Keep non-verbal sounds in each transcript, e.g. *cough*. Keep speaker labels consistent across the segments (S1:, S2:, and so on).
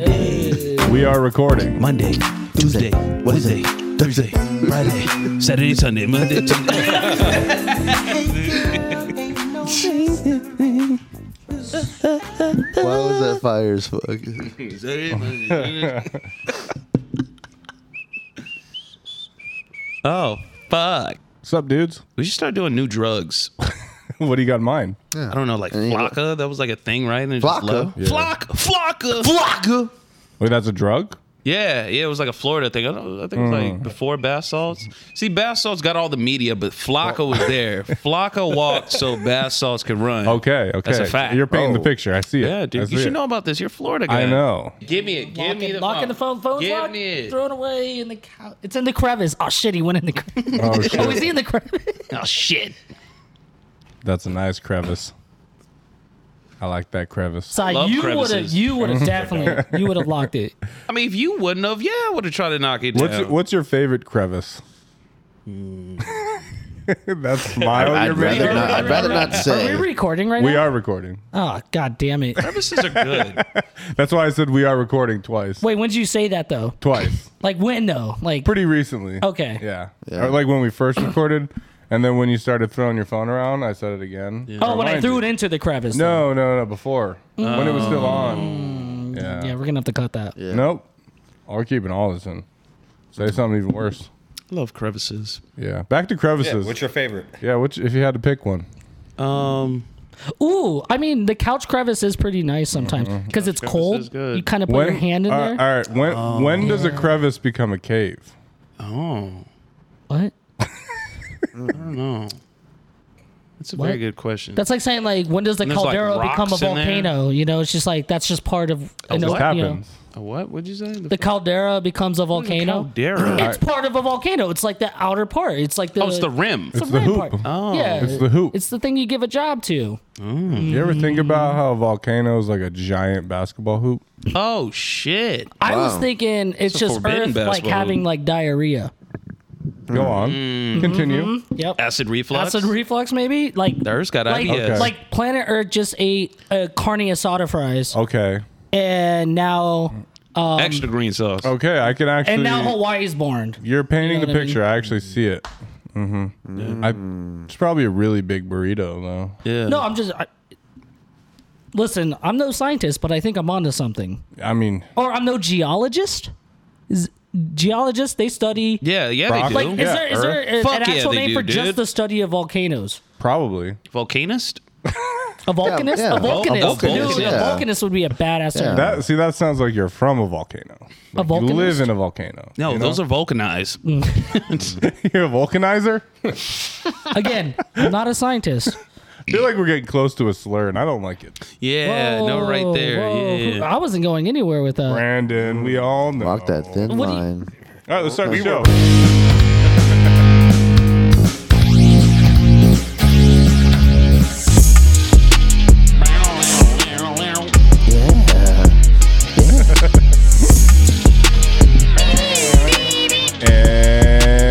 S1: Sunday,
S2: We are recording.
S1: Monday, Tuesday, Wednesday, Thursday, Friday, Saturday, Sunday, Monday, Tuesday.
S3: Why was that fire as fuck? *laughs*
S1: *laughs* Oh, fuck.
S2: What's up, dudes? *laughs*
S1: We should start doing new drugs.
S2: What do you got in mind?
S1: I don't know, like
S3: And you-
S1: Flocka. That was like a thing, right? And it
S3: Flocka?
S1: Just low.
S2: Yeah.
S1: Flock, Flocka. Flocka.
S2: Wait, that's a drug?
S1: Yeah, yeah, it was like a Florida thing. I, don't, I think it was like before bath salts. See, bath salts got all the media, but Flocka was there. Flocka walked so bath salts could run.
S2: Okay, okay.
S1: That's a fact.
S2: You're painting the
S3: Oh.
S2: picture. I see it.
S1: Yeah,
S2: I
S1: dude, you
S2: see
S1: should
S2: it.
S1: know about this. You're a Florida guy. *laughs*
S2: I know.
S1: Give me it. Give me
S4: Locking,
S1: the
S4: locking the phone. Phone's
S1: Give
S4: locked.
S1: me it.
S4: Throw it away in the. Cou- it's in the crevice. Oh shit! He went in
S1: *laughs*
S4: the. *laughs* crevice.
S2: Oh,
S4: oh, is
S2: shit.
S4: he in the crevice?
S1: Oh shit.
S2: That's a nice crevice. I like that crevice.
S4: Si,
S1: Love
S4: you would have.
S1: crevices.
S2: *laughs*
S4: You would have definitely. You would have
S1: *laughs*
S4: locked it.
S1: I mean, if you wouldn't have, yeah, I would have tried to knock it
S2: What's
S1: down.
S2: what's your favorite crevice? *laughs* that smile you're
S3: Hmm. I'd rather
S2: making.
S3: not. I'd rather not
S4: Are we
S3: say.
S4: recording right
S2: We
S4: now?
S2: are recording.
S4: Oh god damn it!
S1: Crevices are good. *laughs*
S2: That's why I said we are recording twice.
S4: Wait, when did you say that though?
S2: Twice.
S4: Like when though? Like
S2: Pretty recently.
S4: okay.
S2: Yeah.
S3: Yeah.
S2: Or like when we first recorded, and then when you started throwing your phone around, I said it again.
S4: Oh, when I
S2: Remind
S4: threw
S2: you.
S4: it into the crevice. though.
S2: No, no, no. Before when it was
S4: Oh.
S2: still on. Yeah.
S4: Yeah, we're gonna have to cut that.
S3: Yeah.
S2: Nope. We're keeping all this in. Say something even worse.
S1: Love crevices.
S2: Yeah. Back to crevices. Yeah.
S5: What's your favorite?
S2: which if you had to pick one.
S1: Um,
S4: Ooh, I mean the couch crevice is pretty nice sometimes because it's
S1: Mm-hmm. is
S4: cold.
S1: good.
S4: You kind of put your hand in
S2: all
S4: there. Oh,
S2: right, all right. When when does a crevice become a cave?
S1: *laughs* oh,
S4: What?
S1: I don't know. That's a
S4: What?
S1: very good question.
S4: That's like saying like when does the
S1: And there's, like,
S4: caldera become a
S1: rocks in there?
S4: volcano? You know, it's just like that's just part of you know,
S2: Just
S4: you know,
S2: happens.
S1: A what? What'd you say?
S4: the caldera becomes a volcano.
S1: caldera.
S4: It's part of a volcano. It's like the outer part. It's like the
S1: *laughs* oh, it's the rim.
S4: it's
S2: It's the
S4: rim
S2: hoop.
S4: part.
S1: Oh,
S4: yeah,
S2: It's the hoop.
S4: Uh, It's Mm. the thing you give a job to.
S2: you ever think about how a volcano is like a giant basketball hoop?
S1: oh shit.
S4: I was
S3: Wow.
S4: thinking it's,
S1: a
S4: just
S1: forbidden
S4: Earth like
S1: basketball
S4: having
S1: hoop.
S4: like diarrhea.
S2: Go
S4: Mm.
S2: on.
S4: Mm-hmm.
S2: Continue.
S4: Yep.
S1: Acid reflux.
S4: Acid reflux, maybe like
S1: There's got
S4: like,
S1: IBS.
S2: Okay.
S4: like planet Earth just ate a carne asada fries,
S2: Okay.
S4: and now
S1: Extra green sauce.
S2: Okay. I can actually.
S4: and now Hawaii's born.
S2: You're painting
S4: You
S2: the
S4: know what I mean?
S2: picture. I actually see it. Mm-hmm. I, it's probably a really big burrito though.
S1: Yeah.
S4: No, I'm just. I, listen, I'm no scientist, but I think I'm onto something.
S2: I mean,
S4: Or I'm no geologist. Is, geologists they study.
S1: Yeah, yeah,
S2: Broccoli.
S1: they do.
S4: Like,
S2: Yeah,
S4: is there is there
S1: Earth.
S4: a-
S1: Fuck
S4: an
S1: yeah,
S4: actual
S1: they
S4: name
S1: do,
S4: for
S1: dude.
S4: just the study of volcanoes?
S2: probably.
S1: Volcanist?
S4: A volcanist?
S3: yeah,
S4: A
S3: vol-
S4: volcanist.
S1: a volcanist,
S4: Dude,
S3: yeah.
S4: a volcanist would be a badass term.
S2: That see, that sounds like you're from a volcano.
S4: A
S2: Like, You live
S4: volcanist?
S2: in a volcano.
S1: No,
S2: you know?
S1: those are vulcanized.
S2: *laughs*
S4: Mm.
S2: you're a vulcanizer. I
S4: Again, I'm not a scientist.
S2: feel like we're getting close to a slur, and I don't like it.
S1: *laughs* Yeah, no, right
S4: Whoa,
S1: there.
S4: whoa.
S1: Yeah.
S4: I wasn't going anywhere with that.
S2: Brandon, we all know.
S3: Walk that thin
S4: What do you-
S3: line.
S2: All right, let's start the show.
S4: *laughs*
S3: Yeah.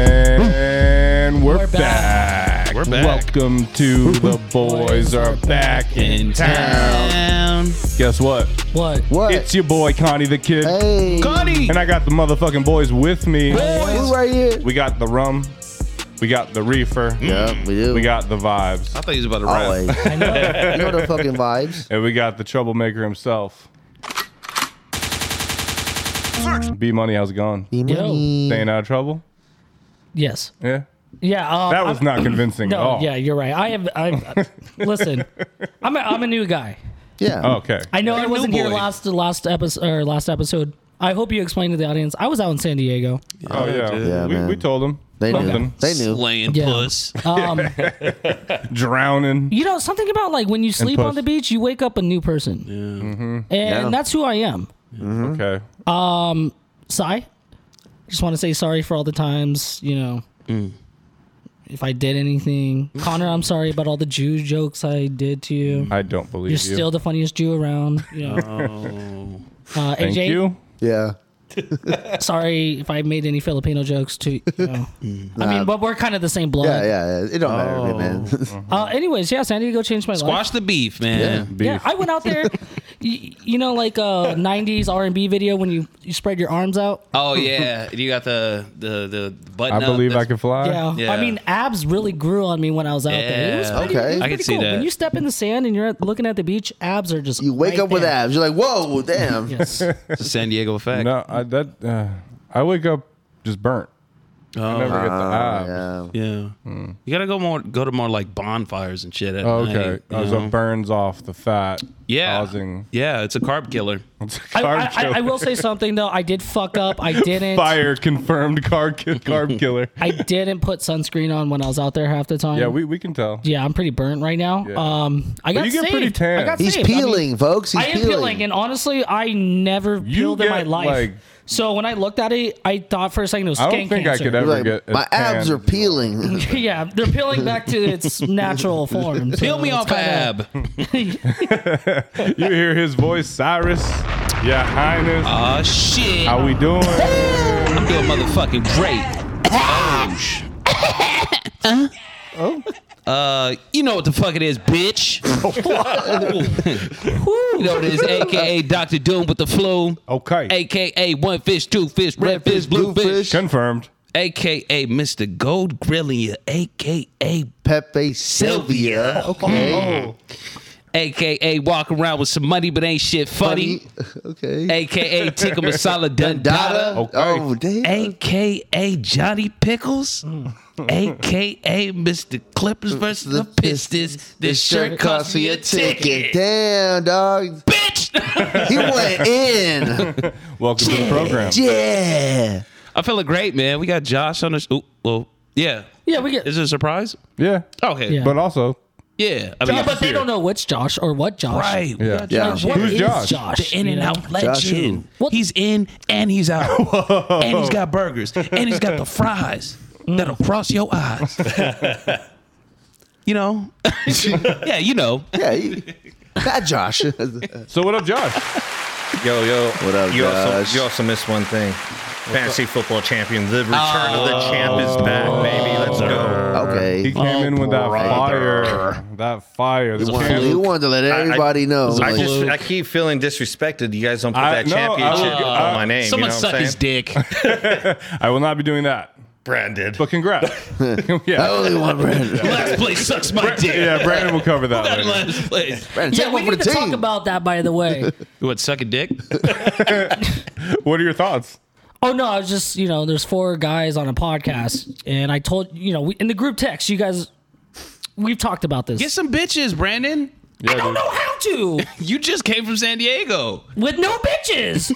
S2: And we're,
S4: We're
S2: back.
S1: We're back.
S2: Welcome to the boys are back in town. Guess what?
S4: What?
S3: What?
S2: It's your boy Connie the Kid,
S3: hey.
S1: Connie!
S2: and I got the motherfucking boys with me.
S3: Who right here?
S2: We got the rum, we got the reefer,
S3: Yeah, we do.
S2: we got the vibes.
S1: I thought he was about to rap.
S3: always. you
S4: I
S2: *laughs*
S4: know.
S3: know the fucking vibes.
S2: And we got the troublemaker himself. B Money, how's it going? Staying out of trouble?
S4: yes.
S2: Yeah.
S4: Yeah. Um,
S2: That was
S4: I'm-
S2: not convincing
S4: No.
S2: at all.
S4: Yeah, you're right. I have. I listen. I'm a, I'm a new guy.
S3: Yeah.
S2: Okay.
S4: I know I
S1: new
S4: wasn't here
S1: boy.
S4: last last episode or last episode. I hope you explained to the audience. I was out in San Diego.
S2: oh, yeah.
S3: Yeah,
S2: we,
S3: man.
S2: we told him.
S3: They knew.
S2: Something.
S3: They knew.
S1: Slaying
S4: Yeah.
S1: puss.
S4: Um,
S2: Drowning.
S4: you know something about like when you sleep
S2: puss.
S4: on the beach, you wake up a new person, and
S3: Yeah.
S4: that's who I am.
S3: Mm-hmm.
S2: Okay.
S4: Sai, just want to say sorry for all the times you know.
S1: Mm.
S4: If I did
S1: *laughs*
S4: anything, Connor, I'm sorry about all the Jew jokes I did to
S1: Mm.
S4: you.
S2: I don't believe
S4: You're
S2: you.
S1: Oh.
S4: still the funniest Jew around. You know. Uh,
S2: Thank
S4: AJ,
S2: you.
S3: Yeah.
S4: sorry if I made any Filipino jokes to you.
S1: *laughs*
S4: Know.
S1: Mm.
S4: I mean, but we're kind of the same blood.
S3: Yeah, yeah, yeah. It don't matter to me, man.
S4: Uh, anyways, yeah, San Diego changed my life.
S1: Squash the beef, man.
S2: Beef.
S4: Yeah, I went
S1: *laughs*
S4: out there. you, you know, like uh, a '90s R&B video when you you spread your arms out.
S1: Oh yeah, you got the the the button.
S2: I
S1: up
S2: believe I
S1: that's-
S2: can fly.
S4: Yeah.
S1: Uh-huh. Yeah.
S4: I mean, abs really grew on me when I was out there. It was
S1: Yeah.
S4: pretty,
S3: Okay.
S4: it was
S3: I
S1: could
S4: pretty
S1: see
S4: cool.
S1: that.
S4: When you step in the sand and you're at- looking at the beach, abs are just.
S3: *laughs* You wake
S4: right
S3: up with
S4: there.
S3: abs. You're like, whoa,
S2: *laughs*
S3: damn.
S4: Yes.
S1: It's the San Diego effect.
S2: No, I, that uh, I wake up just burnt. I never get the abs.
S3: Oh, Yeah.
S1: Yeah, you gotta go more go to more like bonfires and shit. At
S2: Hmm. Oh,
S1: night,
S2: okay,
S1: you
S2: Uh, so
S1: know?
S2: it burns off the fat.
S1: yeah,
S2: causing *laughs*
S1: yeah, it's a carb killer.
S4: I,
S2: carb
S4: I- I, I will say something though. I did fuck
S2: *laughs*
S4: up. I didn't.
S2: fire confirmed *laughs* carb ki- carb killer.
S4: I didn't put sunscreen on when I was out there half the time.
S2: Yeah, we, we can tell.
S4: Yeah, I'm pretty burnt right now.
S2: Yeah.
S4: Um, I got
S2: you get
S4: saved.
S2: pretty tan.
S4: I got
S3: He's
S4: saved. I mean,
S3: peeling, folks. He's
S4: I am peeling, and honestly, I never peeled in my
S2: get,
S4: life.
S2: like-
S4: so when I looked at it, I thought for a second it was
S2: I
S4: skin
S2: don't think I
S4: cancer.
S2: could ever
S3: You're like,
S2: get.
S3: my abs are peeling.
S4: *laughs* yeah, they're peeling back
S2: *laughs*
S4: to its natural form.
S1: Peel me off ab.
S2: You hear his voice, Cyrus. Your Highness,
S1: Ah shit,
S2: how we doing?
S1: I'm doing motherfucking great. oh sh- Oh. Uh, you know what the fuck it is, *laughs* bitch. you know what it is, aka Doctor Doom with the flu,
S2: Okay,
S1: aka one fish, two fish, red fish, blue fish,
S2: confirmed.
S1: aka Mister Gold Grillia, aka
S3: Pepe Sylvia. Okay.
S1: aka walk around with some money but ain't shit funny,
S3: *laughs* Okay.
S1: aka Tikka Masala *laughs* Dundada,
S2: Okay.
S3: Oh, damn.
S1: aka Johnny Pickles, aka Mr. Clippers versus Mm, the Pistons. This shirt costs me a ticket,
S3: Damn,
S1: *laughs*
S3: dog.
S1: bitch.
S3: He
S4: *laughs*
S3: went in.
S2: Welcome to the program.
S3: yeah.
S1: I'm feeling great, man. We got Josh on the. Sh- Ooh, well, yeah.
S4: Yeah, we get.
S1: Is it a surprise?
S2: Yeah,
S1: Okay,
S4: Yeah.
S2: but also,
S1: yeah. I
S4: Yeah, but they
S2: here.
S4: don't know which Josh or what Josh.
S1: *laughs* right. We
S2: Yeah.
S1: got
S3: Yeah.
S1: Josh.
S4: What
S2: Who's
S4: is
S2: Josh?
S4: Josh?
S1: The in and
S4: you know?
S1: out legend.
S3: who?
S4: What-
S1: He's in and he's *laughs* out. and he's got burgers. And he's got the fries that'll cross your *laughs* eyes. you *laughs* know? yeah, you know.
S3: Yeah. He, not Josh.
S5: *laughs*
S3: What's
S2: so what up, Josh?
S5: Yo, yo.
S3: What up,
S5: you
S3: Josh?
S5: Also, you also missed one thing. Fantasy football champion. The return of the champ is back, baby. Let's go.
S3: Okay.
S2: He came in with that fire, that fire. The
S3: wanted,
S2: champ-
S3: you wanted to let everybody know.
S5: I
S3: like,
S5: just I keep feeling disrespected. You guys don't put
S2: I-
S5: that
S2: no, I will-
S5: championship
S2: uh,
S5: on my name.
S1: Someone
S5: you know
S1: suck
S5: what I'm
S1: his
S5: saying?
S1: dick. *laughs*
S2: I will not be doing that.
S5: Branded.
S2: But
S3: *laughs*
S2: congrats. *laughs*
S3: I
S2: yeah,
S3: only want
S5: *laughs*
S3: Brandon.
S1: Last place sucks my dick.
S2: *laughs* yeah. Brandon will cover
S4: *laughs*
S2: that.
S1: Got
S2: later.
S1: Last place.
S3: Brandon,
S4: Yeah,
S3: take
S4: we
S3: one for
S4: need
S3: the
S4: to
S3: team.
S4: talk about that. By
S1: *laughs*
S4: the way,
S1: What, suck a dick?
S2: What are your thoughts?
S4: oh no, I was just you know, there's four guys on a podcast, and I told you know we, in the group text, you guys, we've talked about this.
S1: Get some bitches, Brandon.
S4: I don't know how to
S1: You just came from San Diego.
S4: with
S1: *laughs*
S4: no bitches.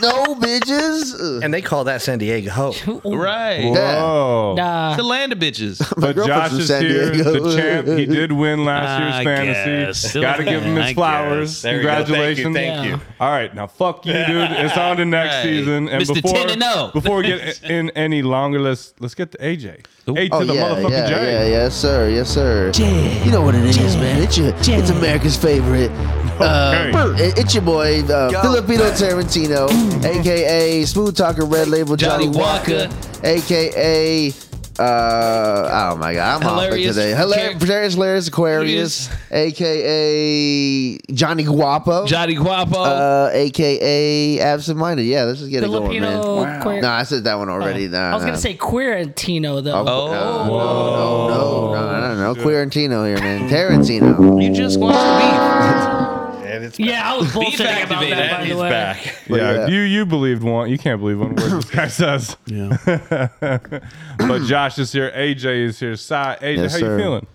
S3: no, bitches. Ugh.
S5: And they call that San Diego. Ho.
S1: Right.
S3: Yeah.
S2: Oh,
S1: The
S4: Nah,
S1: land of bitches.
S2: but
S3: girlfriend's
S2: Josh
S3: from
S2: is
S3: San
S2: here,
S3: Diego.
S2: the champ.
S3: *laughs*
S2: He did win last
S1: I
S2: year's
S1: guess.
S2: fantasy. Got to give
S1: I
S2: him his
S1: guess.
S2: flowers.
S5: There we go.
S2: Congratulations.
S5: Thank you. Thank
S2: All right, now fuck you, dude. It's on
S1: *laughs*
S2: to next
S1: Right.
S2: season. And
S1: Mr. 10 and
S2: before,
S1: oh.
S2: before
S1: *laughs*
S2: we get in any longer, let's let's get to AJ. A
S3: Oh
S2: to the
S3: yeah,
S2: motherfucking
S3: yeah,
S2: J.
S3: yeah, yes sir, yes sir. You know what it is, man. It's your, it's America's favorite.
S1: Um,
S3: Uh,
S2: Okay.
S3: it- it's your boy uh, Filipino Tarantino, aka Smooth Talker Red Label Johnny,
S1: Johnny Walker.
S3: Walker, aka uh, oh my god, I'm off it
S1: Hilarious
S3: today.
S1: Car-
S3: Hilarious, hilarious, hilarious Aquarius, aka Johnny Guapo,
S1: Johnny Guapo.
S3: uh, aka Absent Minded. Yeah, let's just get it going,
S4: Filipino
S3: man.
S4: queer. Oh.
S3: No, I said that one already. Nah,
S4: I was
S3: nah.
S4: gonna say queer and Tino though.
S3: Oh,
S4: Oh.
S3: no, no, no, no, no, no, no. Quirantino here, man. Tarantino.
S1: you just watched the
S5: And it's
S4: Yeah, I
S1: *laughs*
S4: was
S1: Beef
S4: bullshitting about
S1: activated.
S4: that. By
S5: he's
S4: the way,
S5: back.
S2: Yeah,
S3: Yeah.
S2: you you believed one. You can't believe one word this
S1: *laughs*
S2: guy says.
S1: beef. Yeah.
S2: *laughs* But Josh is here. AJ is here. Sai, AJ,
S3: Yes,
S2: how
S3: sir.
S2: you feeling?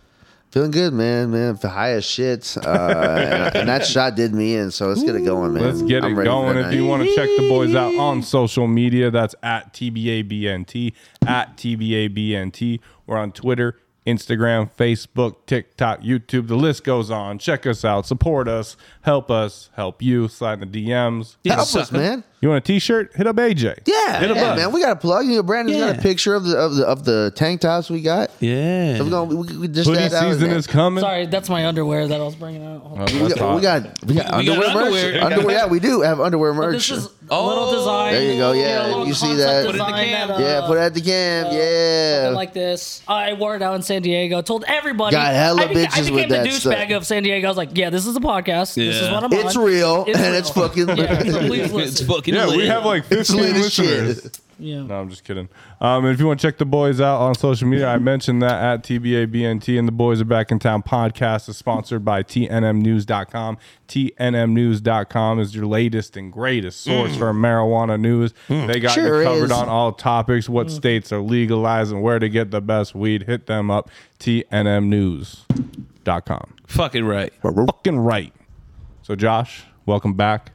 S3: Feeling good, man, man. F- High as shit. Uh, and,
S2: *laughs*
S3: and that shot did me in, so let's get it going, man.
S2: Let's get
S3: I'm
S2: it
S3: ready for
S2: going.
S3: that
S2: If you
S3: night.
S2: want to check the boys out on social media, that's at TBABNT, at TBABNT. We're on Twitter, Instagram, Facebook, TikTok, YouTube. The list goes on. Check us out. Support us. Help us. Help you. Slide in the DMs.
S1: Yeah,
S3: Help
S1: suck
S3: us,
S1: a-
S3: man.
S2: You want a T-shirt? Hit up AJ.
S3: Yeah,
S2: hit up
S3: yeah,
S2: us.
S3: man. We got a plug. You know, Brandon's got
S1: Yeah.
S3: a picture of the of the of the tank tops we got.
S1: Yeah.
S3: So we're gonna we, we just
S2: Hoodie
S3: that out.
S2: season is coming.
S4: Sorry, that's my underwear that I was bringing out. Hold on.
S3: We got, we got we got
S1: We got
S3: underwear
S1: underwear.
S3: merch. Underwear, yeah, we do have underwear merch.
S4: This is a
S1: Oh,
S4: little design.
S3: there you go. Yeah,
S4: a little
S3: you see
S4: concept
S3: that? Put
S1: it in the
S4: design
S1: can.
S4: that, uh,
S3: yeah, put it at the cam. yeah,
S4: something like this. I wore it out in San Diego. Told everybody.
S3: Got hella
S4: I beca- I
S3: bitches
S4: became
S3: with
S4: the
S3: that
S4: douchebag
S3: stuff.
S4: of San Diego. I was like, yeah, this is a podcast. This is
S1: Yeah.
S4: what I'm
S3: it's
S4: on.
S3: real
S4: It's
S3: and
S4: real.
S3: it's fucking.
S4: Yeah, so
S3: *laughs*
S4: please
S1: it's
S4: listen.
S1: fucking
S2: Yeah, we
S1: lit.
S2: have like 15
S3: lit as shit.
S2: listeners.
S4: Yeah.
S2: No, I'm just kidding. Um, and if you want to check the boys out on social media, I mentioned that at TBABNT and the Boys Are Back in Town podcast is sponsored by TNMnews.com. TNMnews.com is your latest and greatest source for marijuana news. They got
S3: Mm. Sure
S2: you covered
S3: is. Mm.
S2: on all topics, what states are legalizing, where to get the best weed. Hit them up, TNMnews.com.
S1: fucking right.
S2: Fucking right. So, Josh, welcome back.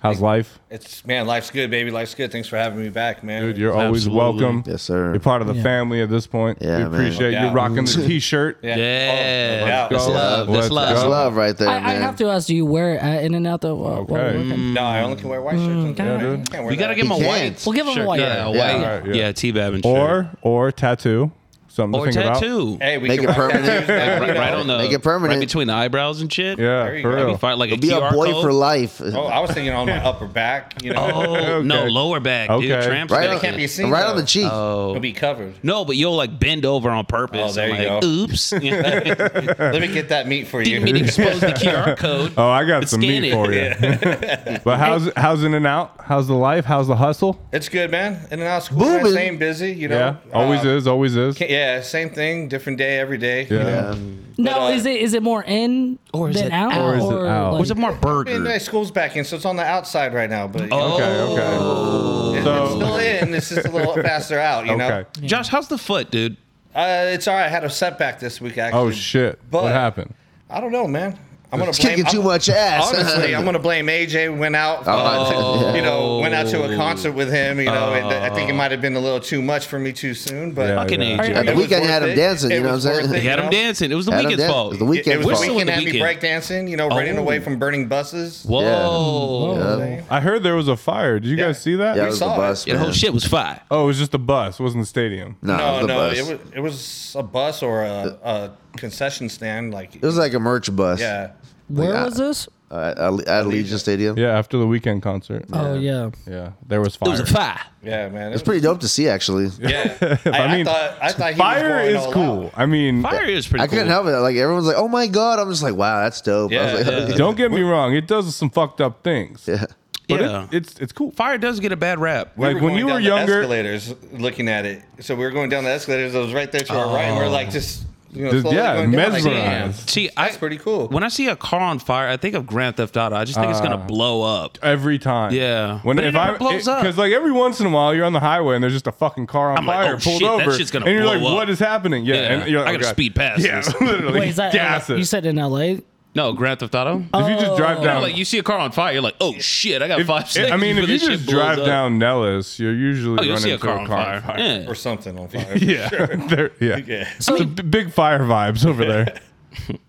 S2: How's life?
S5: It's man, life's good, baby. Life's good. Thanks for having me back, man.
S2: Dude, you're always
S1: Absolutely.
S2: welcome.
S3: Yes, sir.
S2: You're part of the family at this point.
S3: Yeah,
S2: we
S3: man.
S2: appreciate
S5: Yeah.
S2: you rocking
S3: *laughs*
S2: the t-shirt.
S5: Yeah.
S1: Yeah.
S5: Yeah.
S1: That's
S5: Let's
S1: love.
S2: go.
S1: That's
S2: Let's
S1: love.
S3: That's
S2: go.
S3: love right there,
S4: I, I
S3: man.
S4: have to ask, do you wear it at In and Out though? While, while
S2: Okay.
S4: we're working?
S5: No, I only can wear white shirts. I can't wear-
S2: dude.
S5: can't wear
S1: We Mm, gotta
S5: that.
S1: give him a
S3: He
S1: white.
S3: can't.
S4: We'll give him a
S1: shirt.
S4: white.
S1: Yeah, a
S3: Yeah.
S1: white.
S2: Alright, yeah.
S1: yeah. T-Babbin shirt.
S2: Or or tattoo. Something
S1: or
S2: to think about.
S1: tattoo.
S5: Hey, we
S3: Make
S5: can
S3: it
S5: rock that
S3: permanent.
S5: dude, man.
S1: Right,
S5: You know?
S1: right on the
S3: Make it permanent.
S1: right between the eyebrows and shit.
S5: There
S2: Yeah,
S5: you
S2: for
S5: go.
S1: That'd
S2: real.
S1: be fine. Like a
S3: Be
S1: QR
S3: a boy
S1: code.
S3: for life.
S5: Oh, I was thinking on my upper back. You know,
S1: Oh no,
S2: *laughs* Okay.
S1: lower back, dude.
S2: Okay.
S1: Tramp
S3: right
S1: stamp.
S3: on,
S5: can't be seen,
S3: right on
S5: though.
S3: the cheek.
S5: it'll be covered.
S1: No, but you'll like bend over on purpose.
S5: Oh, there
S1: I'm
S5: you
S1: like,
S5: go.
S2: *laughs*
S1: Oops. Didn't
S5: Let me get that meat for you.
S1: mean to expose the
S2: *laughs*
S1: QR code.
S2: Oh, I got some
S1: scan
S2: meat
S1: it.
S2: for
S1: *laughs*
S2: you. *laughs* but how's how's in and out? How's the life? How's the hustle?
S5: It's good, man. In and out of school,
S3: Booming.
S5: man. staying busy. You know,
S2: Yeah, always
S5: Uh,
S2: is, always is.
S5: ca- Yeah, same thing, different day every day. you know?
S2: Yeah,
S4: No,
S5: uh,
S4: is it is it more in
S1: Or is
S4: than
S1: it
S4: out,
S1: out?
S2: Or is it out?
S4: like-
S1: Was it more
S5: I mean,
S1: burger?
S5: like, school's back in, so it's on the outside right now. But you know,
S2: Okay,
S1: Oh,
S2: okay,
S5: it- it's
S2: so-
S5: still in. It's just a little faster out. You know,
S2: okay.
S1: Josh, how's the foot, dude?
S5: uh, it's all right. I had a setback this week. Actually.
S2: Oh shit! What
S5: But-
S2: happened?
S5: I don't know, man. I'm gonna blame
S3: Kicking too
S5: I'm-
S3: much ass. *laughs*
S5: Honestly, I'm gonna blame AJ. Went out,
S3: Oh.
S5: you know, went out to a concert with him. You know, and I think it might have been a little too much for me too soon. But
S2: Yeah,
S1: Fucking
S2: yeah.
S1: AJ.
S3: At the
S5: It was
S3: weekend,
S5: worth
S3: had him
S5: it.
S3: dancing. You
S5: It
S3: know what I'm
S5: was worth
S3: saying?
S5: it.
S1: They had
S5: You
S1: him
S5: know?
S1: dancing. It was the
S3: Had him
S1: weekend's
S3: dance.
S1: fault.
S3: It was the weekend.
S5: It was
S1: We're
S5: the
S1: still in
S5: weekend
S1: the
S5: had me
S1: weekend.
S5: breakdancing, you know, running
S1: Oh.
S5: away from burning buses.
S4: oh,
S1: Whoa.
S3: Yeah.
S2: I heard there was a fire. Did you guys see that?
S3: Yeah, it
S5: We
S3: was the
S5: saw it.
S3: bus.
S1: Yeah, the whole
S3: man.
S1: shit was fire.
S2: Oh, it was just a bus. It wasn't the stadium.
S3: No, it was
S5: Oh,
S3: the
S5: No, no,
S3: bus.
S5: it was it was a bus or a, a concession stand, like
S3: like a merch bus.
S5: yeah.
S4: Where
S3: Yeah.
S4: was this?
S3: Uh, at, Le- at Legion Stadium.
S2: Yeah, after the weekend concert.
S4: Oh yeah.
S2: Yeah, there was
S1: It
S2: fire.
S1: was a fire.
S5: Yeah, man.
S3: It's pretty dope to see, actually. *laughs*
S5: Yeah, I,
S2: I
S5: I
S2: mean,
S5: thought I thought he
S2: Fire
S5: was going
S2: is
S5: all
S2: cool.
S5: out.
S2: I mean,
S1: Fire is pretty
S3: I couldn't
S1: cool.
S3: help it. Like everyone's like, "Oh my god!" I'm just like, "Wow, that's dope." I
S5: Yeah,
S3: was like,
S5: yeah.
S2: don't get me wrong, it does some fucked up things.
S3: *laughs* yeah.
S2: But
S1: Yeah.
S2: it, it's it's cool.
S1: Fire does get a bad rap.
S5: We
S2: Like,
S5: were
S2: when
S5: going
S2: you
S5: down
S2: were
S5: the
S2: younger-
S5: escalators looking at it. So we were going down the escalators. I was right there to our right, and we're like just you know,
S2: Oh. Just-
S5: slowly
S2: yeah,
S5: going down, like,
S2: mesmerized.
S5: damn.
S1: See,
S5: That's
S1: I,
S5: pretty cool.
S1: When I see a car on fire, I think of Grand Theft Auto. I just think it's
S2: Ah.
S1: gonna blow up.
S2: Every time,
S1: Yeah.
S2: When
S1: But it
S2: if
S1: never
S2: I
S1: blows up.
S2: because like every once in a while you're on the highway and there's just a fucking car on
S1: I'm like,
S2: fire
S1: oh,
S2: pulled
S1: shit, that
S2: over,
S1: shit's gonna
S2: and you're like,
S1: blow up.
S2: what is happening? Yeah,
S1: Yeah.
S2: and you're like,
S1: I
S2: oh,
S1: gotta
S2: God.
S1: speed past
S2: Yeah,
S1: this.
S2: *laughs* literally.
S4: Wait, is that
S2: gas
S4: LA?
S2: it.
S4: you said oh. in L.A.
S1: No, Grand Theft Auto.
S2: if you just drive down,
S1: like you see a car on fire, you're like, oh shit, I got
S2: if,
S1: five seconds.
S2: I mean, if
S1: before
S2: you
S1: this shit
S2: just drive
S1: blows up.
S2: down Nellis, you're usually
S1: oh, you'll
S2: running
S1: see a
S2: into
S1: car on fire. Yeah.
S5: or something on
S2: *laughs*
S5: fire.
S2: Yeah, *laughs* There-
S1: *laughs*
S2: yeah,
S5: Yeah.
S2: So big fire vibes over there.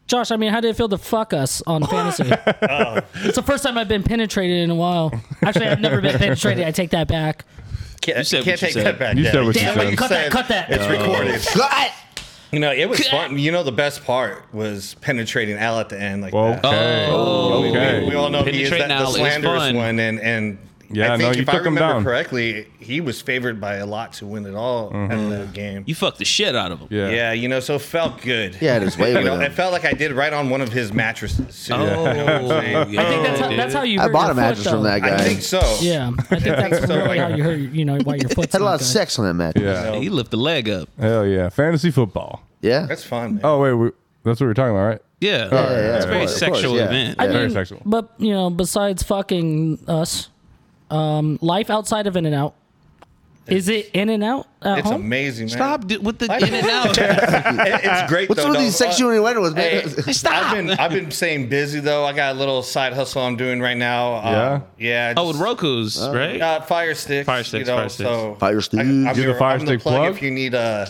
S4: Josh, I mean, how did it feel to fuck us on fantasy? It's the first time I've been penetrated in a while. Actually, I've never been penetrated. I take that back.
S5: Can't,
S1: said what
S5: can't
S1: you
S5: take
S1: said.
S5: that back.
S2: You said
S5: Daddy.
S2: what you
S5: Damn it,
S2: said. Oh.
S4: Cut that, cut that.
S3: *laughs*
S5: It's recorded.
S3: God!
S5: You know, it was fun. You know, the best part was penetrating Al at the end. Like that.
S2: Okay,
S1: Oh.
S2: okay.
S5: We, we all know he is
S1: Penetrating
S5: that, the
S1: Al is
S5: slanderous
S1: fun.
S5: one, and and
S2: Yeah,
S5: I think
S2: no, you
S5: if I
S2: took him
S5: remember
S2: down.
S5: correctly, he was favored by a lot to win it all at that game.
S1: You fucked the shit out of him.
S2: Mm-hmm. Yeah.
S5: yeah, you know, so it felt good.
S3: Yeah, it is way
S5: you
S3: with
S5: know,
S3: him.
S5: it felt like I did right on one of his mattresses. too.
S1: Oh,
S5: You know what I'm saying?
S1: yeah,
S4: I think that's how,
S1: dude.
S4: that's how you.
S3: I
S4: hurt
S3: bought
S4: your
S3: a
S4: foot,
S3: mattress from
S4: though.
S3: that guy.
S5: I think so.
S4: Yeah, I think that's
S5: so.
S4: really how you hurt. You know why your foot's
S3: Had a lot
S4: not
S3: of
S4: good.
S3: sex on that mattress.
S2: Yeah.
S1: He lifted the leg up.
S2: Hell yeah. Fantasy football.
S3: Yeah.
S5: That's fun. Man.
S2: Oh, wait. We, that's what we're talking about, right?
S1: Yeah.
S3: yeah, yeah,
S1: it's a
S3: of
S1: very
S3: course, of course,
S1: sexual
S3: yeah.
S1: event.
S4: I
S2: Very
S4: mean,
S2: sexual.
S4: But you know, besides fucking us, um, life outside of In and Out. Is it In and Out at
S5: it's
S4: home?
S5: amazing, man.
S1: Stop d- with the
S5: I-
S1: in and out.
S5: *laughs* It- it's great.
S3: What's
S5: though,
S3: with
S5: dog.
S3: these sexual
S5: Uh,
S3: innuendos,
S5: Hey,
S3: *laughs* man?
S5: I've been I've been staying busy though. I got a little side hustle I'm doing right now. Uh, yeah.
S1: Oh, with
S5: just-
S1: Roku's, right?
S5: Uh, fire sticks.
S1: Fire sticks,
S5: You know,
S1: fire sticks.
S5: So
S3: Fire sticks.
S5: I, I'm
S2: the
S3: Do
S5: your,
S2: fire
S5: I'm
S2: stick
S5: the plug,
S2: plug?
S5: uh, if you need a,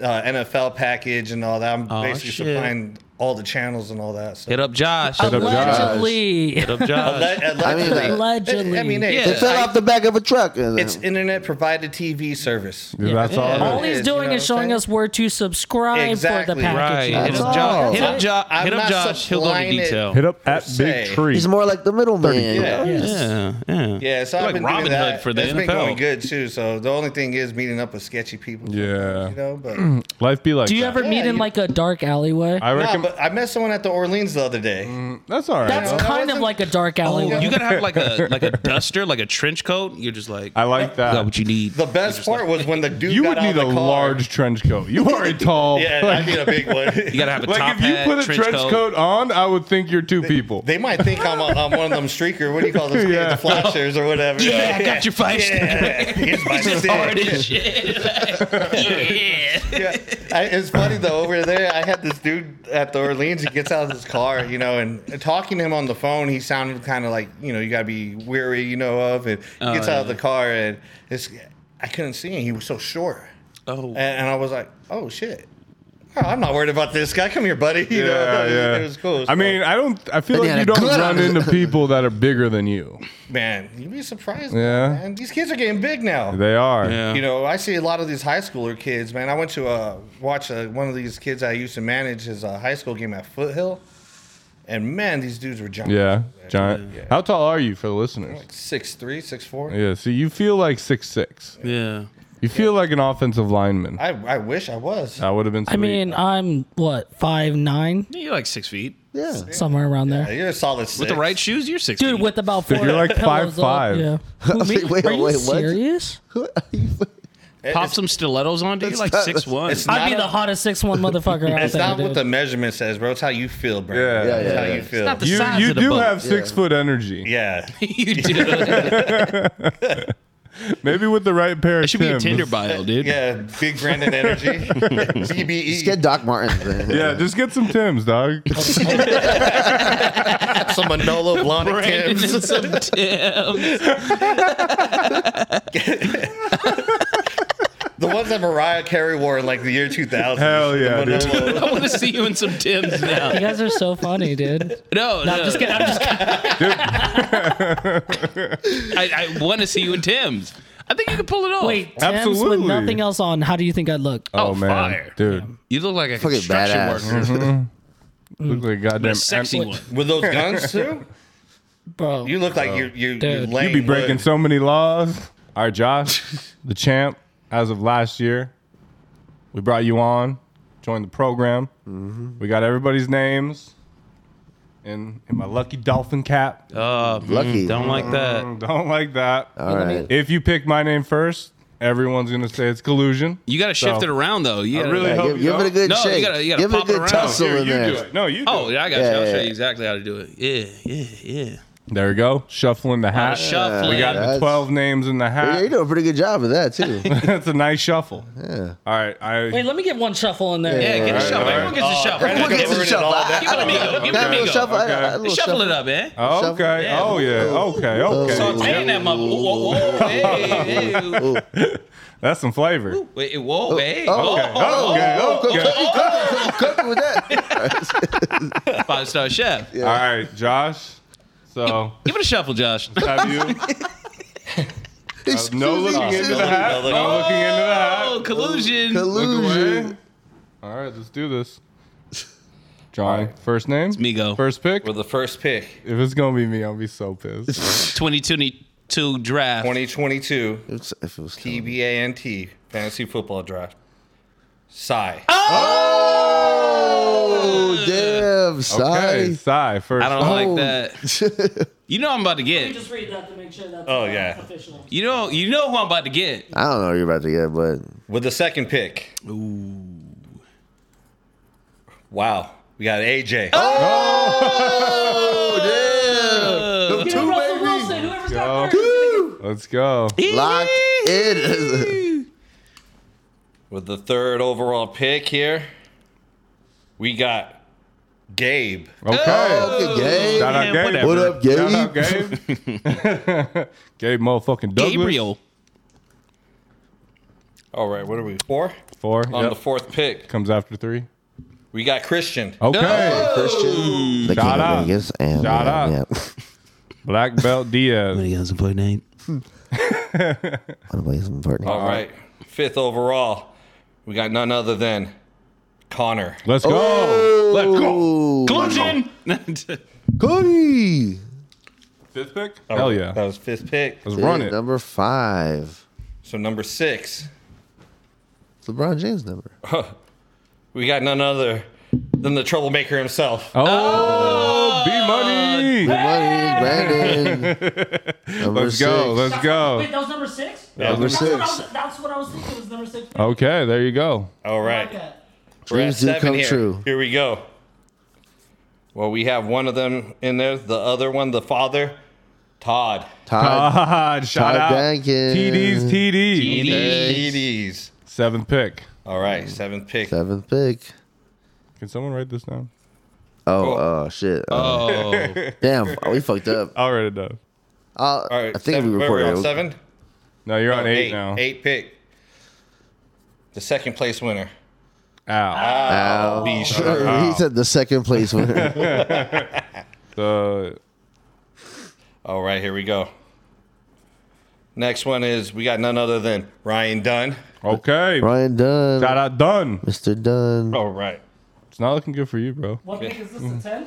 S5: uh NFL package and all that. I'm
S1: Aw,
S5: basically
S1: shit.
S5: supplying all the channels and all that stuff.
S1: Hit up Josh. Hit
S3: up Josh.
S4: Allegedly.
S5: *laughs*
S1: up Josh.
S3: I mean,
S5: Allegedly.
S3: like,
S4: Allegedly.
S5: I mean, hey,
S1: Yeah.
S3: they fell
S5: I-
S3: off the back of a truck.
S5: it's internet provided TV service.
S2: Dude, That's all.
S4: all
S5: it is,
S4: he's
S5: you
S4: doing
S5: know
S4: is
S5: what I'm
S4: showing
S5: saying?
S4: us where to subscribe for the
S5: Exactly.
S1: Right.
S4: package.
S1: Hit
S3: That's
S1: up Josh.
S3: all.
S1: Hit up Josh.
S5: I'm
S1: Hit up
S5: not
S1: Josh. He'll go into
S5: supplying it.
S1: detail.
S2: Hit up at
S5: Say.
S2: Big Tree.
S3: he's more like the middleman. you know?
S5: Yeah.
S1: Yeah, yeah.
S5: Yeah, so
S1: You're
S5: I've
S1: like
S5: been
S1: Robin
S5: doing that.
S1: Hood for the
S5: That's
S1: NFL.
S5: been going good too. So the only thing is meeting up with sketchy people.
S2: Yeah.
S5: you know.
S1: *clears throat*
S5: But no,
S2: Life be like
S4: Do you
S2: that.
S4: ever meet in
S5: you-
S4: like a dark alleyway?
S2: I reckon Mm.
S5: but I met someone at the Orleans the other day.
S2: that's all right.
S4: That's
S2: though.
S4: kind of
S5: wasn't- Oh,
S4: like a dark alleyway.
S1: Oh, You gotta have like a like a duster, like a trench coat. You're just like
S2: I like
S1: you got
S2: that.
S1: what you need.
S5: The best part was when the dude
S2: You
S5: got
S2: would
S5: out
S2: need
S5: of
S2: a
S5: the car.
S2: large trench coat. You are a tall.
S5: *laughs*
S2: *laughs*
S5: Yeah, I need a big one.
S1: You gotta have a top
S2: like if you
S1: hat,
S2: put a
S1: trench, coat.
S2: on, I would think you're two people.
S5: They might think I'm, a, I'm one of them streaker. What do you call those kids?
S2: *laughs* Yeah.
S5: The flashers or whatever.
S1: Yeah, I got your five
S5: *laughs* Yeah,
S2: *laughs*
S5: here's my stick.
S1: hard as shit. yeah.
S5: Yeah. I, it's funny though. Over there, I had this dude at the Orleans. He gets out of his car, you know, and talking to him on the phone, he sounded kind of like you know you gotta be weary, you know, of. And he gets
S2: Oh,
S5: out of the car, and it's I couldn't see him. He was so short,
S1: Oh.
S5: and, and I was like, oh shit. Oh, I'm not worried about this guy. Come here, buddy. *laughs* You know, it, was- it was cool. It was
S2: I
S5: cool.
S2: mean, I don't. I feel
S3: And
S2: like
S3: he
S2: you
S3: had a
S2: don't
S3: good
S2: run
S3: on-
S2: into people that are bigger than you.
S5: man, you'd be surprised.
S2: Yeah.
S5: man. These kids are getting big now.
S2: They are.
S1: Yeah.
S5: You know, I see a lot of these high schooler kids, man. I went to uh, watch uh one of these kids I used to manage his uh, high school game at Foothill, and man, these dudes were giant.
S2: Yeah. Giant. How tall are you for the listeners?
S5: six three, six four.
S2: Yeah. So you feel like six six. You feel like an offensive lineman.
S5: I, I wish I was.
S2: That would have been.
S4: I mean, I'm what five nine
S1: You're like six feet.
S3: Yeah.
S4: somewhere around there.
S5: You're a solid six.
S1: With the right shoes, you're six
S4: Dude,
S1: feet.
S4: with about four.
S2: you're like
S4: pillows up,
S2: 5'5".
S5: *laughs*
S4: Yeah.
S3: *laughs*
S4: Who, me?
S3: Wait,
S4: Are you
S3: wait, what?
S4: serious?
S1: Pop some stilettos on, dude. You're like six one. *laughs*
S5: It's
S4: I'd
S5: not,
S4: be the hottest six one
S5: *laughs*
S4: motherfucker out
S5: it's
S4: there.
S5: not what
S4: dude.
S5: the measurement says, bro. It's how you feel, bro.
S2: Yeah. Yeah,
S5: It's
S3: yeah,
S5: how
S3: yeah.
S5: you feel.
S1: not the
S2: you
S1: size
S2: you
S1: of the
S2: do
S1: boat.
S2: have six foot energy.
S5: yeah.
S1: you do.
S2: Maybe with the right pair
S1: It
S2: of
S1: should be a
S2: Timbs.
S1: Tinder bio, dude.
S5: Yeah. Big Brandon
S2: *laughs*
S5: energy. E. BBE.
S3: Just get Doc Martens. man.
S2: Yeah, just get some Tims,
S1: *laughs*
S2: dog.
S5: some *laughs* Manolo blonde
S1: Brandon *laughs* and
S5: Timbs.
S1: some Timbs.
S5: The ones that Mariah Carey wore in like the year 2000.
S2: Hell yeah,
S5: The
S2: dude.
S5: Manolo-
S1: I want to see you in some Timbs
S4: You
S1: now.
S4: guys are so funny, dude.
S1: No, no.
S4: I'm just kidding. I'm just kidding.
S1: I, I want to see you in Timbs. I think you can pull it off.
S4: Wait, Tim's with
S2: Absolutely.
S4: nothing else on. How do you think I look?
S2: Oh, man,
S1: fire.
S2: dude,
S1: you look like a
S3: Fucking
S1: construction
S3: badass.
S1: worker,
S2: look like a
S1: but
S2: goddamn
S1: a Mm. sexy
S2: ant-
S1: one.
S5: With
S2: *laughs*
S5: those guns too?
S4: Bro,
S5: You look like you're you're, you're
S4: Dude.
S5: laying
S2: You be breaking
S5: wood.
S2: so many laws. All
S1: *laughs*
S2: right, Josh, the champ, as of last year, we brought you on, joined the program. We got everybody's names in, in my lucky dolphin cap.
S1: Uh, mm,
S3: Lucky.
S1: Don't like that.
S2: *laughs* Don't like that.
S3: All right.
S2: If you pick my name first, everyone's going to say it's *laughs* collusion.
S1: You got to shift
S2: So-
S1: it around though. You gotta,
S2: really
S3: Yeah,
S2: hope
S3: give,
S2: you
S3: give it a
S2: don't.
S3: good
S1: No, you
S3: shake.
S1: gotta- you gotta
S3: give it a
S1: pop it
S3: good
S1: around.
S3: tussle
S2: Here,
S3: in
S2: you
S3: there.
S2: do it. No, you do
S1: Oh,
S2: it.
S1: yeah, I got you. I'll show
S3: Yeah.
S1: you exactly how to do it. Yeah, yeah, yeah.
S2: There you go. Uh, Shuffling the hat.
S1: Shuffling.
S2: we got the
S3: That's-
S2: 12 names in the
S3: Yeah, you're
S2: hat.
S3: doing a pretty good job of that too.
S2: *laughs* That's a nice shuffle. Yeah. All right. I,
S4: wait, let me get one shuffle in there.
S1: yeah, get a
S2: Alright,
S1: shuffle.
S2: alright.
S1: Everyone gets a shuffle.
S5: Brandon's
S3: Everyone gets
S5: got
S3: a
S5: rid of
S3: shuffle.
S5: all that.
S1: Oh, Give it a Migo. Give it
S3: Got
S1: a
S3: a little
S1: Migo.
S3: shuffle. I- I-
S2: Okay.
S3: a little
S1: Shuffle it
S3: shuffle.
S1: up, eh? man.
S2: Oh,
S3: Shuffle.
S2: okay.
S1: Yeah.
S2: Oh, yeah. Okay. Okay.
S1: Sauteing that mother. *laughs* Whoa, whoa, whoa. Hey, hey.
S2: That's some flavor. Okay.
S1: Wait, whoa, hey.
S2: Okay.
S1: Oh,
S2: Okay.
S3: Cook with
S2: *laughs*
S3: that.
S1: Five star chef.
S2: All *laughs* right, Josh. So
S1: Give it a shuffle, Josh.
S2: have *laughs* you? No looking into the hat.
S5: No
S2: No looking into the
S1: Oh,
S2: hat.
S1: collusion.
S5: Oh,
S2: Look
S3: Collusion.
S2: away. All right, let's do
S5: *laughs*
S2: this. John, first name?
S1: Migo.
S2: First pick?
S5: With the first pick,
S2: If it's going to be me, I'll be so
S5: *laughs*
S2: pissed.
S1: 2022 draft.
S5: 2022
S3: It's- if it was T-
S5: TBANT fantasy football draft. Sigh.
S3: oh damn,
S2: Okay,
S3: sorry.
S2: Sai, first.
S1: I don't
S2: pick.
S1: like that. *laughs* You know I'm about to get.
S4: Just read that to make sure that's uh,
S5: Oh, yeah.
S4: official.
S1: You know, you know who I'm about to get.
S3: I don't know what you're about to get, but
S5: With the second pick. Ooh. Wow. We got AJ.
S4: Get
S3: Two,
S4: Russell
S3: baby.
S4: Wilson, whoever's got
S2: Go.
S4: first.
S2: Let's go.
S3: locked in.
S5: With the third overall pick here, we got Gabe.
S2: Okay.
S3: Fucking Gabe.
S2: Shout out
S1: man,
S2: Gabe.
S3: What up,
S2: Shout out
S3: Gabe?
S2: Gabe. Gabe *laughs* motherfucking Douglas.
S1: Gabriel.
S5: All right, what are we? Four?
S2: Four.
S5: On
S2: yep.
S5: the fourth pick.
S2: Comes after three.
S5: We got Christian.
S3: Oh.
S2: Okay.
S3: Christian, the
S2: Shout
S3: King
S2: out.
S3: of Vegas, and
S2: Shout
S3: yeah,
S2: out.
S3: yeah.
S2: *laughs* Black Belt Diaz.
S1: Anybody else important name?
S3: Wanna play some Fortnite?
S5: All right. Fifth overall, we got none other than Connor.
S2: Let's go.
S5: Oh.
S2: Let's go.
S3: Ooh,
S1: Collusion.
S3: Cody.
S2: Fifth pick? Hell yeah.
S5: Oh, That was fifth pick.
S2: Let's run it.
S3: Number five.
S5: So number six,
S3: It's LeBron James number.
S5: we got none other than the troublemaker himself.
S2: Oh, B money.
S3: Money,
S2: *laughs*
S3: Brandon. Number
S2: Let's go.
S3: six.
S2: Let's go.
S4: *laughs* Wait, that was number six.
S3: Number
S4: That's what, I was,
S3: six.
S4: that's what I was thinking was number six.
S2: Okay, there you go.
S5: All right.
S4: Okay.
S5: We're at
S3: Dreams do
S5: seven
S3: come
S5: here.
S3: true.
S5: Here we go. Well, we have one of them in there. The other one, the father, Todd.
S3: Todd.
S2: Todd, shout
S3: Todd
S2: out.
S3: Duncan.
S2: TD's TD.
S5: Ladies.
S2: Seventh pick.
S5: All
S3: Mm.
S5: right, seventh pick.
S3: Seventh pick.
S2: Can someone write this down?
S3: Oh,
S5: Oh.
S3: oh, shit. Uh,
S1: Oh,
S3: *laughs* Damn, oh, we fucked up.
S2: I'll write it down.
S3: I'll,
S5: All right,
S3: I think
S5: seven,
S3: we
S5: where are
S3: recorded
S5: on
S3: it.
S5: seven.
S2: No, you're on
S5: Oh,
S2: eight, now.
S5: Eight pick. The second place winner. Ah.
S2: Ow.
S5: I'll be sure.
S2: Uh-huh.
S3: He said the second place
S2: *laughs*
S3: winner.
S2: The
S5: All right, here we go. Next one is we got none other than Ryan Dunn.
S2: okay.
S3: Ryan Dunn.
S2: Shout out done.
S3: Mr. Dunn.
S5: All right.
S2: It's not looking good for you, bro.
S4: What pick is this? The ten?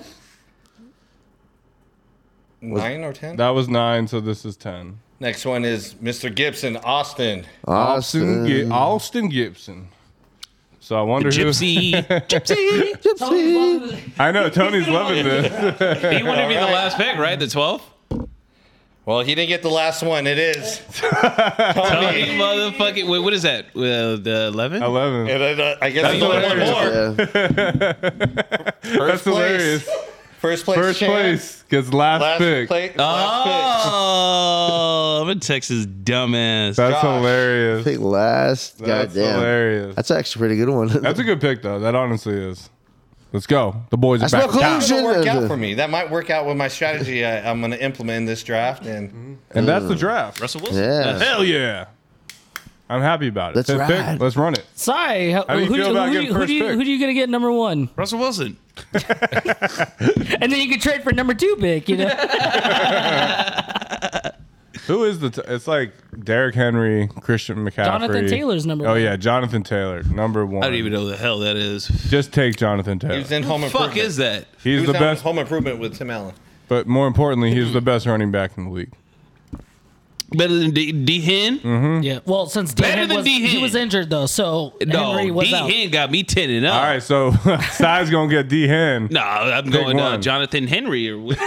S5: Nine or ten?
S2: That was nine, so this is ten.
S5: Next one is Mr. Gibson, Austin.
S3: Austin.
S2: Gi- Austin Gibson. So I wonder
S1: *laughs*
S2: who.
S1: gypsy, gypsy.
S3: *laughs* Gypsy.
S2: I know Tony's loving
S5: *laughs*
S2: this.
S1: He wanted to be the last pick, right? The 12th?
S5: Well, he didn't get the last one. It is.
S1: Tony, motherfucking. Wait, what is that? Uh, the 11?
S2: Eleven.
S5: And then, uh, I guess he won one
S2: hilarious.
S5: more.
S3: Yeah.
S2: That's hilarious.
S5: First place.
S2: First
S5: champ.
S2: place gets last,
S5: Last
S2: pick.
S5: place. Last pick.
S1: Oh, I'm a Texas dumbass.
S2: That's
S5: Josh.
S2: hilarious.
S3: Pick last.
S2: That's
S3: Goddamn.
S2: hilarious.
S3: That's actually a pretty good one.
S2: That's a good pick though. That honestly is. Let's go. The boys are
S3: That's no
S2: back. in town.
S3: collusion.
S5: That'll work out
S3: Uh,
S5: for me. That might work out with my strategy. I, I'm going to implement in this draft, and
S2: And that's the draft.
S1: Russell Wilson?
S3: Yeah.
S2: Hell yeah. I'm happy about it.
S3: Let's
S2: Fifth pick.
S3: ride.
S2: Let's run it.
S4: *laughs* Sorry. How,
S2: do you
S4: who,
S2: feel
S4: do-
S2: about
S4: who,
S2: getting
S4: do- who
S2: first
S4: do you
S2: pick?
S4: who do you gonna get number one?
S1: Russell Wilson.
S4: And then you can trade for number two pick. You know.
S2: Who is the? T- it's like Derrick Henry, Christian McCaffrey.
S4: Jonathan Taylor's number
S2: Oh
S4: one.
S2: yeah, Jonathan Taylor, number one.
S1: I don't even know the hell that is.
S2: Just take Jonathan Taylor.
S5: he was in Home
S1: What the
S5: Improvement.
S1: fuck is that?
S5: He
S2: He's
S5: was
S2: the
S5: on
S2: best,
S5: Home Improvement with Tim Allen.
S2: but more importantly, he's the best running back in the league.
S1: Better than D, D- Hen?
S2: Mm-hmm.
S4: Yeah. Well, since D
S1: Better
S4: Hen
S1: than
S4: was,
S1: D.
S4: he
S1: Hen.
S4: was injured though, so Henry
S1: No,
S4: was
S1: D
S4: out.
S1: Hen got me 10 and up.
S2: All right, so *laughs* Si's gonna get D Hen.
S1: No, I'm going uh,
S2: one.
S1: Jonathan Henry or
S2: *laughs*
S1: what-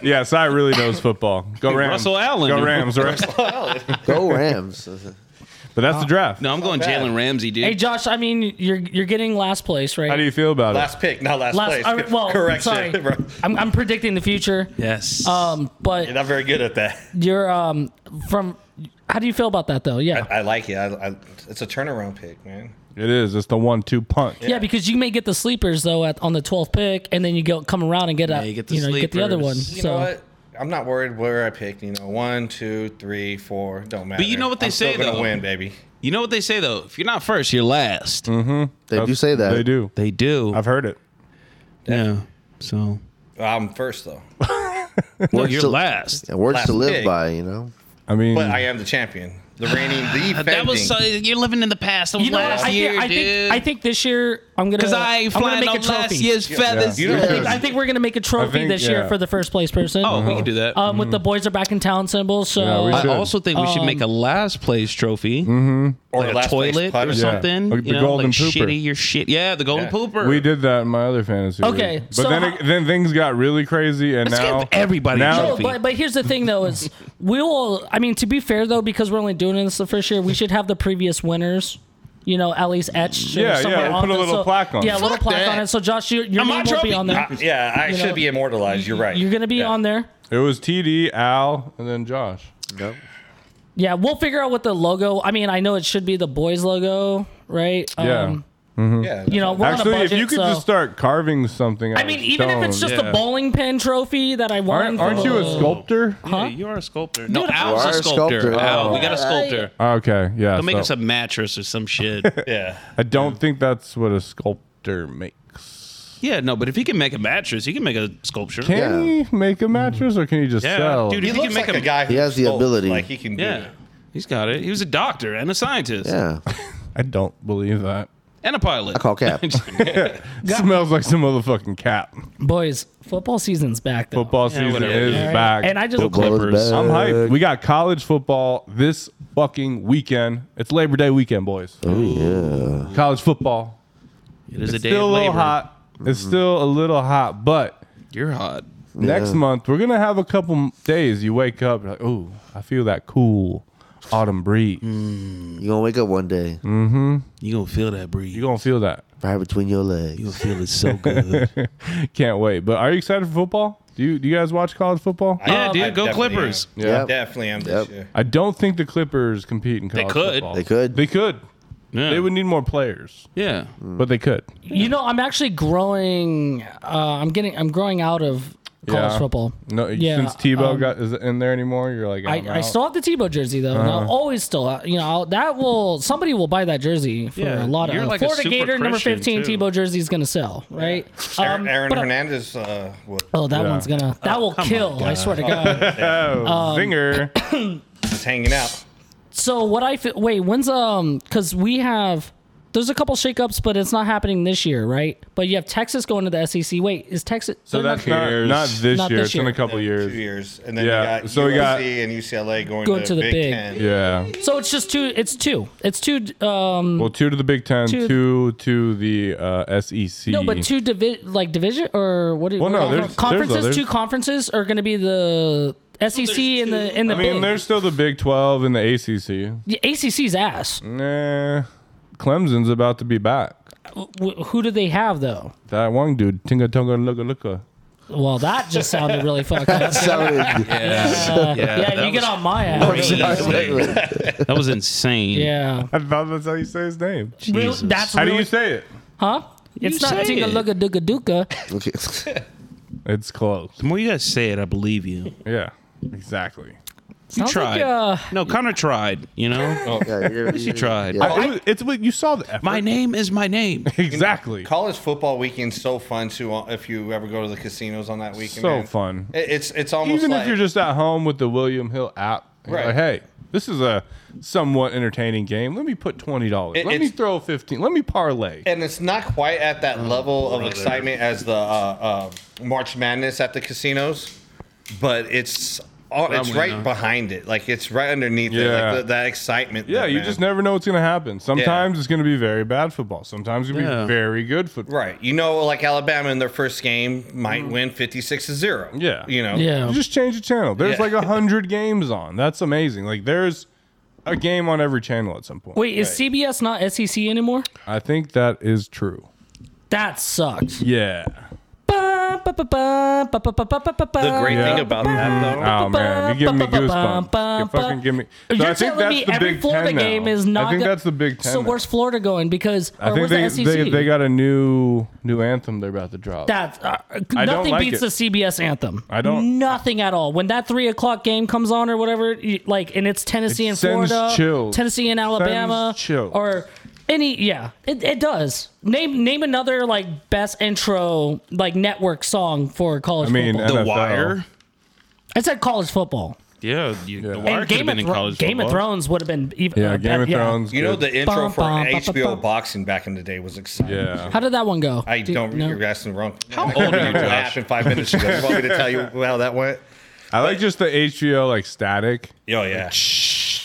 S2: Yeah, Si really knows football. Go Rams.
S1: Russell Allen.
S2: Go Rams. Right?
S3: Go Rams.
S2: But that's the draft.
S1: No, I'm going
S5: bad.
S1: Jalen Ramsey, dude.
S4: Hey Josh, I mean you're you're getting last place, right?
S2: How do you feel about it?
S5: Last pick, not last,
S4: last
S5: place.
S4: I-
S5: *laughs*
S4: well,
S5: Correction.
S4: sorry.
S5: Bro,
S4: I'm, I'm predicting the future.
S1: yes.
S4: Um,
S5: You're
S4: but
S5: not very good at that.
S4: you're um from. How do you feel about that though? Yeah.
S5: I like it. I, I, it's a turnaround pick, man.
S2: It is. It's the one-two punch.
S4: yeah, because you may get the sleepers though at, on the 12th pick, and then you go come around and get a
S1: you
S4: you,
S1: get the
S4: know you get the other one.
S1: sleepers.
S5: You
S4: so
S5: know what? I'm not worried where I picked. You know, one, two, three, four. Don't matter.
S1: you know what they
S5: I'm
S1: say,
S5: still gonna
S1: though.
S5: win, baby.
S1: you know what they say, though? If you're not first, you're last.
S3: They do say that.
S2: They do.
S1: They do.
S2: Mm-hmm. I've heard it.
S1: yeah. So.
S5: I'm first though,
S1: No, you're
S3: to-
S1: last.
S3: And Words
S5: Last
S3: to live
S5: pick.
S3: by, you know?
S2: I mean,
S5: but I am the champion, the reigning,
S1: *sighs*
S5: the
S1: That was so, you're living in the past. That was
S4: you know what?
S1: last
S4: I,
S1: year,
S4: think, I
S1: dude.
S4: think I think this year I'm gonna
S1: Because I
S4: I'm
S1: ain't
S4: gonna
S1: flying
S4: make
S1: on
S4: a trophy.
S1: last year's feathers.
S2: Yeah.
S5: You
S4: I think- I think we're gonna make a trophy
S2: think-
S4: this year
S2: yeah. Mm-hmm.
S4: for the first place person.
S1: Oh,
S2: Uh-huh.
S1: we can do that.
S4: Um, with the boys are back in town symbol. So
S2: Yeah, we
S1: I
S2: should.
S1: also think we should make a last place trophy,
S2: Mm-hmm.
S5: or
S1: like a toilet or
S2: Yeah.
S1: something.
S2: Like the
S1: you know,
S2: golden
S1: like
S2: pooper.
S1: shitty or shit. Yeah, the golden
S5: Yeah.
S1: pooper.
S2: we did that in my other fantasy. league.
S4: Okay,
S2: but
S4: so
S2: then
S4: how-
S2: it, then things got really crazy, and
S1: Let's
S2: now
S1: give everybody
S2: now-
S1: a
S4: No,
S1: trophy.
S4: but, but here's the thing though is we will. I mean, to be fair though, because we're only doing this the first year, we should have the previous winners. You know, at least etched. or
S2: Yeah, yeah,
S4: somewhere
S2: and
S4: on
S2: put a
S4: it.
S2: little
S4: so,
S2: plaque on
S4: Yeah,
S2: it.
S4: a little
S1: Fuck
S4: plaque
S1: that.
S4: on it. So Josh, your, your
S1: I'm on
S4: name won't be
S1: trophy.
S4: on there.
S5: I- yeah, I should
S4: know,
S5: be immortalized. You're right.
S4: You're gonna be
S5: Yeah.
S4: on there.
S2: It was TD, Al, and then Josh.
S3: Nope.
S4: Yeah, we'll figure out what the logo. I mean, I know it should be the boys logo, right? Um,
S2: Yeah.
S5: Yeah.
S4: You know, we're
S2: Actually,
S4: on a budget,
S2: if you could
S4: so-
S2: just start carving something, out
S4: I mean,
S2: of
S4: even if it's
S2: stone.
S4: just
S1: yeah.
S4: a bowling pin trophy that I won.
S2: aren't,
S4: for
S2: aren't
S4: the-
S2: you a sculptor?
S1: Yeah, you are a sculptor. No,
S4: Dude,
S1: Al's
S3: You
S1: a
S3: are a
S1: sculptor.
S3: sculptor.
S1: Al,
S3: Oh.
S1: we got a sculptor.
S2: Okay, yeah.
S1: Don't make
S2: so-
S1: us a mattress or some
S2: *laughs*
S1: shit.
S5: yeah.
S2: I don't think that's what a sculptor makes.
S1: yeah, no, but if he can make a mattress, he can make a sculpture.
S2: Can
S3: Yeah.
S2: he make a mattress, or can he just
S1: Yeah,
S2: sell?
S1: dude,
S5: He
S1: If you
S5: looks
S1: can make
S5: like a,
S1: a-
S5: guy.
S3: He
S5: who
S3: has the
S5: sculpts,
S3: ability.
S5: Like he can do
S1: yeah,
S5: it.
S1: he's got it. He was a doctor and a scientist
S3: Yeah.
S2: I don't believe that.
S1: and a pilot.
S3: I
S1: *laughs*
S3: call cap.
S2: *laughs* Smells like some motherfucking cat.
S4: Boys, football season's back though.
S2: Football season
S1: whatever,
S2: is
S1: dude.
S4: All right?
S2: back.
S4: And I just
S1: Football. Clippers.
S3: Uh,
S2: I'm hyped. We got college football this fucking weekend. It's Labor Day weekend, boys.
S3: Oh, yeah.
S2: College football.
S1: It is a day
S2: Still a
S1: of
S2: little
S1: labor.
S2: hot. It's
S3: Mm-hmm.
S2: still a little hot, but
S1: You're hot.
S2: next month we're gonna have a couple days. You wake up, you're like, oh, I feel that cool autumn breeze.
S1: Mm.
S3: You're going to wake up one day
S2: Mm.
S1: You gonna feel that breeze.
S2: You're gonna feel that.
S3: right between your legs.
S1: gonna feel
S3: *laughs*
S1: it so good.
S2: Can't wait. But are you excited for football? Do you do you guys watch college football?
S5: I-
S1: yeah,
S5: I
S1: dude, go
S5: definitely
S1: Clippers.
S5: am.
S2: Yeah.
S5: Definitely am this
S3: Yep.
S5: year.
S2: I don't think the Clippers compete in college
S1: could.
S2: football.
S3: They could.
S2: They could.
S1: Yeah.
S2: They would need more players,
S1: yeah.
S3: Mm.
S2: but they could.
S4: You know, I'm actually growing. Uh, I'm getting. I'm growing out of college
S2: Yeah.
S4: football.
S2: No,
S4: Yeah,
S2: since Tebow
S4: um,
S2: got is in there anymore, you're like,
S4: I,
S2: I'm
S4: I
S2: out. Uh-huh.
S4: still have the Tebow jersey though. And I'll always still, uh, you know, I'll, that will somebody will buy that jersey for
S1: Yeah,
S4: a lot of
S1: you're like a
S4: Florida
S1: super
S4: Gator number
S1: Christian,
S4: fifteen
S1: too.
S4: Tebow jersey is gonna sell,
S1: *laughs*
S4: right?
S5: Aaron, Aaron
S4: Um, but I-
S5: Hernandez. Uh, what,
S4: oh, that
S2: Yeah.
S4: one's gonna that will kill. I swear
S1: *laughs*
S4: to God.
S2: Oh,
S4: Um,
S2: zinger.
S4: *coughs*
S5: just hanging out.
S4: so what I fe- wait when's um because we have there's a couple shakeups, but it's not happening this year, right? But you have Texas going to the SEC. Wait, is Texas?
S2: So
S4: they're
S2: that's
S4: not
S2: not,
S6: cares?
S2: not this
S4: Not
S2: year.
S4: this
S2: It's in
S4: year.
S2: a couple
S5: Two
S2: years.
S5: years, and then
S2: Yeah,
S5: you got
S2: so we
S5: USC
S2: got-
S5: and UCLA going,
S4: Going
S5: to,
S4: to the
S5: Big,
S4: Big.
S5: Ten.
S2: Yeah.
S4: So it's just two. It's two. It's two. Um,
S2: Well, two to the Big Ten,
S4: Two-
S2: two to the uh, SEC.
S4: no, but two divi- like division or what? do-
S2: Well, no, there's-
S4: conferences.
S2: there's others.
S4: two conferences are going to be the SEC and the and the
S2: I mean,
S4: Big.
S2: there's still the Big Twelve and the ACC.
S4: the ACC's ass.
S2: Nah, Clemson's about to be back.
S4: W- who do they have though?
S2: That one dude, Tinga Tonga Looka Looka.
S4: Well, that just sounded really
S2: *laughs*
S4: fucked up.
S3: Sounded-
S1: Yeah.
S4: yeah,
S1: that
S4: you get
S1: was
S4: on my ass.
S1: crazy.
S2: *laughs*
S1: that was insane.
S4: Yeah,
S2: I thought that's how you say his name.
S4: Real-
S1: Jesus.
S4: that's
S2: How do
S4: really,
S2: you say it?
S4: huh? It's
S1: say it.
S4: not tinga lugga duga duka.
S3: Okay. *laughs*
S2: It's close.
S1: The more you guys say it, I believe you.
S2: Yeah, exactly.
S1: You
S4: Sounds
S1: tried.
S4: like, uh,
S1: no, Connor tried. You
S2: *laughs*
S1: know,
S2: Oh.
S3: Yeah, you're-
S1: she tried.
S4: Oh,
S3: Yeah.
S2: It was- it's what you saw the effort.
S1: My name is my
S2: *laughs*
S1: name.
S2: exactly.
S5: College football weekend's so fun too. uh, If you ever go to the casinos on that weekend,
S2: So
S5: man.
S2: fun.
S5: It- It's it's almost
S2: Even
S5: like,
S2: if you're just at home with the William Hill app, you're
S5: Right.
S2: like, hey, this is a somewhat entertaining game. Let me put twenty dollars.
S5: It-
S2: Let me
S5: it's-
S2: throw fifteen. Let me parlay.
S5: and it's not quite at
S2: Oh,
S5: that level of excitement as the uh, uh, March Madness at the casinos, but it's all, it's
S1: Probably
S5: right
S1: not.
S5: behind it. Like it's right underneath it.
S2: Yeah.
S5: Like the, that excitement.
S2: Yeah,
S5: that,
S2: you
S5: man.
S2: just never know what's gonna happen. Sometimes it's gonna be very bad football. Sometimes it'll
S1: Yeah.
S2: be very good football.
S5: Right. You know, like Alabama in their first game might win 56 to 0.
S2: Mm. Yeah.
S5: You know?
S4: yeah.
S2: You just change the channel. There's
S5: Yeah.
S2: like a hundred *laughs* games on. That's amazing. Like there's a game on every channel at some point.
S4: Wait, is CBS not SEC anymore?
S2: I think that is true.
S4: That sucks.
S2: Yeah.
S5: The
S4: The
S5: great
S2: Yeah.
S5: thing about that, though,
S2: Oh man, you give me goosebumps. You fucking give me. So
S4: You're
S2: I think
S4: telling me
S2: that's the
S4: every
S2: Big
S4: Florida
S2: Ten now.
S4: game is not.
S2: I think
S4: go-
S2: that's the Big Ten.
S4: So
S2: now.
S4: where's Florida going? Because or
S2: I think
S4: where's
S2: they,
S4: the E SEC?
S2: they they got a new new anthem they're about to drop.
S4: that uh,
S2: I don't
S4: nothing
S2: like
S4: beats
S2: it.
S4: the CBS anthem.
S2: I don't-
S4: Nothing at all. When that three o'clock game comes on or whatever, you- like, and it's Tennessee
S2: It
S4: and
S2: sends
S4: Florida,
S2: chills.
S4: Tennessee and Alabama,
S2: chills.
S4: or any. Yeah, it, it does. Name name another like best intro like network song for college.
S2: I mean, uh,
S1: The
S4: football.
S2: NFL.
S1: Wire.
S4: I said college football.
S1: Yeah, you, the Wire
S4: And
S1: could have
S4: Game,
S1: been
S4: of,
S1: in
S4: Thro-
S1: college.
S4: Game of
S1: football.
S4: Thrones would have been even.
S2: Yeah,
S4: uh,
S2: Game of
S4: yeah.
S2: Thrones.
S5: you know,
S2: good.
S5: the intro
S4: Bum,
S5: for
S4: bum, bum,
S5: HBO
S4: bum.
S5: boxing back in the day was exciting.
S2: yeah.
S4: How did that one go?
S5: I
S4: Do-
S5: don't,
S4: no?
S5: you're asking the wrong. How old are you? What happened five minutes ago? You want me to tell
S2: *laughs*
S5: you how that went?
S2: I like just the HBO like static.
S5: Oh, yeah.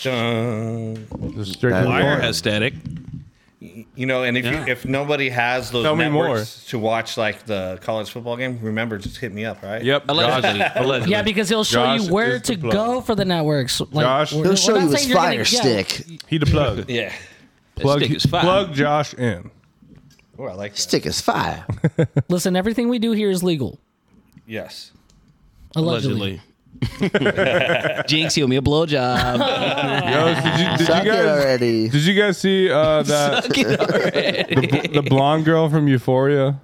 S5: Dun.
S2: Just straight to the
S1: Wire
S2: point.
S1: has static.
S5: You know, and if you, if nobody has those
S2: Tell me more.
S5: networks to watch like the college football game, remember just hit me up, all right?
S2: Yep.
S1: Allegedly.
S2: Josh,
S1: Allegedly.
S4: Yeah, because he'll show
S2: Josh
S4: you where
S2: is the
S4: to
S2: plug.
S4: go for the networks. Like,
S2: Josh-
S4: we're-
S2: He'll
S4: we're
S3: He'll show
S4: not
S3: you his
S4: saying you're gonna-
S3: fire
S4: yeah.
S3: stick.
S2: he the plug.
S5: Yeah.
S2: plug,
S1: stick is fire.
S2: plug Josh in.
S5: Oh, I like that.
S3: Stick is
S4: *laughs*
S3: fire.
S4: Listen, everything we do here is legal,
S5: Yes.
S1: Allegedly.
S4: allegedly. *laughs*
S1: Jinx, you owe me a blowjob.
S2: Yo, did you, did you
S3: Suck it
S2: guys?
S3: already.
S2: Did you guys see uh, that the, bl- the blonde girl from Euphoria?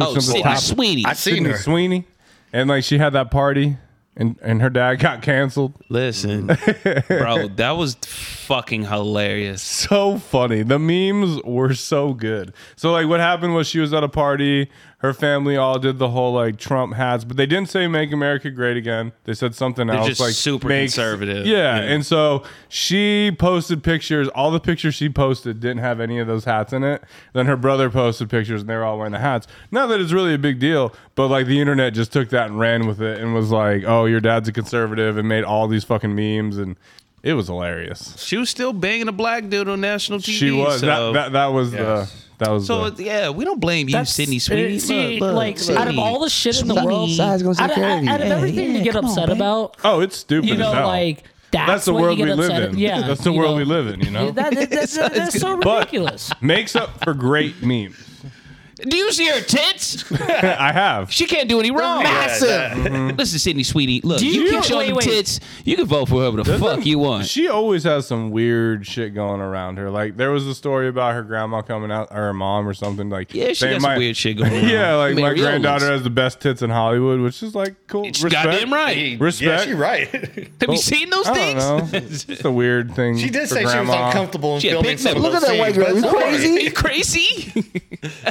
S1: oh,
S2: Switched up the
S1: Sydney
S2: top-
S1: Sweeney.
S5: I seen
S2: Sydney
S5: her.
S2: Sweeney, and like she had that party, and and her dad got canceled.
S4: *laughs*
S1: Listen, bro, that was fucking hilarious.
S2: so funny. The memes were so good. So like what happened was she was at a party, her family all did the whole like Trump hats, but they didn't say make America great again. They said something else
S1: just
S2: like
S1: super conservative.
S2: Yeah.
S1: Yeah.
S2: And so she posted pictures, all the pictures she posted didn't have any of those hats in it. Then her brother posted pictures and they were all wearing the hats. Not that it's really a big deal, but like the internet just took that and ran with it and was like, "Oh, your dad's a conservative," and made all these fucking memes and it was hilarious.
S1: She was still banging a black dude on national TV.
S2: She was
S1: So,
S2: that, that. That was
S5: Yes.
S2: the. That was
S1: so
S2: the,
S1: yeah, we don't blame you,
S4: That's-
S1: Sydney
S4: uh,
S1: Sweeney.
S4: see,
S1: Look, look,
S4: like
S1: Sydney.
S4: out of all the shit in the
S3: Sunny
S4: world, out
S3: side's
S4: of,
S3: gonna take care of
S4: out-
S3: you.
S4: out of
S3: Yeah,
S4: everything
S6: yeah,
S4: you get
S6: come on,
S4: upset
S6: baby.
S4: about,
S2: oh, it's stupid.
S4: you know,
S2: as hell.
S4: like that's,
S2: that's the
S4: what
S2: world
S4: you
S2: we
S4: get
S2: live
S4: upset
S2: in.
S4: At. Yeah,
S2: that's the
S4: you
S2: world
S4: know.
S2: we live in. You know,
S4: That, that, that, that, that's so
S2: But-
S4: ridiculous.
S2: makes up for great memes.
S1: *laughs* do you see her tits?
S2: I have.
S1: She can't do any wrong. Mm.
S3: Massive.
S1: Listen, Sydney Sweeney, look,
S4: Do
S1: you,
S4: you-
S1: keep
S4: wait,
S1: showing them
S4: wait.
S1: tits. You can vote for whoever the fuck you want.
S2: She always has some weird shit going around her. Like there was a story about her grandma coming out, or her mom, or something. Like
S1: yeah, she
S2: they
S1: got
S2: might-
S1: some weird shit going on.
S2: *laughs* Yeah, like my
S1: Mariolas.
S2: granddaughter has the best tits in Hollywood, which is like cool.
S1: She's
S2: Respect.
S1: goddamn right.
S5: Hey,
S2: Respect.
S5: Yeah, she right. *laughs*
S1: Have you seen those
S2: Oh, I
S1: things?
S2: don't know. it's a weird thing.
S5: She did
S2: for
S5: say she was
S2: grandma.
S5: uncomfortable in
S1: She had
S5: filming
S1: big
S5: some of
S1: nipples.
S5: those
S3: Look at that white
S5: scenes,
S3: girl.
S5: but
S3: You
S5: it's all right.
S3: crazy?
S1: *laughs* Are you
S4: *laughs*
S1: crazy?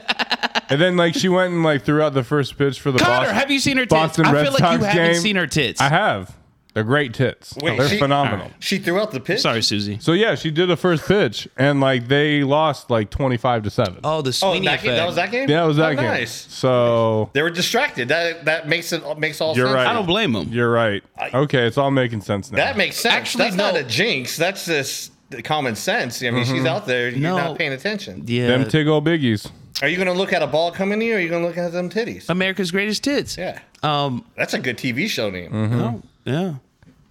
S2: And then like she went and like threw out the first pitch for the
S1: Connor,
S2: Boston.
S1: have you seen her tits?
S2: Boston
S1: I feel
S2: Red
S1: like
S2: Sox
S1: you haven't
S2: game.
S1: seen her tits.
S2: I have. They're great tits.
S5: Wait,
S2: They're
S5: she-
S2: phenomenal.
S5: *laughs* She threw out the pitch.
S1: Sorry, Susie.
S2: So yeah, she did a first pitch and like they lost like twenty five to seven.
S1: Oh, the
S5: Oh,
S1: Sweeney
S5: that, game, that was that game.
S2: Yeah, it was that
S5: oh,
S2: game.
S5: Nice.
S2: So
S5: They were distracted. That that makes it makes all
S2: You're
S5: sense.
S2: right.
S1: I don't blame him.
S2: you're right. Okay, it's all making sense now.
S5: That makes sense.
S1: Actually,
S5: that's
S1: no.
S5: not a jinx. That's just the common sense. I mean,
S2: Mm-hmm.
S5: she's out there. You're
S1: No.
S5: not paying attention.
S1: Yeah.
S2: them tig old biggies.
S5: Are you going to look at a ball coming to you, or are you going to look at them titties?
S1: America's Greatest Tits.
S5: yeah,
S1: Um.
S5: that's a good TV show name.
S2: Mm-hmm.
S3: Mm-hmm.
S1: No. Yeah.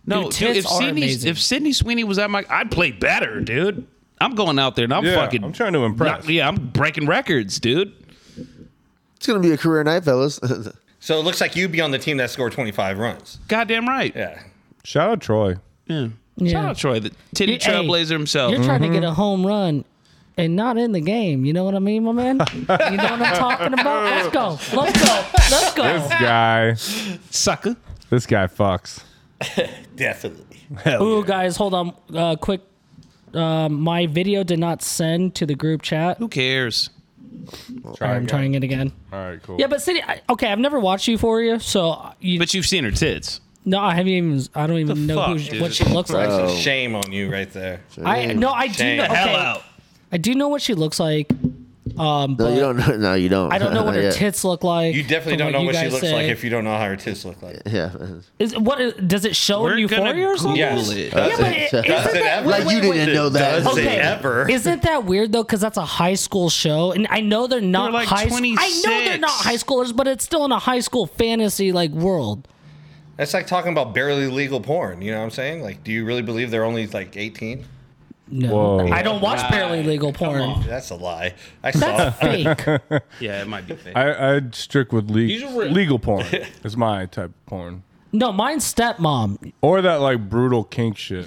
S1: No.
S4: Dude,
S1: Dude,
S4: tits
S1: if
S4: are
S1: Sydney
S4: amazing.
S1: if Sydney Sweeney was at my, I'd play better, dude. I'm going out there and I'm
S2: Yeah,
S1: fucking.
S2: I'm trying to impress.
S1: yeah, I'm breaking records, dude.
S3: It's gonna be a career night, fellas. *laughs*
S5: So it looks like you'd be on the team that scored 25 runs.
S1: Goddamn right.
S5: Yeah,
S2: Shout out Troy.
S1: Yeah.
S4: Yeah.
S1: Shout out Troy, the titty
S4: You- hey,
S1: trailblazer himself.
S4: You're trying to get a home run and not in the game. You know what I mean, my man? You know what I'm talking about? Let's go. Let's go. Let's
S2: This
S1: Ah.
S4: go.
S2: guy.
S1: Sucker.
S2: This guy fucks.
S5: definitely.
S4: Ooh, guys, hold on. Uh, quick. Uh, my video did not send to the group chat.
S1: Who cares?
S2: Try
S4: I'm trying it again.
S2: All right, cool.
S4: Yeah, but City. I, okay, I've never watched Euphoria, so you,
S1: But you've seen her tits.
S4: no, I haven't even. I don't even know
S1: fuck,
S4: who,
S1: dude?
S4: what she looks like.
S5: That's
S3: Oh.
S5: a shame on you right there.
S4: I no, I do
S5: Shame.
S4: know.
S5: The
S1: Hell
S4: okay,
S1: out.
S4: I do know what she looks like. Um,
S3: no,
S4: but
S3: you don't. know- No, you don't.
S4: I don't know
S3: *laughs*
S5: *laughs*
S4: what her
S3: yeah.
S4: tits look like.
S5: You definitely
S4: from
S5: don't know what
S4: you
S5: she
S4: guys
S5: looks like
S4: say.
S5: if you don't know how her tits look like.
S3: Yeah.
S4: Is what is, does it show in
S1: We're gonna
S4: Euphoria or something?
S1: Google
S5: Yes.
S1: it.
S5: Does
S4: Yeah, but it, isn't
S5: does it
S4: that,
S5: ever?
S4: wait,
S3: Like you
S4: wait, wait.
S3: didn't know that.
S5: Does
S4: Okay.
S5: it ever?
S4: Isn't that weird though? Because that's a high school show, and I know they're not
S1: like
S4: high. I know they're
S1: 26.
S4: not high schoolers, but it's still in a high school fantasy like world.
S5: That's like talking about barely legal porn. You know what I'm saying? Like, do you really believe they're only like 18?
S4: No,
S2: Whoa.
S4: I don't watch barely legal porn.
S5: That's a lie. I *laughs* saw.
S2: *laughs*
S4: That's fake.
S1: Yeah, it might be fake.
S2: I, I strict with
S1: These
S2: le-
S1: are real.
S2: legal *laughs* porn. is my type of porn.
S4: No, mine's stepmom.
S2: Or that like brutal kink
S5: *laughs*
S2: shit.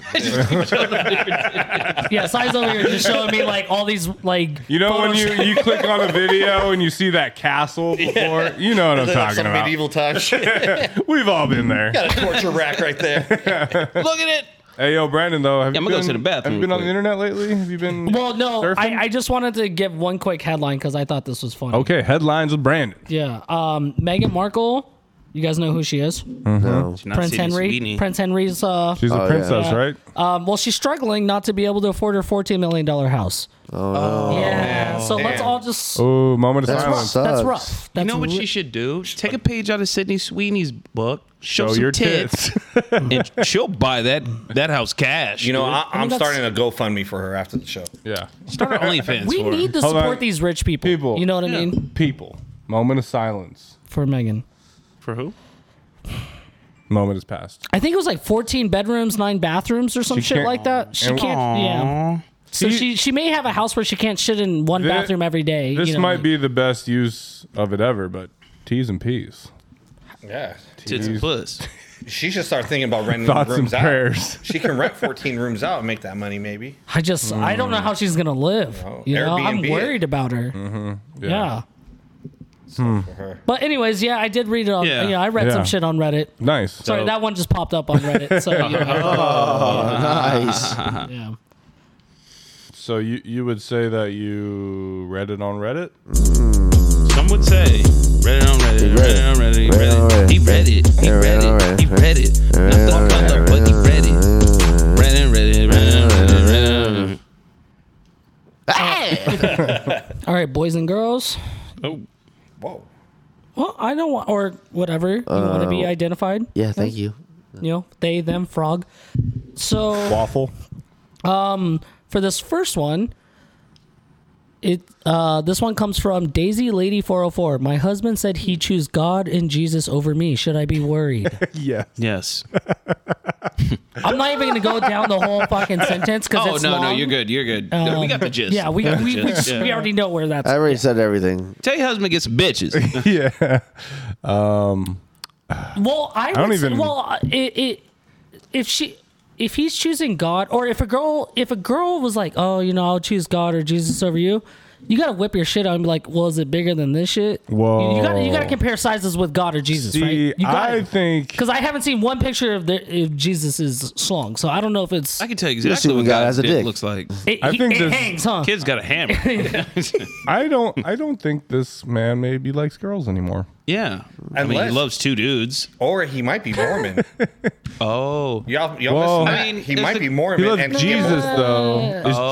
S4: Yeah, Sai's over here just showing me like all these like.
S2: You know when
S4: photos.
S2: you, you click on a video and you see that castle
S5: *laughs*
S2: before, you know what I'm
S5: Like
S2: talking
S5: some
S2: about.
S5: medieval time shit. *laughs*
S2: We've all been there.
S5: Got a torture rack
S3: *laughs*
S5: right there.
S1: Look at it.
S2: Hey yo, Brandon though, have
S1: Yeah,
S2: you
S1: I'ma go
S2: been,
S1: to the bathroom
S2: Have you been on
S1: quick.
S2: the internet lately? Have you been?
S4: Well, no, I,
S2: Surfing?
S4: I just wanted to give one quick headline because I thought this was funny.
S2: okay, headlines with Brandon.
S4: Yeah. Um, Meghan Markle. You guys know who she is?
S3: No.
S1: Not
S4: Prince
S1: Sydney
S4: Henry.
S1: Sweeney.
S4: Prince Henry's. Uh,
S2: She's
S3: Oh,
S2: a
S3: yeah.
S2: princess,
S4: Yeah.
S2: right?
S4: um, well, she's struggling not to be able to afford her fourteen million dollar house. Oh. Yeah. So let's
S5: Damn.
S4: all just.
S2: Oh, moment of
S3: That's
S2: silence.
S3: rough.
S4: That's
S3: Sucks.
S4: rough.
S1: You
S4: That's
S1: know what she
S4: re-
S1: should do? Take a page out of Sydney Sweeney's book, show,
S2: Show
S1: some
S2: Oh, your
S1: tits, *laughs*
S2: tits. *laughs*
S1: and she'll buy that that house cash.
S5: You know,
S1: dude.
S5: I, I'm
S4: that's-
S5: starting a GoFundMe for her after the show.
S2: yeah,
S1: start an OnlyFans.
S4: We
S1: for her.
S4: need to
S2: Hold
S4: support
S2: on.
S4: these rich people.
S2: People.
S4: You know what I
S1: Yeah.
S4: mean?
S2: people. Moment of silence.
S4: For Megan.
S1: for who?
S2: Moment has passed.
S4: I think it was like 14 bedrooms, nine bathrooms, or some
S2: She
S4: shit
S2: can't-
S4: like that. She
S2: and-
S4: can't. Yeah. So
S2: See-
S4: she she may have a house where she can't shit in one
S2: Thi-
S4: bathroom every day.
S2: This
S4: you know,
S2: might
S4: like-
S2: be the best use of it ever, but T's and P's.
S5: Yeah.
S1: Tits and
S2: Jeez.
S1: puss.
S5: She should start thinking about renting
S2: Thoughts
S5: rooms
S2: and
S5: out.
S2: prayers.
S5: She can rent 14 rooms out and make that money, maybe.
S4: I just I don't
S2: Mm.
S4: know how she's gonna live.
S5: No,
S4: you know, I'm
S5: Airbnb it.
S4: worried about her.
S2: Mm-hmm.
S4: Yeah.
S5: For her.
S4: But anyways, yeah, I did read it on.
S1: Yeah.
S4: Yeah, I read
S2: Yeah.
S4: some shit on Reddit.
S2: Nice.
S4: Sorry, that one just popped up on Reddit. So
S1: *laughs*
S4: you know,
S3: nice. *laughs*
S4: *laughs* yeah.
S2: so you you would say that you read it on Reddit?
S1: Some would say Reddit on Reddit, Reddit on Reddit, Reddit. He read it, he read it, he read it. Not the color, but he read it. Reddit, Reddit, Reddit, Reddit, Reddit.
S4: All right, boys and girls.
S1: Oh,
S5: Whoa.
S4: Well, I don't want or whatever you want to be identified.
S3: Yeah, thank you.
S4: You know, they, them, frog. So
S2: *laughs* Waffle.
S4: for this first one it uh, this one comes from daisy lady 404 my husband said he choose god and jesus over me should i be worried
S1: *laughs*
S2: Yes.
S1: yes.
S4: i'm not even gonna go down the whole fucking sentence because
S1: Oh
S4: it's
S1: no, no,
S4: long.
S1: you're good. You're good. Um, we got the gist.
S4: yeah we,
S1: Got the
S4: we, we,
S1: gist, yeah.
S4: we already know where that's
S3: I already said everything.
S1: *laughs* Tell your husband gets *laughs* bitches.
S2: Yeah.
S4: well i,
S2: don't
S4: would say-
S2: even-
S4: well I- it, it if she if he's choosing god or if a girl if a girl was like oh you know i'll choose god or jesus over you you gotta whip your shit out and be like, well, is it bigger than this shit?
S2: Whoa.
S4: You, you gotta you gotta compare sizes with God or Jesus,
S2: *laughs*
S4: right?
S2: See,
S4: You gotta.
S2: I think
S4: Because I haven't seen one picture of the of Jesus' slung, so I don't know if it's.
S1: I can *laughs* tell you
S3: You'll
S1: exactly
S3: see what
S1: what
S3: God
S1: God's
S3: has a
S1: dick
S3: dick.
S1: looks like.
S4: It,
S2: I
S4: he-
S2: think
S4: it
S2: there's-
S4: hangs, huh?
S1: Kid's got a *laughs* hammer.
S2: I don't I don't think this man maybe likes girls anymore.
S1: yeah, I mean he
S5: Unless-
S1: loves two dudes.
S5: Or he might be Mormon.
S1: Oh,
S5: y'all, y'all
S2: Whoa.
S5: missing
S2: I
S5: that.
S1: mean,
S5: he
S1: it's
S5: might
S1: the-
S5: be
S2: He
S5: Mormon. and
S2: loves Jesus though.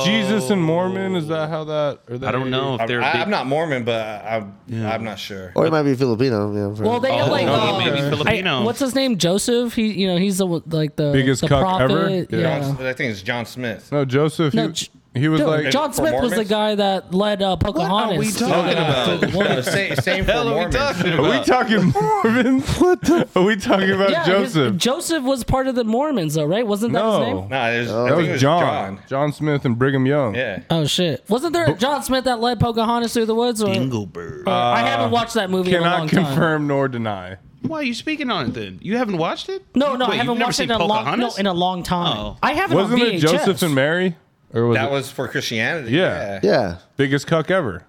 S2: Is Jesus and
S1: Oh.
S2: Mormon? Is that how that? Or
S1: I don't know if
S5: I,
S1: they're. big-
S5: am not Mormon, but I, I'm not sure.
S3: Or it might be Filipino. You know, for-
S4: Well, they have
S1: Oh,
S4: like
S1: no,
S4: uh,
S1: he may be
S4: I-
S1: Filipino.
S4: what's his name? Joseph. He, you know, he's the like the
S2: Biggest
S4: the
S2: cuck
S4: prophet.
S2: ever? Yeah.
S4: Yeah.
S5: John, I think it's John Smith.
S2: No, Joseph.
S4: No,
S2: he,
S4: J-
S2: he was
S4: Dude,
S2: like
S4: John
S5: For
S4: Smith was the
S5: Mormons?
S4: guy that led uh, Pocahontas.
S1: we talking
S4: to-
S1: about?
S2: *laughs*
S4: to the woman.
S5: Uh,
S1: *laughs*
S5: same same for
S1: Hell, are we
S5: Mormons.
S1: talking
S2: Are we
S5: Uh,
S1: about?
S4: *laughs*
S2: talking Mormons? what the? Are we talking about
S4: yeah, his-
S2: Joseph?
S4: Joseph was part of the Mormons, though, right? Wasn't that his
S2: no,
S4: name?
S5: Nah, it was, I
S2: that
S5: think it
S2: was John. John. Smith and Brigham Young.
S5: Yeah.
S4: Oh shit! Wasn't there a John Smith that led Pocahontas through the woods? Or,
S1: Engelberg.
S4: or- I haven't watched that movie in a long
S2: Uh, Cannot
S4: time.
S2: confirm nor deny.
S1: Why are you speaking on it then? You haven't watched it?
S4: No,
S1: Wait,
S4: no, I
S1: you've
S4: haven't
S1: never
S4: watched it
S1: seen
S4: in a long, no,
S1: Pocahontas?
S4: in a long time.
S1: Oh.
S4: I haven't.
S2: Wasn't
S4: on
S2: it
S4: VHS.
S2: Joseph and Mary? Or was
S5: That
S2: it
S5: was for Christianity.
S2: Yeah.
S3: yeah.
S2: biggest cuck ever?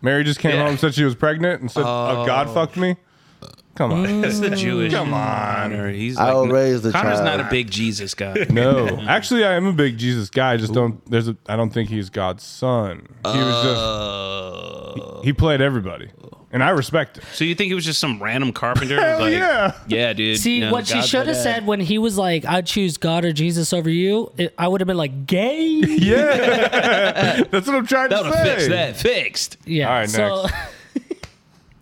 S2: Mary just came
S1: Yeah.
S2: home and said she was pregnant and said, "Oh, God fucked me." Come on,
S1: That's the Jewish. Come on, he's
S3: I
S1: like,
S3: will raise the
S1: Connor's
S3: child.
S1: not a big Jesus *laughs* guy.
S2: no. Actually, I am a big Jesus guy. I just don't. There's a. I don't think he's God's son. He was
S1: Uh,
S2: just. He played everybody, and I respect it.
S1: so you think it was just some random carpenter? who was
S2: Hell
S1: like,
S2: yeah.
S1: yeah, dude.
S4: See
S1: you know,
S4: what she
S1: God
S4: should have
S1: said
S4: said when he was like, "I choose God or Jesus over you." It, I would have been like, "Gay."
S2: *laughs* Yeah, *laughs* that's what I'm trying
S1: That
S2: to
S1: would have
S2: say.
S1: fixed that. Fixed.
S4: Yeah.
S2: All right,
S4: so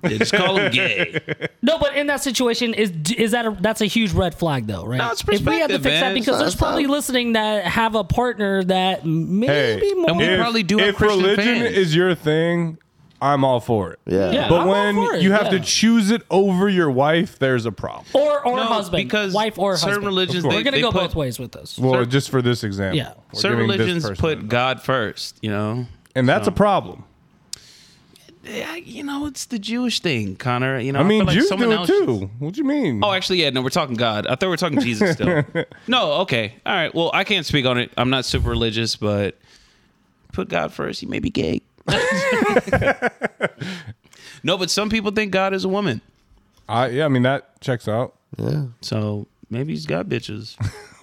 S1: Yeah, just call him gay.
S4: no, but in that situation, is is that a, that's a huge red flag though, right?
S1: No, it's
S4: if we had to
S1: perspective,
S4: fix that
S1: man.
S4: because there's
S3: It's not-
S4: probably listening that have a partner that maybe
S2: Hey,
S4: more.
S1: And we
S2: if,
S1: probably do have
S2: if
S1: Christian
S2: religion
S1: fans.
S2: is your thing, I'm all for it.
S3: Yeah.
S4: Yeah.
S2: But
S4: I'm all for
S2: when
S4: it,
S2: you have
S4: yeah.
S2: to choose it over your wife, there's a problem.
S4: or *laughs* or
S1: No,
S4: husband,
S1: because
S4: wife or
S1: certain
S4: husband.
S1: religions
S2: course.
S1: they,
S4: We're gonna
S1: they
S4: go
S1: put,
S4: both ways with this.
S2: Well, just for this example,
S4: Yeah.
S2: we're
S1: Certain
S2: giving this
S1: religions
S2: person
S1: put
S2: an-
S1: God first. You know.
S2: and that's a problem.
S1: Yeah, you know, it's the Jewish thing, Connor. You know,
S2: I mean,
S1: feel like
S2: Jews
S1: someone
S2: do it
S1: else
S2: too. What do you mean?
S1: Oh, actually, yeah. No, we're talking God. I thought we were talking Jesus
S2: *laughs*
S1: still. no, okay, all right. Well, I can't speak on it. I'm not super religious, but put God first. You may be
S2: *laughs*
S1: gay. no, but some people think God is a woman,
S2: I, yeah, I mean that checks out. *laughs*
S1: so maybe he's got bitches.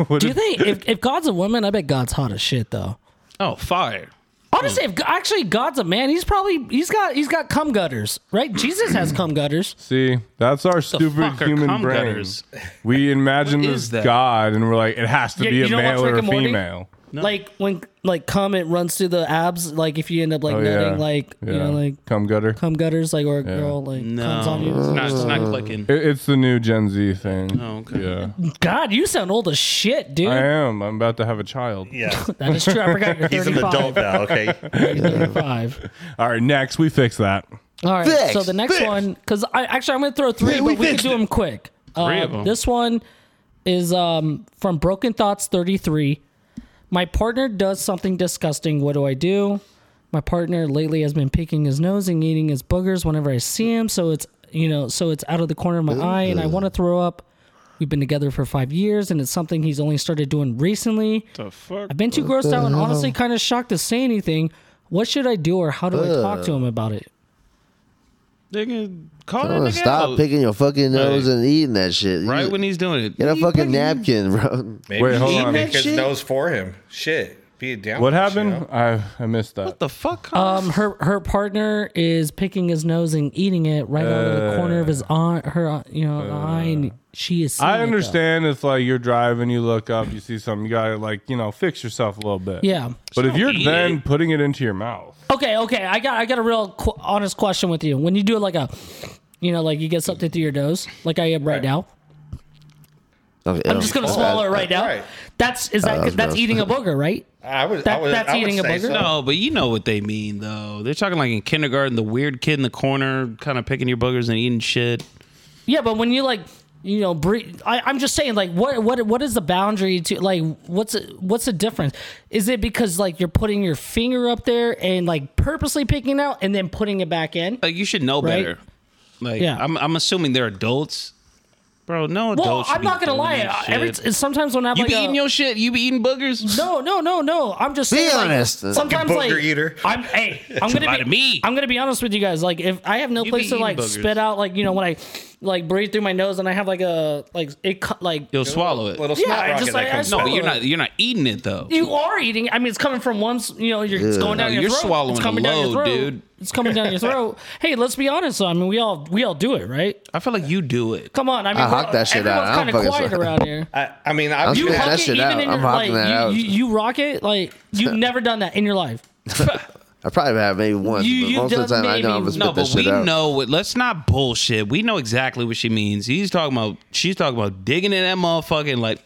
S2: What
S4: Do you
S2: if-
S4: think if, if God's a woman, I bet God's hot as shit though.
S1: Oh, fire.
S4: Honestly, if actually God's a man, he's probably he's got he's got cum gutters, right? Jesus has cum gutters.
S2: See, that's our stupid
S1: fuck are
S2: human
S1: cum
S2: brain.
S1: gutters?
S2: We
S1: *laughs*
S2: imagine
S1: What
S2: this
S1: is that?
S2: God, and we're like, it has to
S4: You-
S2: be
S4: you
S2: a
S4: don't watch
S2: male or
S4: Rick
S2: a
S4: and Morty?
S2: female.
S4: Like when like cum it runs through the abs, like if you end up like
S2: Oh,
S4: nutting
S2: yeah.
S4: like you
S2: Yeah.
S4: know like
S2: cum gutter.
S4: cum gutters like or a girl like
S1: No,
S4: comes on
S1: it's
S4: you.
S1: not, it's
S2: Uh,
S1: not clicking.
S2: It- it's the new Gen Z thing.
S1: Oh, okay.
S2: Yeah,
S4: God, you sound old as shit, dude.
S2: I am. I'm about to have a child.
S1: *laughs*
S5: Yeah.
S4: That is true. I forgot you're 35.
S5: He's an adult now, okay?
S4: 35.
S2: All right, next we fix that.
S4: All right.
S3: Fixed,
S4: so the next
S3: fixed.
S4: one, because I actually I'm gonna throw three,
S3: Yeah, we
S4: but we can
S3: fixed
S4: do
S3: it.
S4: them quick. Uh,
S1: Three of 'em.
S4: This one is um, from Broken Thoughts 33. My partner does something disgusting. What do I do? My partner lately has been picking his nose and eating his boogers whenever I see him. So it's you know so it's out of the corner of my eye, and I want to throw up. We've been together for five years, and it's something he's only started doing recently.
S1: The fuck?
S4: I've been too grossed out and honestly kind of shocked to say anything. What should I do or how do I talk to him about it?
S1: Nigga, call that
S3: Oh,
S1: nigga
S3: stop
S1: out.
S3: picking your fucking nose
S1: Right.
S3: and eating that shit. You
S1: Right
S3: just-
S1: when he's doing it.
S3: get a
S1: He
S3: fucking
S1: picking-
S3: napkin, bro.
S5: Maybe
S2: Wait,
S5: he
S2: hold
S5: should
S2: on.
S5: pick his
S1: Shit.
S5: nose for him. Shit. Be a down.
S2: What happened? I I missed that.
S1: What the fuck?
S4: Um, her her partner is picking his nose and eating it right out of the corner of his eye. Her, you know, eye, and she is. seeing it,
S2: I
S4: though.
S2: understand if like you're driving, you look up, you see something, you gotta like you know fix yourself a little bit.
S4: Yeah.
S2: But if you're
S1: eat
S2: then
S1: it.
S2: putting it into your mouth,
S4: Okay. Okay. I got I got a real qu- honest question with you. When you do like a, you know, like you get something through your nose, like I am right, now.
S3: Okay,
S4: I'm just gonna swallow it right now.
S5: Right.
S4: That's is that
S3: that was
S4: that's
S3: gross.
S4: eating a booger, right?
S5: I was. I
S4: That-
S5: was
S4: that's
S5: I would
S4: eating a
S5: say
S4: booger?
S5: so.
S4: No.
S1: Oh, but you know what they mean though. They're talking like in kindergarten, the weird kid in the corner, kind of picking your boogers and eating shit.
S4: Yeah, but when you like, you know, breathe. I, I'm just saying, like, what what what is the boundary to like? What's what's the difference? Is it because like you're putting your finger up there and like purposely picking it out and then putting it back in?
S1: Like you should know
S4: Right?
S1: better. Like
S4: Yeah.
S1: I'm, I'm assuming they're adults, bro. No adults.
S4: Well,
S1: should
S4: I'm
S1: be
S4: not gonna
S1: doing
S4: lie.
S1: that
S4: I- Every
S1: shit.
S4: t- sometimes when I have
S1: you
S4: like
S1: be
S4: a-
S1: eating your shit. You be eating boogers.
S4: no, no, no, no. I'm just
S3: Be
S4: saying, like,
S3: honest.
S4: sometimes
S5: Fucking
S4: like
S5: booger eater.
S4: I'm hey, I'm gonna
S1: Lie to
S4: be
S1: me.
S4: I'm gonna be honest with you guys. Like if I have no
S1: You be
S4: place to
S1: eating
S4: like
S1: boogers.
S4: spit out, like you know when I like breathe through my nose and I have like a like it cut like
S1: You'll swallow it.
S5: Little
S4: Yeah,
S5: snot
S4: I
S5: rocket
S4: just
S5: that
S4: like- I
S5: comes
S1: no,
S5: out.
S1: but you're not. You're not eating it though.
S4: You are eating. I mean, it's coming from one. s- You know, you're it's going down
S1: No,
S4: your
S1: you're
S4: throat.
S1: swallowing
S4: it's coming
S1: a
S4: down your
S1: load,
S4: throat.
S1: dude.
S4: It's coming
S1: *laughs*
S4: down your throat. hey, let's be honest. though. I mean, we all we all do it, right.
S1: I feel like you do it.
S4: Come on. I mean,
S3: I
S4: we're-
S3: hock that shit out. I
S4: everyone's
S3: don't
S4: kind of
S3: fucking
S4: quiet
S3: swear.
S4: around
S3: *laughs*
S4: here.
S5: I, I mean, I
S4: You
S3: spitting
S4: hock
S3: that
S4: it
S3: shit
S4: even
S3: out.
S4: in
S3: I'm
S4: your
S3: hocking
S4: like
S3: that out.
S4: you, you, you rock it like
S3: *laughs*
S4: you've never done that in your life.
S3: I probably have maybe once,
S4: You-
S3: but
S4: you
S3: most of the
S4: done
S3: time I know
S4: maybe-
S3: I'm gonna spit
S1: No,
S3: that
S1: but
S3: shit
S1: we
S3: out.
S1: know what. Let's not bullshit. We know exactly what she means. He's talking about. She's talking about digging in that motherfucking like.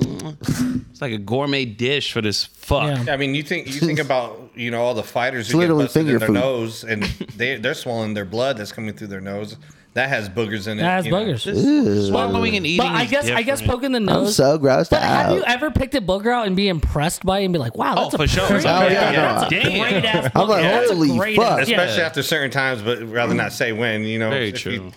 S1: mm. it's like a gourmet dish for this fuck.
S4: Yeah.
S5: I mean, you think
S3: *laughs*
S5: you think about you know all the fighters
S3: It's
S5: who get
S3: literally
S5: busted
S3: finger
S5: in their
S3: food.
S5: nose, and they they're swallowing their blood that's coming through their nose. That has boogers in it.
S4: That has
S5: you know.
S4: boogers.
S1: This swallowing and eating.
S4: But I
S1: is
S4: guess I guess
S1: different.
S4: poking the
S3: I'm
S4: nose.
S3: so grossed
S4: but have you
S3: out.
S4: ever picked a booger out and be impressed by it and be like, wow,
S1: Oh,
S4: *laughs* that's a
S1: for sure. It's
S4: pretty-
S1: like,
S3: Oh, yeah,
S4: that's
S1: no.
S4: a
S1: Damn.
S4: great ass
S3: I'm like,
S4: booger. That's a
S3: holy
S4: great
S3: fuck.
S4: ass- yeah.
S5: Especially after certain times, but rather not say when. You know,
S1: Very
S5: if you
S1: true.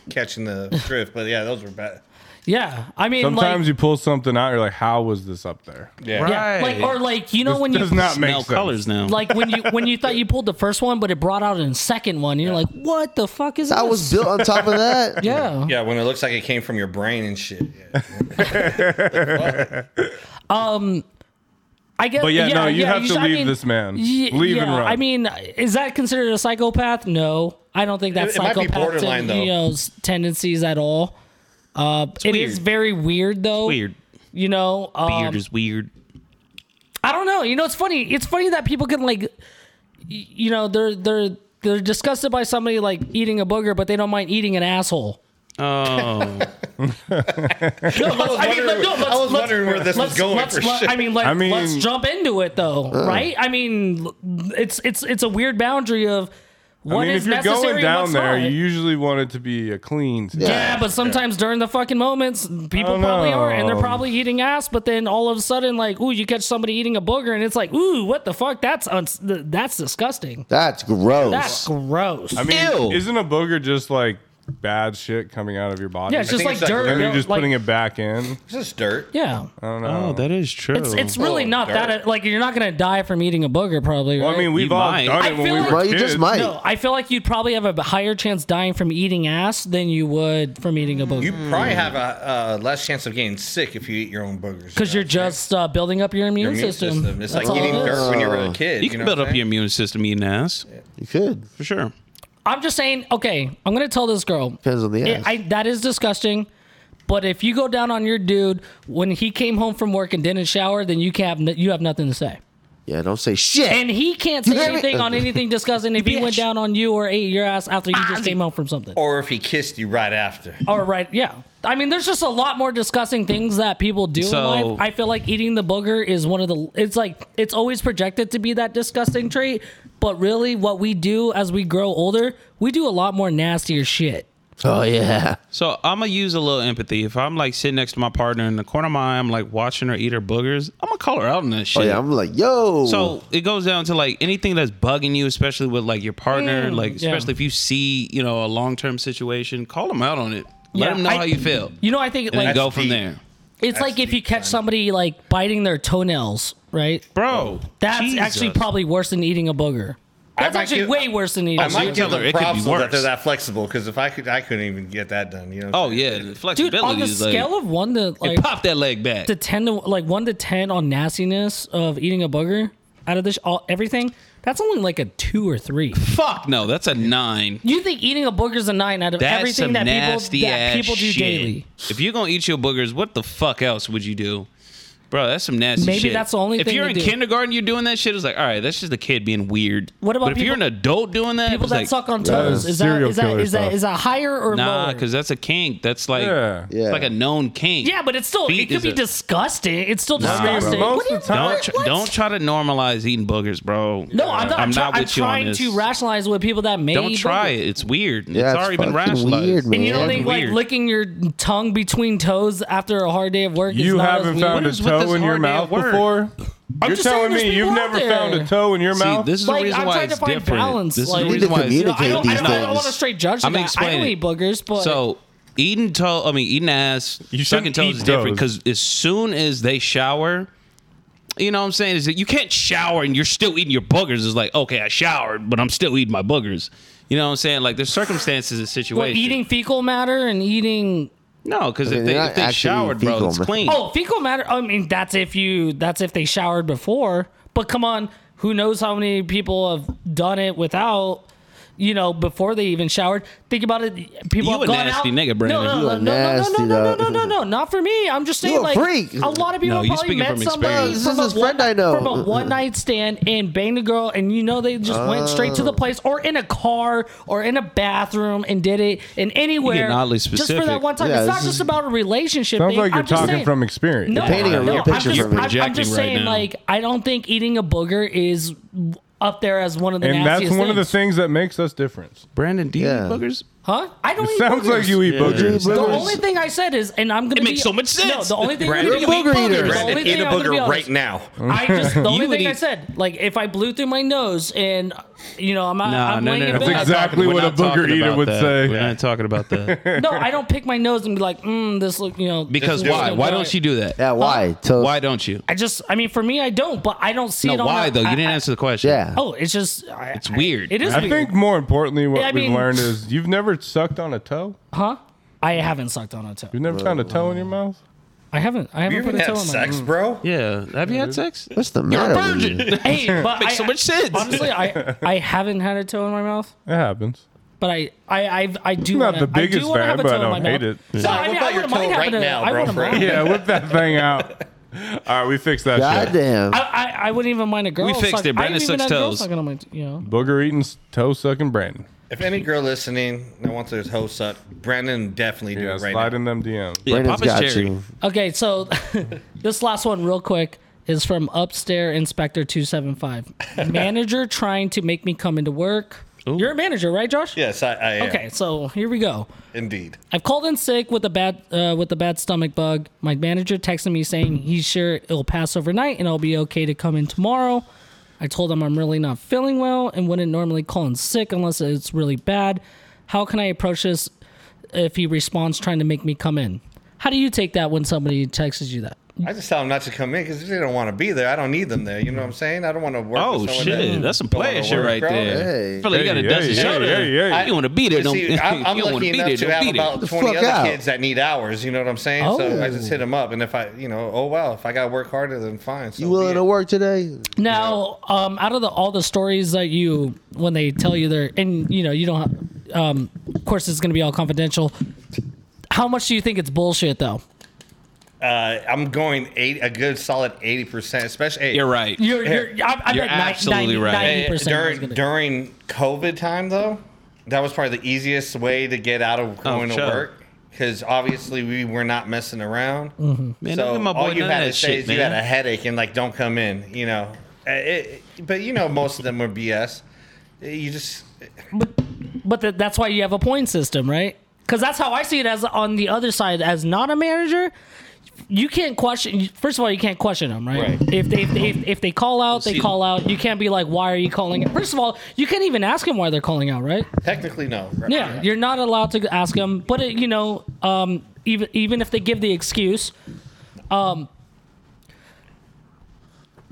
S4: *laughs*
S5: catching the drift. But yeah, those were bad.
S4: Yeah, I mean,
S2: sometimes
S4: *laughs* like,
S2: you pull something out, you're like, how was this up there?
S5: Yeah.
S4: yeah, like or like you know
S2: This
S4: when
S2: does
S4: you
S2: not make
S1: smell
S2: sense.
S1: colors now.
S4: like when you when you thought you pulled the first one, but it brought out a second one. You're like, what the fuck is
S3: I
S4: this?"
S3: was built on top of that.
S4: *laughs* Yeah.
S5: Yeah, when it looks like it came from your brain and shit. Yeah.
S4: I guess.
S2: But yeah, no, you have to
S4: should- I
S2: leave
S4: mean,
S2: this man.
S4: y-
S2: Leave and
S4: yeah,
S2: run.
S4: I mean, is that considered a psychopath? No, I don't think that's
S5: It- it might be
S4: psychopath.
S5: borderline, though.
S4: you know, s- tendencies at all. Uh, it is
S1: weird.
S4: very weird though.
S1: weird.
S4: You know, um,
S1: Weird is weird.
S4: I don't know. You know, it's funny. It's funny that people can like, y- you know, they're they're they're disgusted by somebody like eating a booger, but they don't mind eating an asshole. *laughs*
S1: Oh,
S4: No, let's- I mean, no,
S5: wondering-
S4: let's-
S5: I was
S4: let's-
S5: wondering where this was
S4: let's-
S5: going
S4: let's-
S5: for
S4: let-
S5: sure.
S4: I mean, let,
S2: I mean- uh.
S4: let's jump into it though, right? I mean, l- it's it's it's a weird boundary of
S2: I
S4: what
S2: mean,
S4: is
S2: if you're
S4: necessary
S2: going
S4: and
S2: down
S4: what's
S2: there,
S4: not.
S2: you usually want it to be a clean.
S4: yeah, but sometimes during the fucking moments, people
S2: don't
S4: probably are, and they're
S2: know.
S4: probably eating ass. But then all of a sudden, like, ooh, you catch somebody eating a booger, and it's like, ooh, what the fuck? That's uns- th- that's disgusting.
S3: That's gross.
S4: That's gross.
S2: I mean,
S1: Ew.
S2: isn't a booger just like bad shit coming out of your body?
S4: yeah, it's just
S5: think
S4: like
S5: it's like-
S4: dirt.
S2: and
S4: you
S2: you're
S4: know,
S2: just
S4: like-
S2: putting it back in.
S5: It's just dirt.
S4: Yeah,
S1: oh, that is true.
S4: um, it's it's really
S5: Oh,
S4: not that. Like, you're not gonna die from eating a booger, probably. Right?
S2: Well, I mean, we've
S1: You
S2: all
S1: might.
S2: done
S4: I
S2: it when
S4: feel
S2: we
S4: like-
S2: were
S3: bro,
S2: kids.
S3: you just might.
S4: No, I feel like you'd probably have a higher chance dying from eating ass than you would from eating a
S5: You
S4: booger
S1: Hmm.
S5: probably have a uh, less chance of getting sick if you eat your own boogers.
S4: because you're just uh, building up your immune,
S5: your immune
S4: system.
S5: system. It's
S4: That's
S5: like
S4: all
S5: eating
S4: it is.
S5: dirt when you were a kid.
S1: you can
S5: know
S1: build
S5: what
S1: up
S5: I'm
S1: your immune system eating ass
S3: You could.
S1: for sure.
S4: I'm just saying. Okay, I'm gonna tell this girl.
S3: Depends on the
S4: It-
S3: ass.
S4: I, that is disgusting. But if you go down on your dude when he came home from work and didn't shower, then you can't. Have, n- you have nothing to say,
S3: Yeah, don't say shit.
S4: and he can't say
S3: hear me?
S4: anything on anything disgusting if he went down on you or ate your ass after you
S1: Ah.
S4: just came home from something.
S5: Or if he kissed you right after.
S1: Oh,
S4: Or right, yeah. I mean, there's just a lot more disgusting things that people do
S1: So-
S4: in life. I feel like eating the booger is one of the. It's like it's always projected to be that disgusting trait, but really, what we do as we grow older, we do a lot more nastier shit.
S3: oh yeah.
S1: So I'm gonna use a little empathy. If I'm like sitting next to my partner in the corner of my eye, I'm like watching her eat her boogers. I'm gonna call her out on that
S3: Oh
S1: shit.
S3: yeah. I'm like, yo.
S1: so it goes down to like anything that's bugging you, especially with like your partner, like
S4: yeah.
S1: especially if you see you know a long term situation, call them out on it.
S4: Yeah,
S1: Let them know
S4: I-
S1: how you feel.
S4: You know, I think
S1: and then
S4: like
S1: go from
S5: deep.
S1: there.
S4: it's like if you
S5: deep,
S4: catch somebody like biting their toenails, right?
S1: Bro,
S4: That's
S1: Jesus.
S4: actually probably worse than eating a booger. That's
S5: might
S4: actually
S5: get-
S4: way worse than eating.
S5: I
S4: a
S5: might
S4: booger.
S5: give
S1: tell her it
S5: them
S1: could be
S5: props that
S1: worse.
S5: they're that flexible because if I could, I couldn't even get that done. You know.
S1: Oh yeah, the flexibility
S4: Dude, on the
S1: is like
S4: scale of one to like
S1: pop that leg back.
S4: the ten to like one to ten on nastiness of eating a booger out of this all everything, that's only like a two or three.
S1: Fuck no, that's a nine.
S4: You think eating a booger's a nine out of
S1: That's
S4: everything
S1: some
S4: that
S1: nasty
S4: people that
S1: ass
S4: people do
S1: shit.
S4: daily?
S1: If you're gonna eat your boogers, what the fuck else would you do? Bro, that's some nasty
S4: Maybe
S1: shit.
S4: that's the only
S1: If
S4: thing
S1: you're
S4: to
S1: in
S4: do.
S1: kindergarten, you're doing that shit. It's like, all right, that's just a kid being weird.
S4: What about
S1: But if you're an
S4: people-
S1: adult doing that,
S4: People
S1: it's
S4: that
S1: like,
S4: suck on
S2: That
S4: toes
S2: is
S4: is that
S2: serial
S4: is that
S2: killer
S4: is that
S2: stuff.
S4: is that higher or
S1: nah,
S4: lower?
S1: because that's a kink. That's like,
S2: Yeah.
S1: it's
S3: Yeah.
S1: like a known kink.
S4: Yeah, but it's still
S1: Feet
S4: it could
S1: is
S4: be
S1: a-
S4: disgusting. It's still
S2: bro.
S4: disgusting.
S2: Most
S4: What do you-
S2: of the time-
S1: Don't tr- don't try to normalize eating boogers, bro.
S4: no, I'm not. I'm, try- I'm
S1: you on
S4: trying
S1: this.
S4: to rationalize with people that may
S1: Don't
S4: eat
S1: try
S4: burgers.
S1: it. It's weird.
S3: Yeah,
S1: it's already been
S3: fucking
S1: rationalized.
S3: weird, man.
S4: And you don't
S1: Yeah.
S4: think like
S1: Weird.
S4: licking your tongue between toes after a hard day of work? is
S2: You
S4: not as
S2: haven't
S4: weird?
S2: found a
S1: is with this
S2: toe in your
S1: hard day at
S2: mouth
S1: work?
S2: before? You're
S4: just saying
S2: telling
S4: there's
S2: me you've
S4: people out
S2: never found a
S4: there.
S2: toe in your
S1: See,
S2: mouth?
S1: this is
S4: Like,
S1: the reason
S4: I'm
S1: why
S4: trying
S1: it's
S4: to find
S1: different.
S4: balance,
S1: This
S4: like-
S1: is
S4: You
S1: the
S4: need
S1: reason
S3: to
S1: why it's
S3: communicate
S4: I don't, I
S3: these
S4: don't, I don't
S3: days.
S4: want to straight judge.
S1: I'm
S4: that. I
S1: explaining.
S4: don't eat boogers, but
S1: So eating toe, I mean eating ass,
S2: You
S1: sucking
S2: shouldn't
S1: toes
S2: eat
S1: is different
S2: toes.
S1: because as soon as they shower, you know what I'm saying is that you can't shower and you're still eating your boogers. It's like okay, I showered, but I'm still eating my boogers. You know what I'm saying? Like there's circumstances and
S4: Well,
S1: situations.
S4: eating fecal matter and eating
S1: no, because
S3: I
S1: if
S3: mean,
S1: they
S3: they're
S1: if
S3: not
S1: they
S3: actually
S1: showered, bro,
S3: fecal,
S1: it's
S3: man.
S1: clean.
S4: oh fecal matter. I mean that's if you that's if they showered before. But come on, who knows how many people have done it without. You know, before they even showered, think about it. People
S1: You
S4: have
S1: a
S4: gone
S1: nasty
S4: out.
S1: nigga, Brandon.
S4: No,
S3: You a
S4: no, no, no, no, no,
S3: nasty
S4: no, no,
S3: dog.
S4: no, no, no, not for me. I'm just saying,
S3: You a
S4: like
S3: freak.
S4: a lot of people
S1: No, you're
S4: probably
S1: speaking
S4: met
S1: from
S4: somebody
S1: experience.
S3: This
S4: from,
S3: is
S4: a
S3: his friend
S4: one,
S3: I know.
S4: from a one night stand and banged a girl, and you know they just went straight
S3: Oh.
S4: to the place, or in a car, or in a bathroom, and did it, and anywhere.
S1: oddly
S4: Just for
S1: specific.
S4: that one time.
S3: Yeah,
S4: it's not
S3: this
S4: just
S3: is-
S4: about a relationship.
S2: Sounds
S4: babe.
S2: like you're
S4: I'm just
S2: talking
S4: saying-
S2: from experience.
S4: no,
S3: painting a
S4: no,
S3: real
S4: I'm
S3: picture
S4: just,
S3: for me.
S4: I'm- I'm,
S1: Projecting
S4: just
S1: right
S4: saying,
S1: now.
S4: like, I don't think eating a booger is up there as one of the
S2: and that's
S4: nastiest
S2: one of the
S4: things.
S2: things that makes us different.
S1: Brandon, do you
S3: Yeah.
S1: eat boogers?
S4: Huh? I don't.
S2: It
S4: eat
S2: sounds like
S4: boogers.
S2: you eat boogers.
S4: The
S3: Boogers.
S4: only thing I said is, and I'm gonna.
S1: It
S4: be,
S1: makes so much sense.
S4: No, the only thing
S5: Brandon,
S4: I'm
S5: you're
S4: gonna be
S3: a booger eater.
S4: The
S5: Brandon,
S4: only
S5: eat
S4: thing
S5: a
S4: I'm gonna be
S5: booger
S4: honest-
S5: right now.
S4: I just
S1: *laughs*
S4: the only
S1: would
S4: thing I
S1: eat-
S4: said, like if I blew through my nose and you know I'm out,
S1: No,
S4: I'm
S1: no,
S4: laying
S1: no, no. We're not
S4: in bed.
S2: exact- exactly
S1: talking- we're
S2: what a
S1: not talking
S2: booger eater
S1: about
S2: would
S1: that.
S2: say.
S1: We're not talking about
S4: *laughs*
S1: that
S4: No, I don't pick my nose and be like, mm, this look, you know,
S1: because
S4: this is
S1: why?
S4: gonna
S1: Why
S4: do
S1: don't
S4: it.
S1: you do that?
S3: Yeah, why? Toast.
S1: Why don't you?
S4: I just, I mean, for me, I don't, but I don't see
S1: No,
S4: it on.
S1: why
S4: my-
S1: though?
S4: I-
S1: You didn't
S4: I-
S1: answer the question.
S3: Yeah.
S4: Oh, it's just I,
S1: It's weird.
S4: I, it is
S2: I
S4: weird.
S2: think more importantly, what
S4: Yeah, I
S2: we've
S4: mean-
S2: learned is you've never sucked on a toe.
S4: huh? I haven't sucked on a toe.
S2: You've never found a toe in your mouth.
S4: I haven't. I
S5: You
S4: haven't put
S5: even
S4: a toe
S5: have
S4: in my.
S5: sex, bro?
S1: Yeah. Have
S4: Mm-hmm.
S1: you had sex?
S3: What's the matter with you?
S4: Hey,
S1: *laughs*
S4: but
S1: Makes
S4: I,
S1: so much sense.
S4: Honestly, I I haven't had a toe in my mouth,
S2: It happens.
S4: but I I I've, I do
S2: Not the
S4: wanna,
S2: biggest
S4: I do wanna
S2: fan,
S4: have a
S2: but I
S4: toe in my
S2: don't hate
S4: mouth.
S2: it.
S4: So,
S5: Nah,
S4: I
S5: whip
S4: mean,
S5: out
S4: I
S5: your
S4: wouldn't
S5: toe
S4: mind having
S5: right
S4: a-
S5: now,
S4: I
S5: bro,
S4: wouldn't
S5: for
S4: mind.
S5: real.
S2: Yeah, whip that thing out. *laughs* All right, we fixed that shit.
S3: Goddamn.
S4: I, I, I wouldn't even mind a girl.
S1: We fixed
S4: suck-
S1: it.
S4: I
S1: Brandon
S4: even
S1: sucks
S4: had a girl
S1: toes.
S4: sucking on my t- you know.
S2: Booger eating, toe sucking Brandon.
S5: If any girl listening that wants their toe sucked, Brandon definitely do
S2: Yeah,
S5: it right
S2: slide
S5: now.
S2: in them DMs.
S1: Yeah,
S3: Brandon's
S1: Papa's
S3: got
S1: cherry.
S3: you.
S4: Okay, so *laughs* this last one, real quick, is from Upstairs Inspector Two Seven Five. Manager trying to make me come into work. You're a manager, right, Josh?
S5: Yes, I, I am.
S4: Okay, so here we go.
S5: Indeed.
S4: I've called in sick with a bad uh, with a bad stomach bug. My manager texted me saying he's sure it'll pass overnight and I'll be okay to come in tomorrow. I told him I'm really not feeling well and wouldn't normally call in sick unless it's really bad. How can I approach this if he responds trying to make me come in? How do you take that when somebody texts you that?
S5: I just tell them not to come in because they don't want to be there. I don't need them there. You know what I'm saying? I don't want to work.
S1: Oh
S5: with someone
S1: shit,
S5: that
S1: that's some
S5: don't wanna
S1: player shit
S5: work,
S1: right
S5: bro.
S1: there.
S3: Hey.
S1: Feel like you got
S2: Hey,
S1: a dusty
S2: hey,
S1: shoulder.
S2: hey, hey, hey.
S1: You want to beat it? Don't
S5: See, I'm, I'm
S1: *laughs* you don't want to
S5: lucky
S1: beat
S5: enough
S1: it?
S5: to have
S1: Don't beat
S5: about
S1: it.
S5: 20
S3: fuck
S5: other
S3: out.
S5: kids that need hours. You know what I'm saying? So I
S4: Oh.
S5: just hit them up, and if I, you know, oh well, if I got to work harder, then fine. So
S3: You
S5: be
S3: willing
S5: it.
S3: to work today?
S4: *laughs* Now, um, out of the all the stories that you when they tell you they're and you know you don't, have, um, of course it's going to be all confidential. How much do you think it's bullshit though?
S5: Uh, I'm going eight, a good solid 80 percent, especially. hey,
S1: You're right.
S4: You're, you're, I, I
S1: You're
S4: bet absolutely
S1: absolutely
S4: 90,
S1: right.
S5: hey,
S4: 90%
S5: during
S4: is gonna-
S5: during COVID time though, that was probably the easiest way to get out of going to
S1: Oh, sure.
S5: work because obviously we were not messing around.
S1: Mm-hmm. Man, don't
S5: So
S1: give my
S5: all
S1: boy
S5: you
S1: none of
S5: had to
S1: that
S5: say
S1: shit,
S5: is you had a
S1: man.
S5: headache and like don't come in, you know. Uh, It, it- but you know most of them were BS. You just
S4: but th- that's why you have a point system, right? Because that's how I see it as on the other side as not a manager. you can't question. First of all, you can't question them, right?
S5: Right.
S4: If they if they, if, if they call out, they
S1: see.
S4: call out. You can't be like, why are you calling? Out? First of all, you can't even ask them why they're calling out, right?
S5: Technically, no. Right.
S4: Yeah, you're not allowed to ask them. But it, you know, um, even even if they give the excuse,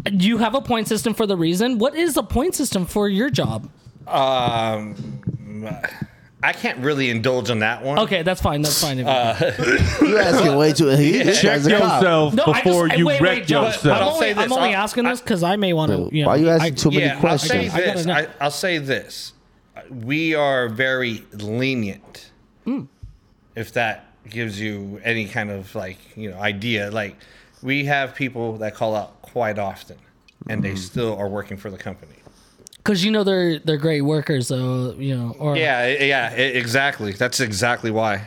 S4: um, you have a point system for the reason. What is the point system for your job?
S5: I can't really indulge on that one.
S4: Okay, that's fine. That's fine.
S5: Uh,
S3: You asking way too. He, this
S2: Check
S3: guy's a cop.
S2: yourself
S4: No, I just-
S2: before you
S4: wait, wait,
S2: wreck
S4: Joe, I'm
S5: I'll
S2: yourself.
S5: say
S4: only,
S5: this,
S4: I'm only
S5: I'll-
S4: asking this because I may want to. You know,
S3: Why are you asking
S4: I-
S3: too many
S5: yeah,
S3: questions?
S5: I'll say
S4: I
S5: this.
S4: gotta
S5: I
S4: know.
S5: I, will say this. We are very lenient.
S4: Mm.
S5: If that gives you any kind of like you know idea, like we have people that call out quite often, and
S4: Mm-hmm.
S5: they still are working for the company.
S4: Because you know they're they're great workers, though. You know, or
S5: Yeah, e- yeah, e- exactly. That's exactly why.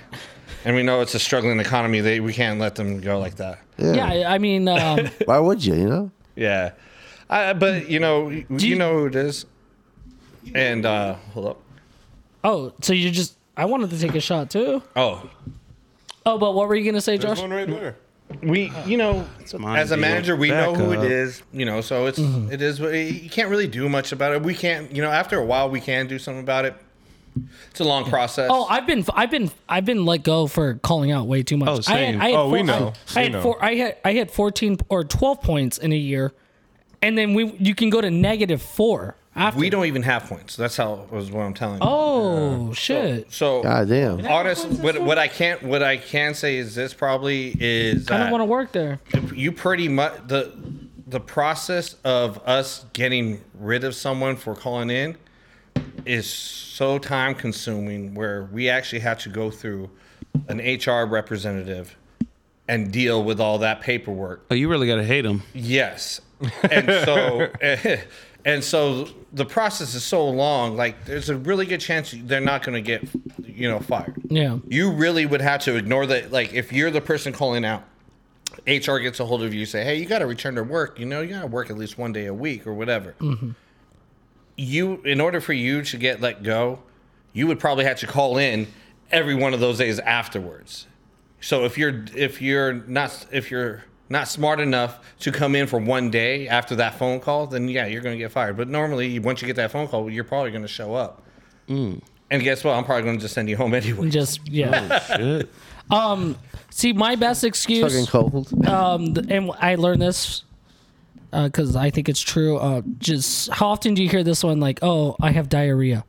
S5: And we know it's a struggling economy. They we can't let them go like that.
S4: yeah. I I mean, um, *laughs*
S3: Why would you? You know.
S5: Yeah, I, but you know, you,
S4: you-
S5: know who it is. And uh, hold up.
S4: oh, so you just I wanted to take a shot too.
S5: Oh,
S4: Oh, but what were you gonna say, Josh?
S2: right there.
S5: we you know
S1: my
S5: as a
S1: deal.
S5: manager we
S2: Back
S5: know who
S2: up.
S5: it is you know so it's it is what- you can't really do much about it we can't you know after a while we can do something about it it's a long process
S4: Oh, I've been, I've been, I've been let go for calling out way too much.
S1: Oh, same.
S4: I had
S2: Oh, we know.
S4: I,
S2: We
S4: I had
S2: know.
S4: four. I had, I had fourteen or twelve points in a year, and then we, you can go to negative four after.
S5: we don't even have points that's how was what i'm telling you
S4: Oh shit!
S5: so
S3: God damn.
S5: honest what, what i can't what i can say is this probably is
S4: I
S5: that
S4: don't want to work there.
S5: you pretty much the the process of us getting rid of someone for calling in is so time consuming where we actually have to go through an HR representative and deal with all that paperwork.
S1: Oh, you really gotta hate him.
S5: Yes. And so *laughs* and so the process is so long like there's a really good chance they're not going to get you know fired
S4: Yeah.
S5: you really would have to ignore that. Like, if you're the person calling out, HR gets a hold of you, say, "Hey, you got to return to work. You know, you got to work at least one day a week or whatever." You, in order for you to get let go, you would probably have to call in every one of those days afterwards. So if you're if you're not if you're not smart enough to come in for one day after that phone call, then yeah, you're going to get fired. But normally, once you get that phone call, you're probably going to show up. And guess what? I'm probably going to just send you home *laughs* anyway.
S4: Just yeah.
S1: Shit.
S4: um, see, my best excuse.
S3: Fucking cold. *laughs*
S4: um, th- and I learned this because I think it's true. Uh, just how often do you hear this one? Like, oh, I
S2: *laughs*
S4: have diarrhea.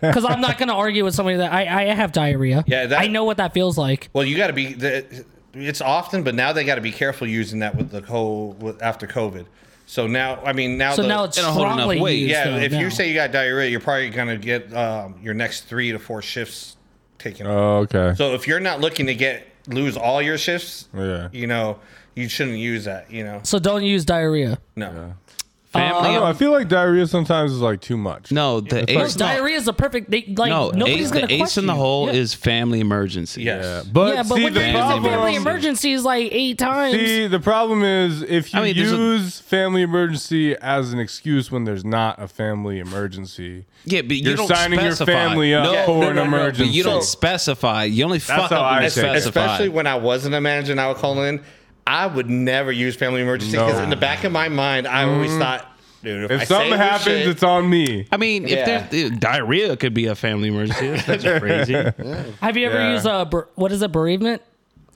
S4: Because I'm not going to argue with somebody that I, I have diarrhea.
S5: Yeah, that-
S4: I know what that feels like.
S5: Well, you got to be. the- It's often, but now they got to be careful using that with the whole with, after COVID. So now, I mean, now
S4: So
S5: the,
S4: now it's
S1: It'll hold enough
S4: strongly
S1: weight.
S4: used.
S5: yeah.
S4: though,
S5: If
S4: now.
S5: you say you got diarrhea, you're probably gonna get um, your next three to four shifts taken. off.
S2: Oh, okay.
S5: so if you're not looking to get lose all your shifts,
S2: Yeah.
S5: you know, you shouldn't use that. You know,
S4: so, don't use diarrhea.
S5: no.
S1: Family.
S2: I don't know. I feel like diarrhea sometimes is like too much.
S1: no, the
S4: No,
S1: ace. in the-
S4: diarrhea is the perfect. They, like
S1: No,
S4: nobody's
S1: ace,
S4: going
S1: the
S4: to
S1: ace in the hole is family emergency.
S5: Yes.
S2: Yeah, but,
S4: yeah, but
S2: see
S4: when
S2: the
S4: you're using
S2: problem.
S4: family emergencies like eight times,
S2: See, the problem is if you
S1: I mean, there's a-
S2: use family emergency as an excuse when there's not a family emergency.
S1: Yeah, but you
S2: You're
S1: don't
S2: signing your
S1: specify.
S2: family up
S1: no,
S2: for
S1: no,
S2: an
S1: no, no, but
S2: emergency.
S1: you don't specify. You only fuck
S2: how
S1: up when
S2: I
S1: you
S2: take it.
S1: specify.
S5: Especially when I wasn't a manager and I would call in, I would never use family emergency
S2: No. Mm.
S5: because in the back of my mind, I always thought, dude, if, I
S2: If
S5: say
S2: something
S5: this
S2: happens,
S5: shit-
S2: it's on me.
S1: I mean, if
S5: Yeah.
S1: there's uh, diarrhea, could be a family emergency. That's crazy.
S4: have you ever
S2: Yeah.
S4: used a bur- what is a bereavement?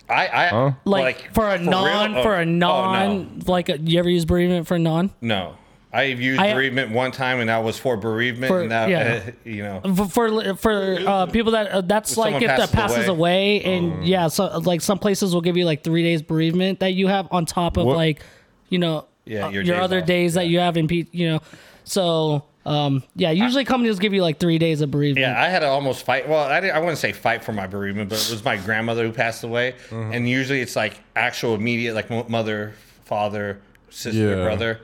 S5: I, I
S4: Like, for a
S5: real?
S4: non,
S5: Oh,
S4: for a
S5: oh, no.
S4: non, like a, you ever use bereavement for a non?
S5: No. I've used
S4: I-
S5: bereavement one time, and that was for bereavement.
S4: For-
S5: and that,
S4: yeah.
S5: uh, *laughs* you know,
S4: for for, for uh, people that uh, that's
S5: If
S4: like
S5: someone
S4: if that
S5: passes Um.
S4: passes away, and yeah, so uh, like some places will give you like three days bereavement that you have on top of
S2: What-
S4: like you know
S5: Yeah,
S4: uh,
S5: your
S4: your,
S5: days
S4: other
S5: off,
S4: days that you have in pe- you know so. Um, yeah, usually companies give you like three days of bereavement.
S5: yeah, I had to almost fight. Well, I, didn't, I wouldn't say fight for my bereavement, but it was my grandmother who passed away,
S2: Uh-huh.
S5: and usually it's like actual immediate, like mo- mother, father, sister,
S2: Yeah.
S5: brother.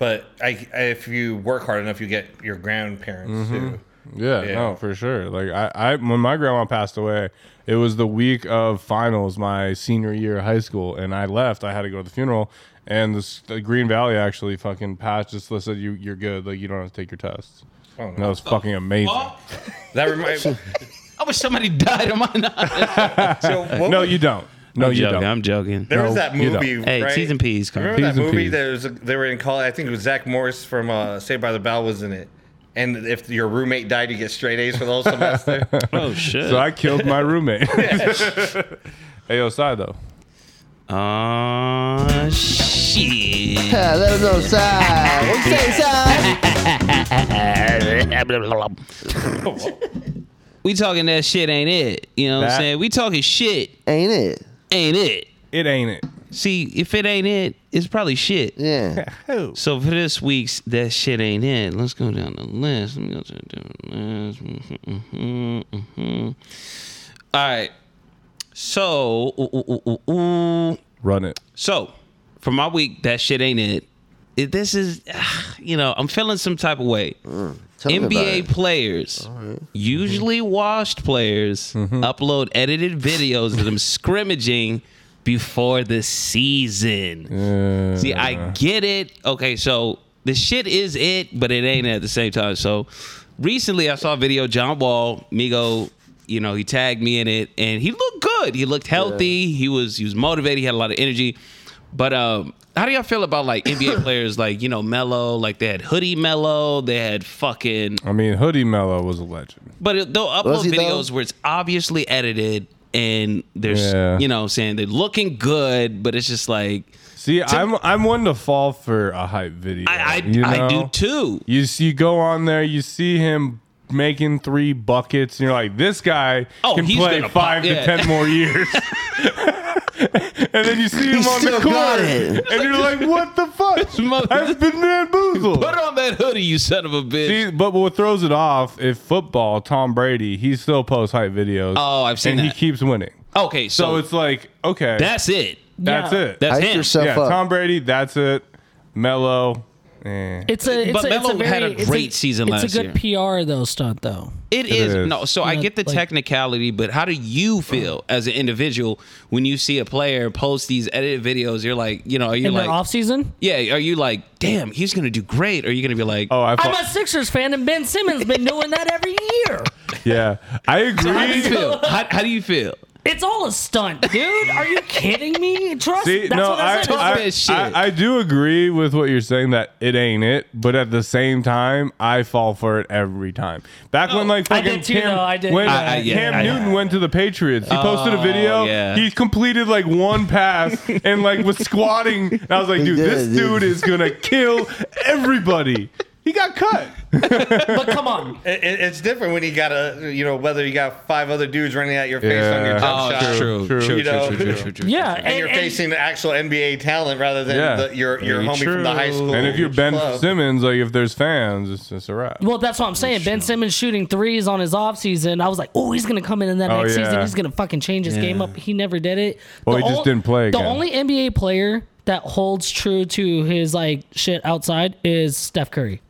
S5: But I, I- if you work hard enough, you get your grandparents
S2: Mm-hmm.
S5: too.
S2: Yeah,
S5: Yeah.
S2: no, for sure. Like I, I, when my grandma passed away, it was the week of finals, my senior year of high school, and I left. I had to go to the funeral, and this, the Green Valley actually fucking patched just said you, you're good. Like you don't have to take your tests.
S5: Oh,
S2: And that was fucking amazing.
S5: That
S2: *laughs*
S5: reminds.
S1: I wish somebody *laughs* died on my night.
S5: so what
S2: No,
S5: was-
S2: you don't. No,
S1: I'm
S2: you
S1: joking.
S2: don't.
S1: I'm joking.
S5: There was
S2: No,
S5: that
S2: you don't.
S5: movie.
S1: Hey,
S5: right?
S1: T's and P's, come on.
S5: Remember
S2: T's
S5: that
S2: and
S5: movie?
S2: P's.
S5: There was a, they were in college. I think it was Zach Morris from uh, Saved by the Bell was in it. And if your roommate died, you get straight A's for the
S2: *laughs*
S5: whole semester.
S1: *laughs* Oh shit.
S2: So I killed my roommate. *laughs* AOSI though.
S1: Aw,
S2: *laughs*
S1: shit.
S3: Hello, no side. What you say, side?
S1: we talking that shit ain't it. You know what
S2: That-
S1: I'm saying? We talking shit
S3: Ain't it?
S1: ain't it.
S2: It ain't it.
S1: See, if it ain't it, it's probably shit.
S3: Yeah.
S1: So for this week's that shit ain't it. Let's go down the list. Let me go to the different list. Mhm, mhm, mhm. All right. So, ooh, ooh, ooh, ooh, ooh.
S2: Run it.
S1: so for my week, that shit ain't it. It- This is, *sighs* ah, you know, I'm feeling some type of way.
S3: Tell me
S1: NBA
S3: about it. Mm-hmm.
S1: players, usually washed players, upload edited videos
S3: *laughs*
S1: of them scrimmaging before the season. See, I get it. Okay, so the shit is it, but it ain't at the same time. So recently I saw a video, John Wall, Migo, you know, he tagged me in it and he looked good. He looked healthy. He was he was motivated. He had a lot of energy. But um, how do y'all feel about like NBA players like, you know, Mello, like they had Hoodie Mello, they had fucking
S2: I mean, Hoodie Mello was a legend.
S1: but it, they'll upload
S3: Was he, though?
S1: videos where it's obviously edited and there's
S2: Yeah.
S1: you know, what I'm saying they're looking good, but it's just like
S2: See, I'm I'm one to fall for a hype video.
S1: I I,
S2: you
S1: I do
S2: know?
S1: too.
S2: You see, you go on there, you see him making three buckets, and you're like, this guy
S1: Oh,
S2: can
S1: he's
S2: play
S1: gonna pop-
S2: five
S1: yeah.
S2: to
S1: *laughs*
S2: ten more years. *laughs* and then you see him
S3: He
S2: on the
S3: still got
S2: court,
S3: it.
S2: and you're like, what the
S1: *laughs*
S2: fuck?
S1: Mother-
S2: I've been bamboozled.
S1: Put on that hoodie, you son of a bitch.
S2: See, but what throws it off is football. Tom Brady, he still posts hype videos.
S1: Oh, I've seen
S2: and
S1: that.
S2: he keeps winning.
S1: okay, so,
S2: So it's like, okay,
S1: that's it.
S2: that's
S4: Yeah.
S2: it.
S1: That's
S3: Hype
S1: him.
S3: yourself
S2: yeah,
S3: up.
S2: Tom Brady, that's it. Mello, eh.
S4: It's a, it's
S1: But
S4: a, it's a
S1: Melo
S4: very,
S1: had a
S4: it's
S1: great season
S4: it's
S1: last
S4: a good PR though stunt though.
S1: It is.
S2: is.
S1: no. So I
S4: Yeah,
S1: get the
S4: like- Uh-huh.
S1: technicality, but how do you feel as an individual when you see a player post these edited videos? You're like, you know, are you
S4: In
S1: like,
S4: the off season,
S1: yeah, are you like, damn, he's gonna do great? Or are you gonna be like,
S2: oh, I
S4: I'm
S2: fall-
S4: a Sixers fan, and Ben Simmons been doing that every year.
S2: yeah, I
S1: how do you
S2: agree. *laughs*
S1: feel? How, how do you feel?
S4: It's all a stunt, dude. Are you kidding me? Trust.
S2: See,
S4: *laughs* that's
S2: no,
S4: what I,
S2: I,
S4: said.
S1: Talk
S2: I,
S1: that shit.
S2: I, I do agree with what you're saying that it ain't it, but at the same time, I fall for it every time. Back when like
S4: I did
S2: fucking
S4: too,
S2: Cam,
S4: though. I did.
S2: when
S1: I- I- yeah,
S2: Cam
S1: I-
S2: Newton went to the Patriots, he posted a video.
S1: yeah.
S2: He completed like one pass and like was squatting. And I was like, dude,
S3: did,
S2: this
S3: dude.
S2: dude is gonna kill everybody. He got cut.
S4: but come on,
S5: It- it- it's different when you got a, you know, whether you got five other dudes running at your face on
S2: Yeah.
S5: your jump
S1: Oh,
S5: shot.
S1: true,
S2: true,
S1: true, true,
S5: you know.
S1: true, true, true, true.
S4: yeah,
S5: And, you're facing the actual NBA talent rather than
S2: Yeah.
S5: the, your your
S1: Very
S5: homie from the high
S1: true.
S5: school.
S2: And if you're Ben
S5: club.
S2: Simmons, like if there's fans, it's, it's a wrap.
S4: Well, that's what I'm saying. Ben Simmons shooting threes on his off season. I was like, oh, he's gonna come in in that
S2: Oh,
S4: next
S2: yeah.
S4: season. He's gonna fucking change his game up. He never did it.
S2: Well,
S4: The
S2: he just
S4: ol-
S2: didn't play
S4: The
S2: again.
S4: only NBA player that holds true to his like shit outside is Steph Curry.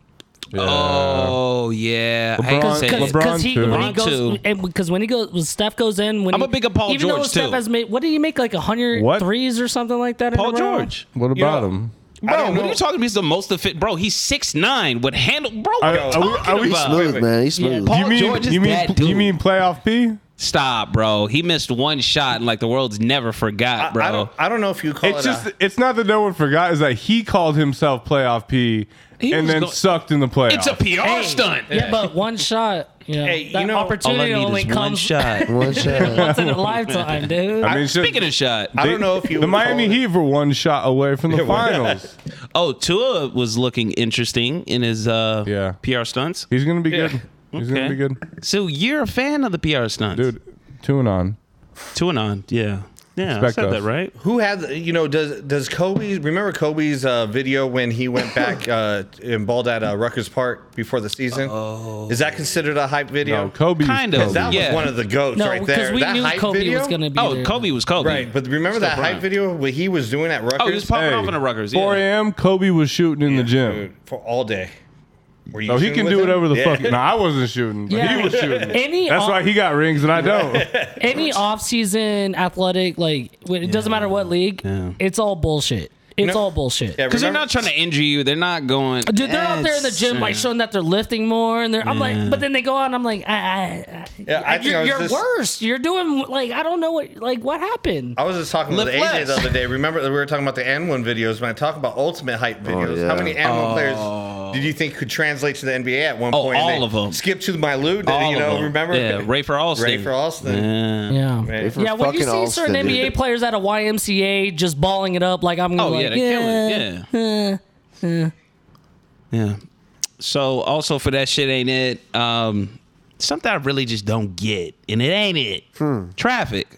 S1: Oh yeah, I hate to
S2: Uh, LeBron-
S1: say it.
S2: LeBron
S4: he,
S2: too.
S4: when he
S1: LeBron
S4: goes
S1: too.
S4: and because when he goes when Steph goes in when
S1: I'm
S4: he-
S1: a bigger Paul
S4: even though
S1: George,
S4: Steph
S1: too.
S4: has made what did he make like hundred
S2: What?
S4: threes or something like that? in
S1: Paul
S4: a row?
S1: George.
S2: What
S1: You know-
S2: about him?
S5: I
S1: Bro,
S5: don't
S1: what are
S5: know.
S1: you talking about? He's the most fit. Bro, he's six nine. What handle? Bro, what are,
S2: Are- are
S1: you
S2: we-
S1: talking
S2: are we
S1: about?
S2: split-
S3: Smooth, man. He's
S4: Yeah,
S3: smooth.
S1: Paul
S2: you mean
S1: George is
S2: you mean
S1: that
S2: you
S1: dude.
S2: mean playoff P?
S1: Stop, bro. He missed one shot, and like the world's never forgot, bro.
S5: I don't, I don't know if you call
S2: It's
S5: it.
S2: just
S5: a,
S2: it's not that no one forgot is that he called himself playoff P
S1: He
S2: and
S1: was
S2: then
S1: go-
S2: sucked in the playoffs.
S1: it's a PR
S4: Hey,
S1: stunt.
S4: Yeah, but one shot. You know,
S5: Hey, you
S4: that
S5: know-
S1: All I
S4: opportunity
S1: need
S4: only
S1: is one
S4: comes *laughs*
S1: shot. *laughs*
S3: One shot.
S4: once in a lifetime, dude.
S2: I mean, shit,
S1: Speaking of shot,
S5: I don't know if you
S2: the
S5: would call
S2: Miami
S5: it-
S2: Heat were one shot away *laughs* from the
S5: why not?
S2: finals.
S1: oh Tua was looking interesting in his uh,
S2: Yeah.
S1: PR stunts.
S2: He's gonna be
S5: Yeah.
S2: good. He's gonna
S1: Okay.
S2: be good,
S1: So you're a fan of the PR stunts,
S2: dude. Tune on.
S1: Tua and on, yeah, yeah. I
S2: Respect
S1: said
S2: us.
S1: that right.
S5: Who had the- you know does does Kobe remember Kobe's uh, video when he went back uh, and balled at uh, Rutgers Park before the season? Oh. Is that considered a hype video?
S2: No, Kobe.
S1: Kind of.
S5: That
S1: Yeah.
S5: was one of the goats
S4: No,
S5: right
S4: because
S5: there.
S4: we
S5: that
S4: knew
S5: hype
S4: Kobe
S5: video?
S4: was gonna be.
S1: Oh,
S4: there.
S1: Kobe was Kobe,
S5: Right, but remember
S1: Still
S5: that hype
S1: Bryant.
S5: video what he was doing at Rutgers?
S1: Oh, he was popping off in the Rutgers. Yeah.
S2: 4 a.m. Kobe was shooting in the gym,
S5: Dude, for all day. Were you
S2: so he
S5: shooting
S2: can
S5: with
S2: do
S5: him?
S2: whatever the
S5: Yeah.
S2: fuck. No, I wasn't shooting. But
S4: Yeah.
S2: He was shooting.
S4: Any
S2: That's
S4: on-
S2: why he got rings and I don't. *laughs*
S4: any off-season athletic like when, it doesn't matter what league
S1: Yeah.
S4: it's all bullshit It's
S5: No.
S4: all bullshit.
S5: Yeah,
S1: Because they're
S5: remember-
S1: not trying to injure you. They're not going.
S4: Dude, they're out there in the
S1: "That's,
S4: gym
S1: uh,
S4: like showing that they're lifting more, and they're. I'm
S1: Yeah.
S4: like, but then they go out, and I'm like, I, I, I-
S5: Yeah, I think
S4: you're,
S5: I was
S4: you're
S5: just-
S4: worse. You're doing like I don't know what like what happened.
S5: I was just talking with
S1: Lift
S5: AJ
S1: less.
S5: the other day. Remember that we were talking about the N1 videos. When I talk about ultimate hype videos,
S3: yeah.
S5: how many N1 players did you think could translate to the NBA at one
S1: Oh,
S5: point? And
S1: all
S5: they
S1: of 'em.
S5: Skip to my Lou.
S1: all
S5: you
S1: of
S5: know,
S1: them.
S5: remember?
S1: Yeah, Ray for Allston.
S5: Ray for Allston.
S1: Yeah.
S4: yeah.
S5: Right.
S3: For
S4: Yeah, when you see
S3: fucking
S4: certain
S3: Alston,
S4: NBA
S3: dude.
S4: players at a YMCA just balling it up, like I'm gonna
S1: Oh
S4: like,
S1: yeah, they're
S4: yeah,
S1: killing. Yeah. Yeah. So also for that shit ain't it. Um, something I really just don't get, and it ain't it. Traffic.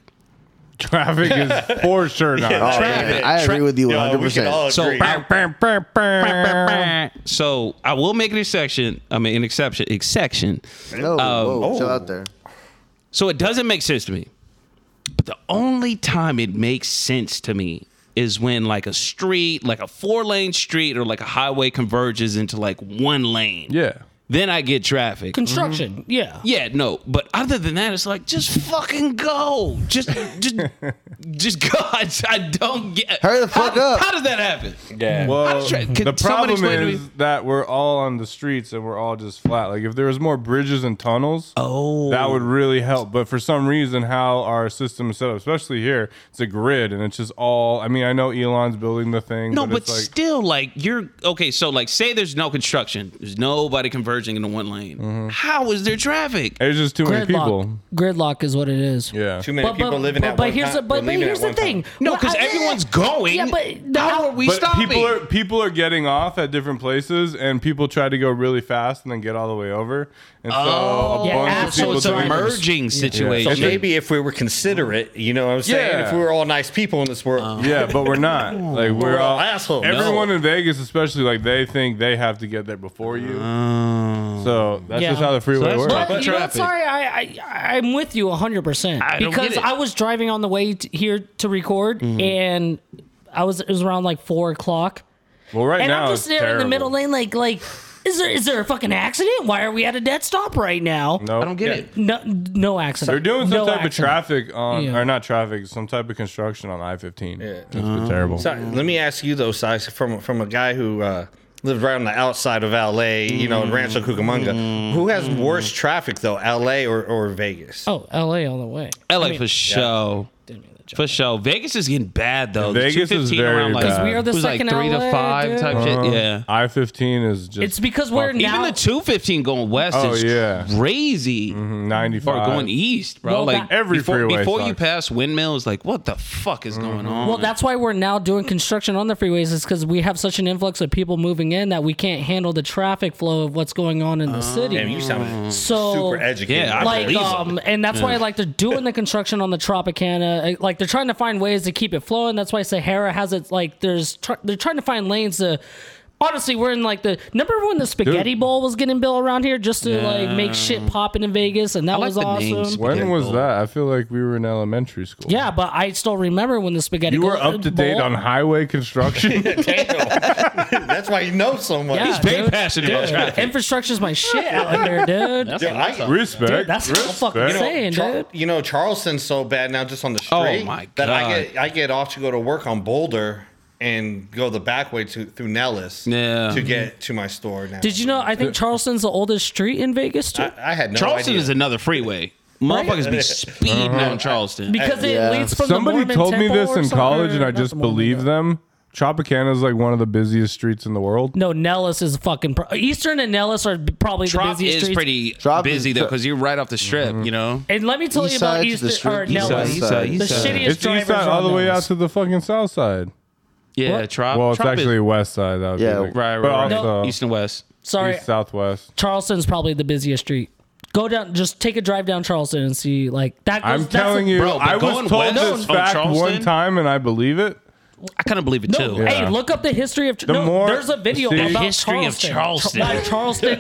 S2: Traffic *laughs* is for sure not.
S3: Oh,
S1: Traffic.
S3: yeah, I agree
S1: Tra-
S3: with you
S5: Yeah,
S3: 100.
S5: we can all
S3: percent
S1: So-
S5: agree.
S1: Bam,
S2: Bam, bam, bam.
S1: So I will make an exception. I mean, an exception. Exception.
S3: No, whoa, chill out there.
S1: So it doesn't make sense to me. But the only time it makes sense to me is when like a street, like a four lane street or like a highway converges into like one lane.
S2: Yeah.
S1: Then I get traffic.
S4: construction, yeah.
S1: Yeah, no. But other than that, it's like just fucking go. Just
S2: *laughs*
S1: just just go. I, I don't get
S3: Hurry the fuck
S1: how,
S3: up.
S1: How does that happen?
S5: Yeah.
S2: Well,
S1: just try- can
S2: the
S1: somebody
S2: problem
S1: explain to me-
S2: is that we're all on the streets and we're all just flat. Like if there was more bridges and tunnels,
S1: Oh.
S2: that would really help. But for some reason, how our system is set up, especially here, it's a grid and it's just all. I mean, I know Elon's building the thing.
S1: No, but,
S2: it's like,
S1: still, like you're okay. So, like, say there's no construction, there's nobody converging into one lane.
S2: Mm-hmm.
S1: How is there traffic?
S2: there's just too many
S4: Gridlock,
S2: people.
S4: gridlock is what it is.
S2: Yeah.
S5: Too many people living
S4: but,
S5: at
S4: but
S5: one
S4: here's
S5: time-
S4: the but,
S5: or
S4: but
S5: leaving at
S4: here's the
S5: one time.
S4: thing.
S1: No,
S4: Well,
S1: because
S4: I-
S1: everyone's going.
S4: Yeah, but
S1: how are we
S2: But
S1: stopping?
S2: people are people are getting off at different places, and people try to go really fast and then get all the way over. And so a
S4: Yeah,
S2: bunch of
S4: absolute
S2: people
S1: so it's a
S2: doing-
S4: drivers.
S1: merging
S2: So
S1: situation.
S2: Yeah.
S5: Maybe if we were considerate, you know what I'm saying?
S2: Yeah.
S5: If we were all nice people in this world.
S1: Uh-huh.
S2: Yeah, but we're
S4: *laughs*
S2: not. Like we're all
S5: assholes.
S2: Everyone in Vegas, especially, like they think they have to get there before you. so that's
S4: Oh. Yeah.
S2: just how the freeway
S1: that's
S2: works.
S1: tough.
S4: But you know,
S1: Traffic.
S4: sorry, I, I I'm with you 100 percent
S1: I don't get
S4: because
S1: it.
S4: I was driving on the way to, here to record,
S5: Mm-hmm.
S4: and I was it was around like four o'clock,
S2: well, right
S4: and
S2: now
S4: I'm just
S2: it's
S4: there in
S2: terrible.
S4: the middle lane, like like is there is there a fucking accident? Why are we at a dead stop right now?
S2: No,
S1: I don't get it.
S4: No, no accident.
S2: They're doing some
S4: No
S2: type of
S4: accident.
S2: traffic on,
S4: Yeah.
S2: or not traffic, some type of construction on I fifteen. Yeah, it's been terrible.
S5: So, let me ask you though, Sykes, from from a guy who uh, lived right on the outside of LA, you know, in
S1: Mm.
S5: Rancho Cucamonga, who has worse traffic though, LA or, or Vegas?
S4: Oh, L.A. all the way.
S1: LA for show. For show. Vegas is getting bad though. The
S2: Vegas is
S1: 215
S2: very
S1: around, like,
S2: bad. Uh-huh.
S4: We are the
S1: it was, like
S4: second
S1: three
S4: LA,
S1: to five
S4: dude.
S1: type shit. Yeah.
S2: I fifteen is just
S4: It's because we're now.
S1: Even the two fifteen going west
S2: Oh,
S1: is
S2: yeah.
S1: crazy.
S2: ninety
S1: Or
S2: five.
S1: going east, bro.
S4: Well,
S1: like
S4: that-
S2: Every
S1: before,
S2: freeway
S1: before you
S2: sucks. Mm-hmm.
S1: pass windmills, like what the fuck is going on?
S4: Well, that's why we're now doing construction on the freeways is because we have such an influx of people moving in that we can't handle the traffic flow of what's going on in the city.
S5: Damn, you sounded
S4: so
S5: super educated.
S1: Mm. Yeah, I
S4: like
S1: believe it. *laughs*
S4: um and that's why like they're doing the construction on the Tropicana Uh, like they're trying to find ways to keep it flowing that's why Sahara has it like there's tr- they're trying to find lanes to honestly we're in like the remember when the spaghetti bowl was getting built around here just to like make shit popping in Vegas and that
S1: like
S4: was
S1: the
S4: awesome
S1: name
S2: when
S1: Yeah,
S2: was
S1: cool.
S2: that? I feel like we were in elementary school.
S4: yeah but I still remember when the spaghetti
S2: you were
S4: Bowl-
S2: up to date
S4: Bowl-
S2: on highway *laughs* construction.
S5: Damn. *laughs* That's why you know so much.
S4: Yeah,
S1: very
S4: dude.
S1: passionate about traffic.
S4: Infrastructure's my shit out there,
S1: *laughs*
S4: dude.
S5: Dude, I-
S2: Respect.
S4: Dude, that's what I'm
S2: respect.
S4: fucking
S5: you know,
S4: saying,
S5: Char-
S4: dude.
S5: you know, Charleston's so bad now just on the
S1: Oh,
S5: street
S1: my
S5: that
S1: God.
S5: I get I get off to go to work on Boulder and go the back way to through Nellis
S1: Yeah.
S5: to get to my store now.
S4: Did you know? I think Charleston's the oldest street in Vegas too,
S5: I, I had no
S1: Charleston
S5: idea.
S1: is another freeway. Motherfuckers be
S2: Uh-huh.
S1: speeding on Charleston.
S4: because it
S3: Yeah.
S4: leads from
S2: Somebody
S4: the Mormon
S2: told me
S4: temple
S2: this
S4: or
S2: in
S4: something,
S2: college,
S4: or
S2: and I
S4: not
S2: just
S4: the Mormon
S2: believe
S4: temple.
S2: them. Tropicana is like one of the busiest streets in the world.
S4: No, Nellis is fucking. Pro- Eastern and Nellis are b- probably the
S1: Trop
S4: busiest
S1: is
S4: streets.
S1: pretty
S3: Trop is-
S1: busy though, because you're right off the strip,
S2: Mm-hmm.
S1: you know.
S4: and let me tell you
S3: East
S4: about
S3: side to the
S4: Eastern or
S3: street, east
S4: Nellis.
S3: side, east side,
S4: the
S1: east side.
S4: shittiest
S2: It's the east
S4: drivers
S2: side
S4: are
S2: all the way out
S4: Nellis.
S2: to the fucking south side.
S1: Yeah, Trop.
S2: Well, it's
S1: Trop Uh, is-
S2: actually west side. That would be
S3: Yeah.
S2: like-
S1: right, right,
S2: but
S1: right.
S2: also
S1: east and west.
S4: Sorry,
S2: east, southwest.
S4: Charleston's probably the busiest street. Go down, just take a drive down Charleston and see like that. Goes,
S2: I'm
S4: that's
S2: telling
S4: a-
S2: you,
S1: Bro, but
S2: I
S1: going
S2: was told
S1: west
S2: this
S1: from
S2: fact one
S1: Charleston-
S2: time, and I believe it.
S1: I kind of believe it too.
S4: No,
S2: Yeah.
S4: hey, look up the history of. no,
S2: more-
S4: there's a video
S2: see?
S4: about
S1: History of Charleston.
S4: Charleston. Why
S1: *laughs*
S4: Charleston.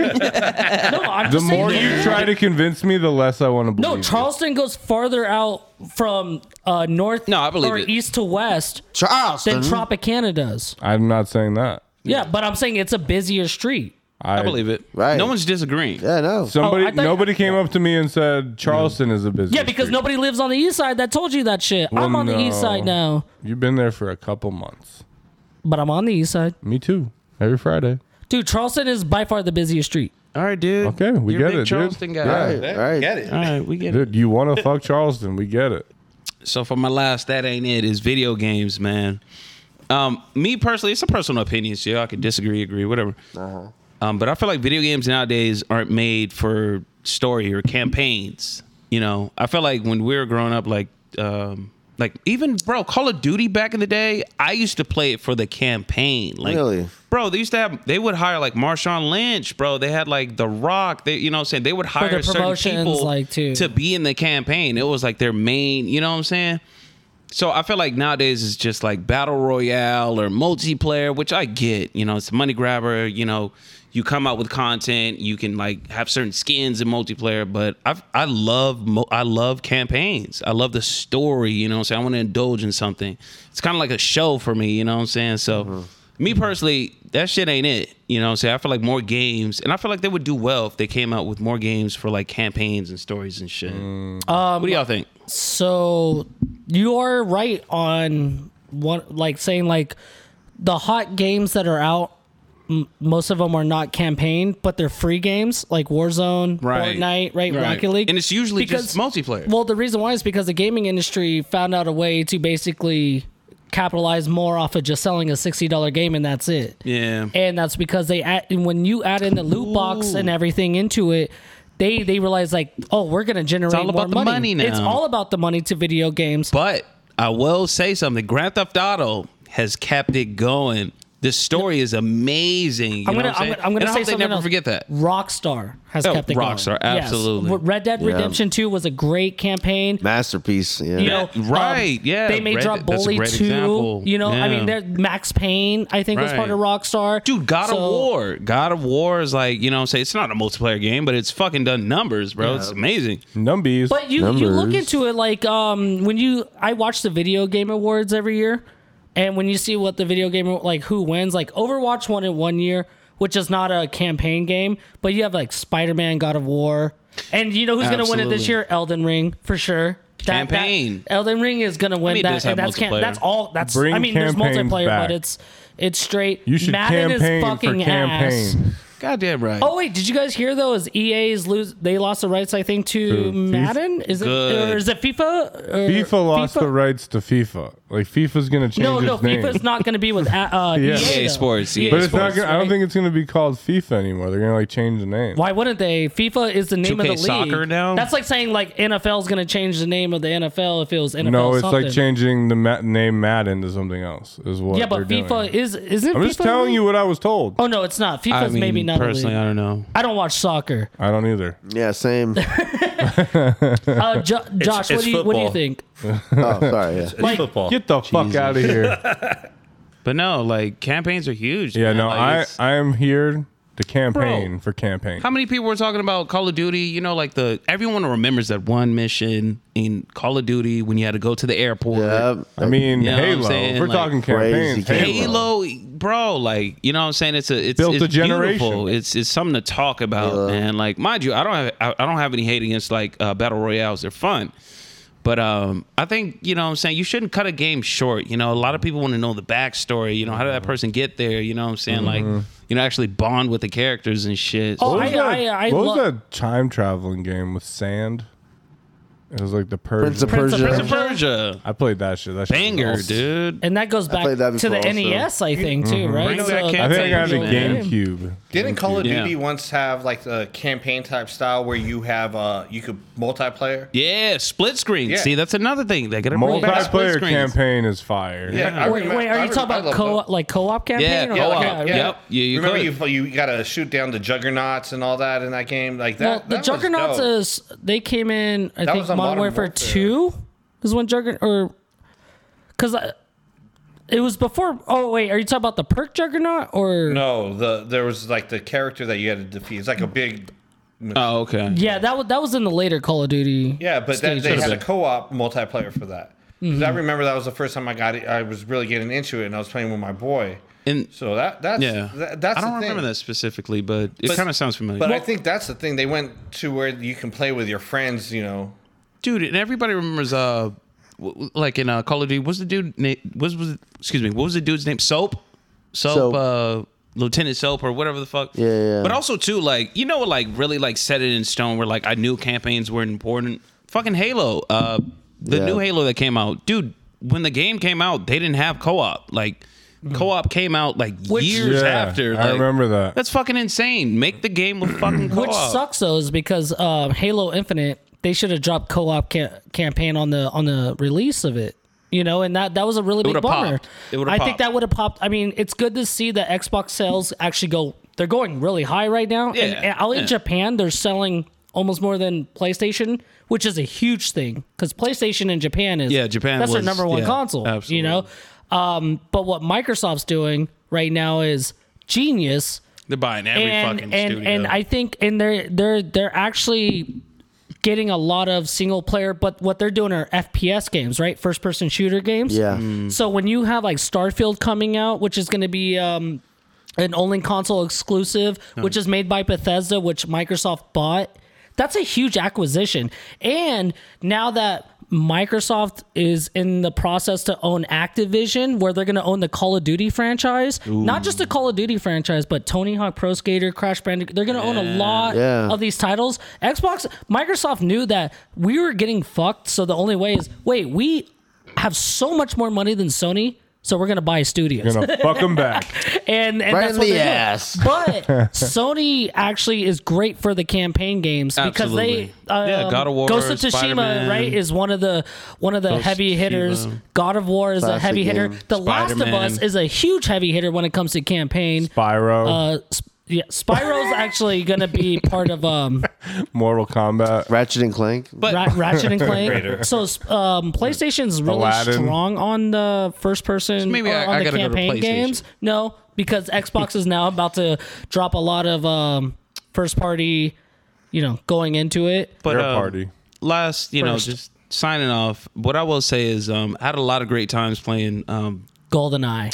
S4: no, I'm
S2: The
S4: just saying.
S2: more you try to convince me, the less I want to believe.
S4: no,
S2: it.
S4: Charleston goes farther out from uh, north.
S1: No, I believe
S4: or
S1: it.
S4: east to west
S3: Charleston.
S4: than Tropicana does.
S2: I'm not saying that.
S4: Yeah, but I'm saying it's a busier street.
S2: I,
S1: I believe it.
S3: Right.
S1: No one's disagreeing.
S3: Yeah, no.
S2: Somebody,
S4: Oh, I thought-
S2: nobody came up to me and said Charleston is a business.
S4: Yeah, because nobody lives on the east side. That told you that shit. I'm on the east side now.
S2: You've been there for a couple months.
S4: but I'm on the east side.
S2: Me too. Every Friday.
S4: Dude, Charleston is by far the busiest street.
S1: All right, dude.
S2: Okay, we
S1: You're a
S2: get
S1: big
S2: it, dude.
S1: Charleston guy.
S3: All
S1: All
S3: right,
S1: right.
S5: There,
S3: all right.
S5: Get it.
S1: we get it.
S2: Dude, you
S4: *laughs*
S2: want to fuck Charleston? We get it.
S1: So for my last, that ain't it. Is video games, man. Um, me personally, it's a personal opinion. So I could disagree, agree, whatever. Um, but I feel like video games nowadays aren't made for story or campaigns. You know, I feel like when we were growing up, like, um, like even bro, Call of Duty back in the day, I used to play it for the campaign. Like,
S3: Really?
S1: bro, they used to have they would hire like Marshawn Lynch, bro. They had like The Rock. They, you know, what I'm saying they would hire
S4: their
S1: certain
S4: promotions,
S1: people
S4: like, too.
S1: to be in the campaign. It was like their main. You know what I'm saying? So I feel like nowadays it's just like battle royale or multiplayer, which I get. You know, it's a money grabber. You know, you come out with content, you can like have certain skins in multiplayer. But I I love mo- I love campaigns. I love the story. You know, what I'm saying I want to indulge in something. It's kind of like a show for me. You know what I'm saying? So. Me personally, that shit ain't it. You know what I'm saying? I feel like more games, and I feel like they would do well if they came out with more games for like campaigns and stories and shit. what do y'all think?
S4: So you are right on one, like saying like the hot games that are out. m- Most of them are not campaign, but they're free games like Warzone,
S1: Right.
S4: Fortnite, right,
S1: Right.
S4: Rocket League,
S1: And it's usually just
S4: Because-
S1: multiplayer.
S4: Well, the reason why is because the gaming industry found out a way to basically capitalize more off of just selling a sixty dollar game and that's it.
S1: yeah.
S4: And that's because they add, and when you add in the loot box
S1: Ooh.
S4: and everything into it, they they realize like, oh, we're gonna generate
S1: all
S4: more
S1: about the
S4: money.
S1: money now.
S4: It's all about the money to video games.
S1: But I will say something. Grand Theft Auto has kept it going. This story is amazing. You know
S4: I'm gonna,
S1: what
S4: I'm
S1: saying?
S4: gonna, I'm gonna
S1: and I
S4: say
S1: hope they
S4: something
S1: never
S4: else.
S1: forget that.
S4: Rockstar has
S1: Oh,
S4: kept it
S1: Rockstar,
S4: going. Yes.
S1: absolutely.
S4: What- Red Dead Redemption 2 was a great campaign.
S3: Masterpiece. Yeah.
S4: You know,
S1: Yeah, right,
S4: um,
S1: yeah,
S4: They may
S1: Red-
S4: drop
S1: that's a
S4: Bully
S1: great
S4: 2.
S1: example.
S4: You know, I mean,
S1: Yeah.
S4: there- Max Payne, I think, was
S1: Right.
S4: part of Rockstar.
S1: Dude, God
S4: So-
S1: of War. God of War is like, you know what I'm saying? It's not a multiplayer game, but it's fucking done numbers, bro. It's amazing.
S2: Numbies.
S4: But you you look
S3: Numbers.
S4: into it like um when you I watch the video game awards every year, and when you see what the video game like who wins like Overwatch won it one year, which is not a campaign game, but you have like Spider Man, God of War, and you know who's going to win it this
S1: Absolutely.
S4: year? Elden Ring for sure. That- that-
S1: Campaign.
S4: Elden Ring is going to win
S1: mean, it does
S4: that,
S1: have
S4: and that's can,
S1: multiplayer.
S4: that's all. That's
S2: Bring
S4: I mean, there's
S2: campaigns
S4: multiplayer,
S2: back.
S4: but it's it's straight.
S2: you should
S4: Madden
S2: campaign
S4: is fucking
S2: for campaign.
S4: ass. *laughs*
S1: Goddamn right.
S4: Oh wait, did you guys hear though? Is EA's lose? They lost the rights, I think, to Madden. Is it
S1: Good.
S4: or is it FIFA? Or
S2: FIFA lost the rights to FIFA. Like FIFA's gonna change
S4: No, no,
S2: its name.
S4: FIFA's not going to be with
S2: *laughs*
S4: uh, uh,
S2: Yeah.
S4: EA,
S1: EA
S4: though.
S1: E Sports, EA
S2: but
S4: But
S2: it's not.
S1: Sports,
S2: Gonna, I don't
S4: right?
S2: think it's gonna be called FIFA anymore. They're gonna like change the name.
S4: Why wouldn't they? FIFA is the name of the
S1: 2K
S4: league.
S1: soccer now?
S4: That's like saying like NFL's going to change the name of the NFL if it was NFL.
S2: No, it's
S4: something.
S2: like changing the ma- name Madden to something else. Is what?
S4: Yeah, but
S2: they're
S4: FIFA
S2: Doing.
S4: is isn't.
S2: I'm just
S4: FIFA
S2: telling you what I was told.
S4: Oh no, it's not. FIFA's
S1: I mean,
S4: maybe not. a league.
S1: personally, I don't know.
S4: I don't watch soccer.
S2: I don't either.
S3: Yeah, same.
S4: Uh, jo- Josh, what
S6: it's
S4: do you what do you
S6: football.
S4: think?
S3: Oh, sorry. Yeah.
S6: It's
S4: Like,
S6: football.
S2: Get the fuck out of here.
S1: But no, like campaigns are huge.
S2: Yeah,
S1: man.
S2: no,
S1: Like,
S2: I
S1: it's-
S2: I am here to campaign
S1: Bro.
S2: for campaign.
S1: How many people were talking about Call of Duty? You know, like the everyone remembers that one mission in Call of Duty when you had to go to the airport.
S3: Yeah.
S2: I mean,
S1: You know what I'm
S2: Halo.
S1: saying?
S2: If we're
S1: Like,
S2: talking
S3: crazy
S2: campaigns. Halo.
S1: Halo, bro, like you know, what I'm saying it's a it's
S2: Built
S1: it's
S2: a generation.
S1: beautiful. It's it's something to talk about, man. Like, mind you, I don't have I, I don't have any hate against like uh, battle royales. They're fun, but um, I think you know, what I'm saying you shouldn't cut a game short. You know, a lot of people want to know the backstory. You know, how did
S2: Mm-hmm.
S1: that person get there? You know, what I'm saying like you know, actually bond with the characters and shit.
S4: Oh,
S2: What
S4: I-
S2: was, that,
S4: I- I
S2: what was
S4: lo-
S2: that time traveling game with sand? It was like the
S3: Prince
S2: Persian.
S3: of Persia.
S1: Prince of Persia,
S2: I played that shit. That shit was
S1: banger,
S2: awesome.
S1: dude.
S4: And that goes back to
S3: played
S4: the
S3: that before also.
S4: NES,
S5: Mm-hmm.
S4: I think, too, right?
S1: Bring back
S2: I think I
S1: That's
S2: got
S4: E
S2: a
S1: a
S4: game.
S2: GameCube.
S5: Didn't Call of
S1: Yeah.
S5: Duty once have like a campaign type style where you have uh you could multiplayer?
S1: Yeah, split screen.
S5: Yeah.
S1: See, that's another thing. They got a
S2: Multiplayer campaign is fire.
S5: Yeah, I
S4: Wait,
S5: remember-
S4: wait,
S5: I
S4: are you
S5: re-
S4: talking
S5: I
S4: about
S5: love
S4: co
S5: those.
S4: op like co-op campaign?
S1: Yeah,
S4: or
S1: co-op. Yep.
S4: what? yeah.
S1: Yeah, you
S5: remember
S1: could.
S5: you you got to shoot down the juggernauts and all that in that game like that.
S4: Well, the
S5: that was
S4: Juggernauts
S5: dope.
S4: is they came in. I
S5: That
S4: think
S5: was on
S4: Modern,
S5: Modern
S4: Warfare,
S5: Warfare.
S4: Two is when Juggernaut or because it was before. Oh wait, are you talking about the perk Juggernaut or
S5: no the there was like the character that you had to defeat. It's like a big
S1: Oh, okay.
S4: Yeah, that was that was in the later Call of Duty.
S5: yeah, but that,
S4: stage.
S5: they had a co-op multiplayer for that. 'Cause
S4: Mm-hmm.
S5: I remember that was the first time I got it. I was really getting into it, and I was playing with my boy.
S1: And
S5: So that that's
S1: yeah,
S5: that, that's
S1: I don't
S5: the thing.
S1: remember that specifically, but it kind of sounds familiar.
S5: But I think that's the thing. They went to where you can play with your friends. You know,
S1: dude, and everybody remembers uh, w- w- like in uh, Call of Duty, what's the dude name? Was was excuse me, what was the dude's name? Soap. soap,
S3: So-
S1: uh, Lieutenant Soap, or whatever the fuck.
S3: Yeah, yeah, yeah.
S1: But also too, like you know what, like really like set it in stone. Where like I knew campaigns were important. Fucking Halo, uh, the
S3: Yeah.
S1: new Halo that came out, dude. When the game came out, they didn't have co-op. Like
S5: Mm.
S1: co-op came out like
S4: Which-
S1: years after.
S2: I
S1: like,
S2: remember that.
S1: That's fucking insane. Make the game with fucking co-op.
S4: Which sucks though is because um, Halo Infinite they should have dropped co-op ca- campaign on the on the release of it. You know, and that that was a really big
S1: would've
S4: bummer.
S1: popped. It would've
S4: I
S1: popped.
S4: think that would have popped. I mean, it's good to see that Xbox sales actually go. They're going really high right now.
S1: Yeah,
S4: and, and out in
S1: yeah.
S4: Japan, they're selling almost more than PlayStation, which is a huge thing because PlayStation in Japan is
S1: Yeah, Japan
S4: That's
S1: was-
S4: their number one
S1: yeah,
S4: console. You know,
S1: absolutely.
S4: um, but what Microsoft's doing right now is genius
S1: They're buying every fucking
S4: and,
S1: studio.
S4: And I think and they're they're they're actually getting a lot of single player, but what they're doing are FPS games, right? First person shooter games.
S3: Yeah.
S4: So when you have like Starfield coming out, which is going to be um, an only console exclusive, which is made by Bethesda, which Microsoft bought. That's a huge acquisition. And now that Microsoft is in the process to own Activision, where they're going to own the Call of Duty franchise, not just the Call of Duty franchise, but Tony Hawk Pro Skater, Crash Bandicoot. They're going to own a lot
S3: Yeah.
S4: of these titles. Xbox, Microsoft knew that we were getting fucked. So the only way is wait, we have so much more money than Sony, so we're going to buy
S1: *laughs*
S4: studios
S2: Gonna fuck them back.
S4: and, and
S3: Right
S4: that's
S3: in
S4: what
S3: the
S4: they're doing.
S3: ass. *laughs*
S4: But Sony actually is great for the campaign games because
S1: Absolutely.
S4: they um,
S1: Yeah, God of War,
S4: Ghost of Tsushima
S1: Spider-Man.
S4: right is one of the one of the heavy hitters.
S1: Tsushima.
S4: God of War is a
S3: Classic
S4: heavy hitter.
S3: game.
S4: The Last of Us
S1: Spider-Man.
S4: is a huge heavy hitter when it comes to campaign.
S2: Spyro,
S4: uh, sp- yeah,
S1: *laughs*
S4: Spyro's actually gonna be part of um
S2: Mortal Kombat.
S3: Ratchet and Clank.
S1: but
S2: *laughs*
S4: Ra- Ratchet and Clank. so um, PlayStation's really
S2: Aladdin.
S4: strong on the first person
S1: Maybe
S4: or
S1: I-
S4: on
S1: I
S4: the
S1: gotta go to
S4: campaign
S1: PlayStation.
S4: games. No, because Xbox is now about to drop a lot of um, first party, you know, going into it.
S1: but
S2: Your
S1: uh,
S2: party.
S1: last you
S4: First.
S1: know just signing off what i will say is um i had a lot of great times playing um
S4: GoldenEye.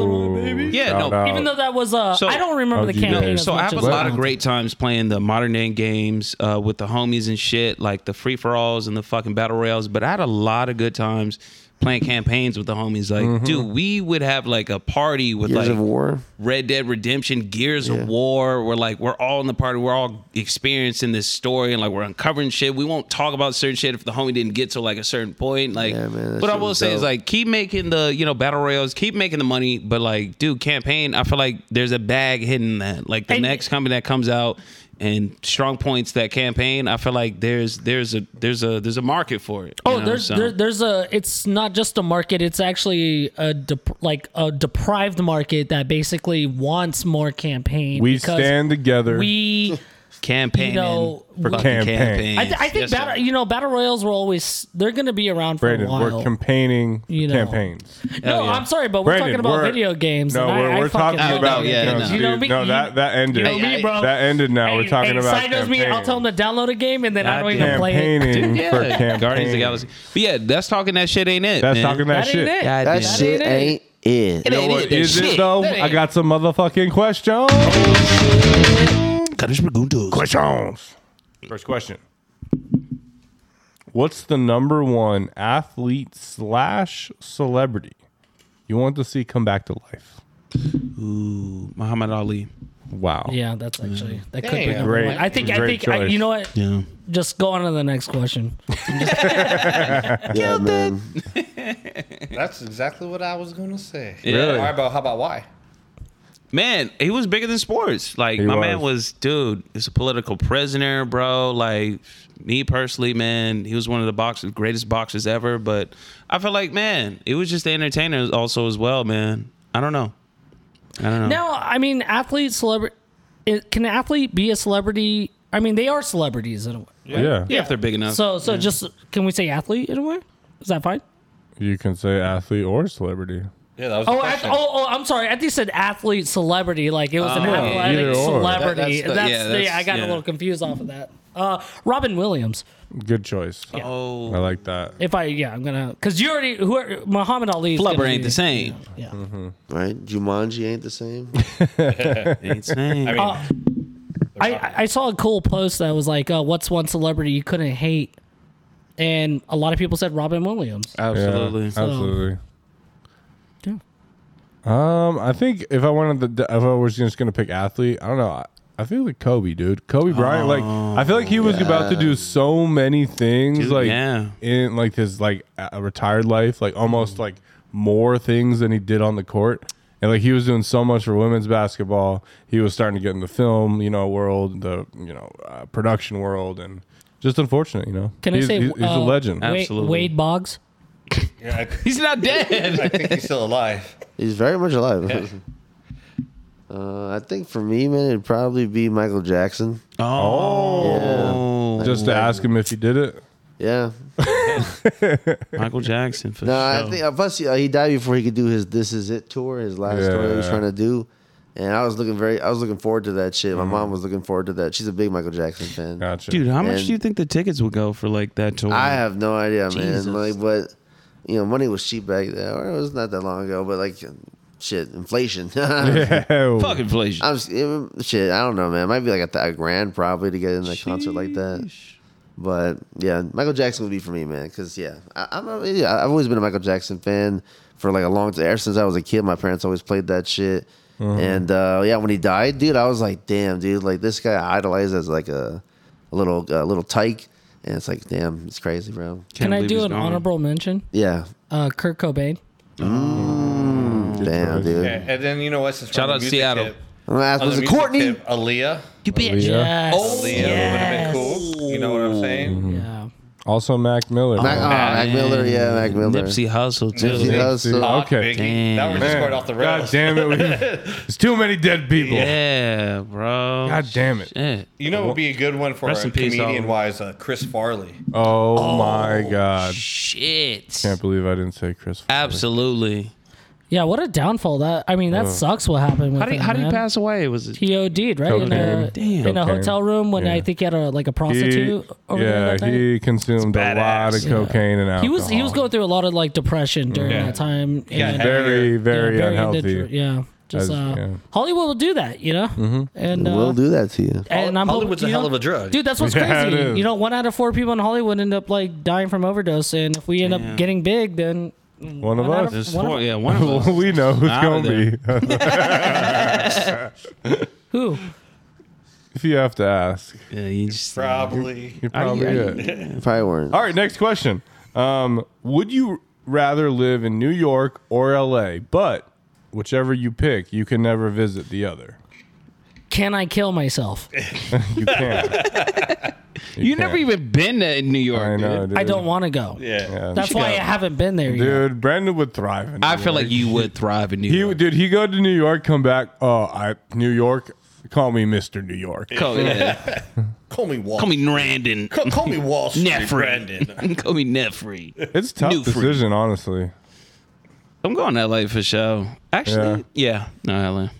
S1: yeah
S2: Shout
S1: no
S2: out.
S4: Even though that was uh,
S1: So-
S4: I don't remember the
S2: OG
S4: campaign.
S2: days.
S4: as
S1: so i
S4: much
S1: have a
S4: as
S1: lot of
S4: Goldeneye.
S1: great times playing the modern day games uh with the homies and shit like the free for alls and the fucking battle royals but i had a lot of good times playing campaigns with the homies like dude we would have like a party with
S3: Mm-hmm. Years
S1: like
S3: of War.
S1: Red Dead Redemption, Gears of War. We're like, we're all in the party. We're all experiencing this story and like we're uncovering shit. We won't talk about certain shit if the homie didn't get to like a certain point. Like,
S3: Yeah, man, that
S1: what I
S3: shit
S1: will
S3: was
S1: say is
S3: dope.
S1: like, keep making the, you know, battle royals, keep making the money. But like, dude, campaign, I feel like there's a bag hidden in that. Like the
S4: And-
S1: next company that comes out and strong points that campaign, I feel like there's, there's a, there's a, there's a market for it. you
S4: Oh,
S1: know,
S4: there's
S1: so.
S4: there, there's a. It's not just a market. It's actually a dep- like a deprived market that basically wants more campaign.
S2: We
S4: because
S2: stand together.
S4: We
S1: campaigning.
S4: you know,
S1: fucking
S4: we-
S2: campaign.
S4: I, th- I think
S1: Yes, sir.
S4: battle, you know, battle royals will always they're going to be around for
S2: Brandon,
S4: a while.
S2: we're campaigning
S4: You know.
S2: campaigns.
S4: no,
S1: Hell yeah.
S4: I'm sorry, but we're
S2: Brandon,
S4: talking about
S2: we're-
S4: video games.
S2: No,
S4: and I-
S2: we're,
S4: I
S2: we're
S4: fucking
S2: talking
S4: hate
S2: about
S4: video
S1: yeah,
S2: no,
S4: games.
S1: no.
S2: dude,
S4: You know me,
S2: no,
S4: you-
S2: that that ended.
S4: you know me, bro.
S2: That ended. Now we're
S4: Hey,
S2: talking
S4: hey,
S2: about
S4: side knows me. I'll tell them to download a game and then I don't even
S1: Goddamn.
S4: play it. *laughs*
S2: campaigning
S1: Yeah,
S2: for campaign.
S1: Guardians of the Galaxy. But yeah, that's talking that shit ain't it.
S2: That's
S1: man.
S2: talking that,
S4: That
S2: shit.
S4: ain't it.
S1: God
S3: That
S1: damn.
S3: shit ain't it.
S1: It ain't it.
S2: Is
S1: Shit.
S2: it though?
S1: That ain't
S2: I got some motherfucking questions. Questions. First question. What's the number one athlete slash celebrity you want to see come back to life?
S1: Ooh, Muhammad Ali.
S2: Wow.
S4: Yeah, that's actually that could be
S5: Damn.
S4: number
S2: Great-
S4: one. I think I
S2: great
S4: think I,
S2: choice.
S4: you know what.
S1: Yeah.
S4: Just go on to the next question.
S3: Yeah, man.
S5: That's exactly what I was gonna say.
S1: Really?
S5: All right, but how about why?
S1: Man, he was bigger than sports. Like
S2: He
S1: my
S2: was.
S1: man was, dude. He's a political prisoner, bro. Like me personally, man, he was one of the boxers, greatest boxers ever. But I feel like, man, it was just the entertainer also as well, man. I don't know. I don't know.
S4: Now, I mean, athlete celebrity. Can an athlete be a celebrity? I mean, they are celebrities in a way.
S2: Yeah.
S1: yeah, if they're big enough.
S4: So, so just can we say athlete in a way? Is that fine?
S2: You can say athlete or celebrity.
S5: Yeah, that was.
S4: Oh, ath- oh, oh, I'm sorry. I think you said athlete celebrity. Like it was an
S1: Oh,
S4: athletic
S2: either or.
S4: celebrity.
S5: That- that's the-
S4: that's,
S1: yeah,
S4: the,
S1: that's-
S4: I got
S1: yeah.
S4: a little confused off of that. Uh, Robin Williams.
S2: Good choice. I
S1: oh,
S2: like that.
S4: If I yeah, I'm gonna because you already who Muhammad Ali. is
S1: flubber
S4: gonna
S1: ain't
S4: be-
S1: the
S4: *laughs*
S1: same.
S4: Yeah.
S3: Right? Jumanji ain't the same.
S1: Ain't the same.
S5: I mean,
S4: Uh, I- I, I saw a cool post that was like, uh, "What's one celebrity you couldn't hate?" And a lot of people said Robin Williams.
S2: Yeah,
S1: Absolutely.
S2: absolutely.
S4: Yeah.
S2: Um, I think if I wanted the, if I was just gonna pick athlete, I don't know. I, I feel like Kobe, dude. Kobe Bryant, like I feel like he was about to do so many things,
S1: Oh, Dude,
S2: like
S1: yeah.
S2: in like his like a retired life, like almost like more things than he did on the court. And like he was doing so much for women's basketball, he was starting to get in the film, you know, world, the you know uh, production world, and just unfortunate, you know.
S4: Can
S2: he's,
S4: I say
S2: he's, he's a
S4: uh,
S2: legend?
S4: Wade,
S1: Absolutely.
S4: Wade Boggs.
S5: Yeah, I,
S1: He's not dead.
S2: *laughs*
S5: I think he's still *laughs* alive.
S3: He's very much alive. *laughs* uh, I think for me, man, it'd probably be Michael Jackson.
S1: Oh,
S2: Just to ask him if he did it.
S3: Yeah.
S1: Michael Jackson for
S3: No,
S1: sure.
S3: I think uh, plus uh, he died before he could do his "This Is It" tour, his last tour he was
S2: Yeah.
S3: trying to do. And I was looking very, I was looking forward to that shit. My
S2: Mm.
S3: mom was looking forward to that. She's a big Michael Jackson fan.
S2: Gotcha, *laughs*
S1: Dude, how much
S3: And-
S1: do you think the tickets would go for like that tour?
S3: I have no idea,
S1: Jesus.
S3: man. Like, but you know, money was cheap back then. Or it was not that long ago, but like, shit, inflation. *laughs*
S2: Yeah.
S1: fuck inflation.
S3: I'm just, it- shit. I don't know, man. It might be like a, th- a grand probably to get in a concert like that. But yeah, Michael Jackson would be for me, man. Because yeah, I, I'm a, yeah, I've always been a Michael Jackson fan for like a long time. Ever since I was a kid, my parents always played that shit. And uh, yeah, when he died, dude, I was like, damn, dude, like this guy I idolized as like a, a little a little tyke, and it's like, damn, it's crazy, bro.
S1: Can't
S4: Can I
S1: believe
S4: do
S1: he's
S4: an
S1: gone.
S4: honorable mention?
S3: Yeah,
S4: Uh, Kurt Cobain.
S3: damn, dude.
S5: And, and then you know what? Since
S1: Shout
S5: we're on
S1: out
S5: the music
S1: Seattle.
S5: tip-
S3: I'm gonna ask,
S5: on the
S3: was it
S5: music
S3: Courtney?
S5: tip, Aaliyah.
S4: You bitch.
S2: Aaliyah.
S4: Yes.
S1: Oh,
S5: Aaliyah
S4: Oh, yes.
S5: would have been cool. You know what I'm saying?
S4: Yeah.
S2: Also, Mac Miller.
S3: Mac, oh, Mac Miller, yeah, Mac Miller.
S1: Nipsey Hussle too.
S3: Nipsey
S1: Yeah.
S3: Hussle.
S2: Dude,
S5: Fuck,
S2: okay.
S5: Biggie. That was just
S2: Man,
S5: going off the
S2: God
S5: rails.
S2: damn it. we- There's too many dead people.
S1: bro.
S2: God damn it.
S1: Shit.
S5: You know, it would be a good one for
S1: Rest in peace,
S5: comedian
S1: Oliver.
S5: wise, uh, Chris Farley.
S2: Oh, my God.
S1: Shit.
S2: Can't believe I didn't say Chris.
S1: Absolutely.
S4: Yeah, what a downfall. That I mean, that sucks. What happened with
S1: How did
S4: him?
S1: how did he
S4: man.
S1: pass away? Was it?
S4: He OD'd right in a
S1: Cocaine.
S4: in a
S2: Cocaine.
S4: hotel room when I
S2: Yeah.
S4: think he had a like a
S2: He,
S4: prostitute. over there
S2: yeah,
S4: that night.
S2: he consumed a lot of
S1: badass.
S2: cocaine and alcohol.
S4: He was he was going through a lot of like depression during
S5: Yeah.
S4: that time.
S5: Yeah,
S4: and-
S2: very, very
S4: yeah,
S2: unhealthy.
S4: indentr- Yeah, just
S2: As-
S4: uh,
S2: yeah. Mm-hmm.
S4: Hollywood will do that, you know. And uh,
S3: We'll do that to you.
S4: And I'm hoping-
S5: Hollywood's a
S4: you know-
S5: hell of a drug.
S4: Dude, that's what's
S2: Yeah, it
S4: crazy.
S2: is.
S4: You know, one out of four people in Hollywood end up like dying from overdose, and if we end up getting big, then
S2: One of
S4: out
S2: us. *laughs*
S4: of- One
S1: Well, yeah, one of us.
S2: we know who's
S1: Outta
S2: going to be.
S4: who?
S2: *laughs* if you have to ask,
S1: *laughs* Yeah, you just-
S5: Probably.
S2: you're probably
S1: are you-
S2: it.
S3: Probably weren't.
S2: All right, next question. Um, would you rather live in New York or LA? But whichever you pick, you can never visit the other.
S4: Can I kill myself?
S5: *laughs*
S2: You can't.
S1: you never
S2: can't.
S1: even been to New York.
S2: I know,
S1: dude.
S2: dude.
S4: I don't want to go.
S5: Yeah.
S4: That's why I haven't been there. yet.
S2: Dude, Brandon would thrive. In New
S1: I feel
S2: York.
S1: like you would thrive in New
S2: he
S1: York.
S2: would. Dude, he go to New York, come back. Oh, I New York. Call me Mister New York.
S1: Call, yeah.
S5: Call me Wall.
S1: Call me Randon. *laughs*
S5: Call, call me Wall Street.
S1: Nefri. *laughs*
S5: Brandon.
S1: Call me Nefri.
S2: It's a tough
S1: New free.
S2: decision, honestly.
S1: I'm going to LA for sure. Actually, yeah. No, LA.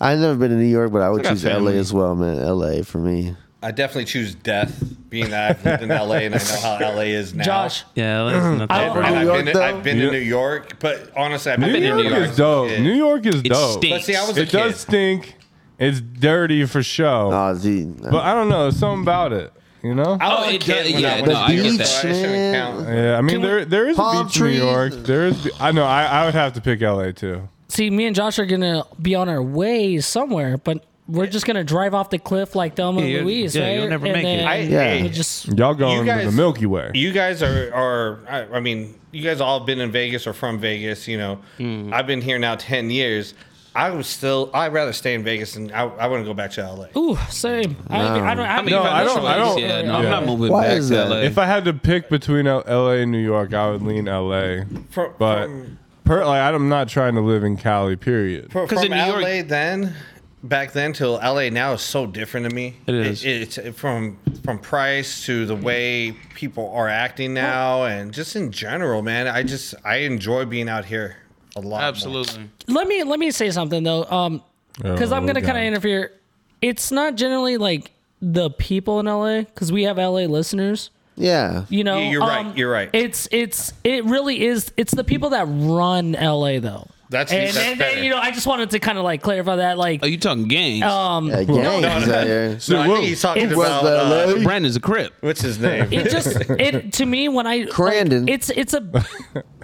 S3: I've never been to New York, but I would
S1: I got
S3: choose LA
S1: family.
S3: as well, man. LA for me.
S5: I definitely choose death, being that
S2: *laughs*
S5: I've lived in LA and I know how LA is now.
S4: Josh,
S1: Yeah, LA's not
S4: I
S1: that
S4: don't-
S5: And
S1: bad.
S5: I've
S3: New York, though?
S5: been, to, I've been
S2: Yeah.
S5: to New York, but honestly, I've
S2: New
S5: been to
S2: York
S5: New York.
S2: is dope.
S5: Yeah.
S2: New York is dope.
S1: stinks.
S5: But see, I was a
S2: It
S5: kid.
S2: does stink. It's dirty for show,
S3: Oh, dude.
S2: but I don't know. There's something about it. You know.
S5: I was
S1: Oh,
S5: a
S1: it
S5: kid
S1: did-
S5: when
S1: yeah,
S5: I went
S1: no,
S5: to
S1: I get
S5: New York,
S1: that.
S5: so I shouldn't count.
S2: Yeah, I mean
S4: we-
S2: there there is a
S3: Palm
S2: beach in New
S3: trees.
S2: York. There is. I know. I, I would have to pick L.A. too.
S4: see, me and Josh are gonna be on our way somewhere, but we're just gonna drive off the cliff like Thelma
S1: Yeah,
S4: and
S1: you'll-
S4: Louise.
S1: yeah,
S4: right?
S1: you'll never
S4: And
S1: make it.
S4: then
S5: I,
S3: Yeah.
S5: hey,
S4: we'll just
S2: Y'all going
S5: guys-
S2: to the Milky Way?
S5: you guys are are I, I mean you guys all been in Vegas or from Vegas you know
S2: Hmm.
S5: I've been here now 10 years I was still I'd rather stay in Vegas and I, I wouldn't go back to LA
S4: ooh, same. I, I don't. I,
S1: I mean,
S2: No,
S1: if
S2: I
S1: had
S2: don't-
S1: the
S2: I
S1: choice,
S2: don't-
S1: Yeah, no, I'm
S2: yeah.
S1: not moving
S3: Why
S1: back
S3: is
S1: to
S3: that?
S1: LA.
S2: if I had to pick between L- L.A. and New York, I would lean L.A.
S5: From-
S2: but
S5: from-
S2: per, like, I'm not trying to live in Cali. Period.
S5: Fro-
S1: 'Cause
S5: from
S1: in New York-
S5: LA then back then till LA now is so different to me
S1: It is.
S5: It- it's uh, from from price to the way people are acting now and just in general man I just I enjoy being out here a lot more.
S1: Absolutely.
S4: let me let me say something though, um, because
S2: Oh,
S4: I'm gonna
S2: God.
S4: kind of interfere. It's not generally like the people in LA, because we have LA listeners.
S3: yeah.
S4: You know,
S5: Yeah, you're right,
S4: um,
S5: you're right.
S4: It's it's it really is. It's the people that run LA though.
S5: That's,
S4: And,
S5: that's
S4: then- then,
S5: better.
S4: you know, I just wanted to kind of like clarify that, like,
S2: Oh,
S1: Are you talking gangs?
S4: um,
S5: *laughs*
S3: Yeah, gangs out here.
S5: no, I
S2: whoa.
S5: think he's talking
S4: It's-
S5: about uh,
S3: What's
S1: Brandon's a crip.
S5: what's his
S4: *laughs*
S5: name? *laughs*
S4: it just it to me when I like,
S3: Crandon.
S4: it's it's a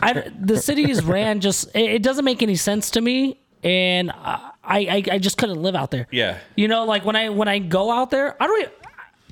S4: I, the city is ran just it, it doesn't make any sense to me, and I, I I just couldn't live out there.
S5: Yeah.
S4: you know, like when I when I go out there, I don't e-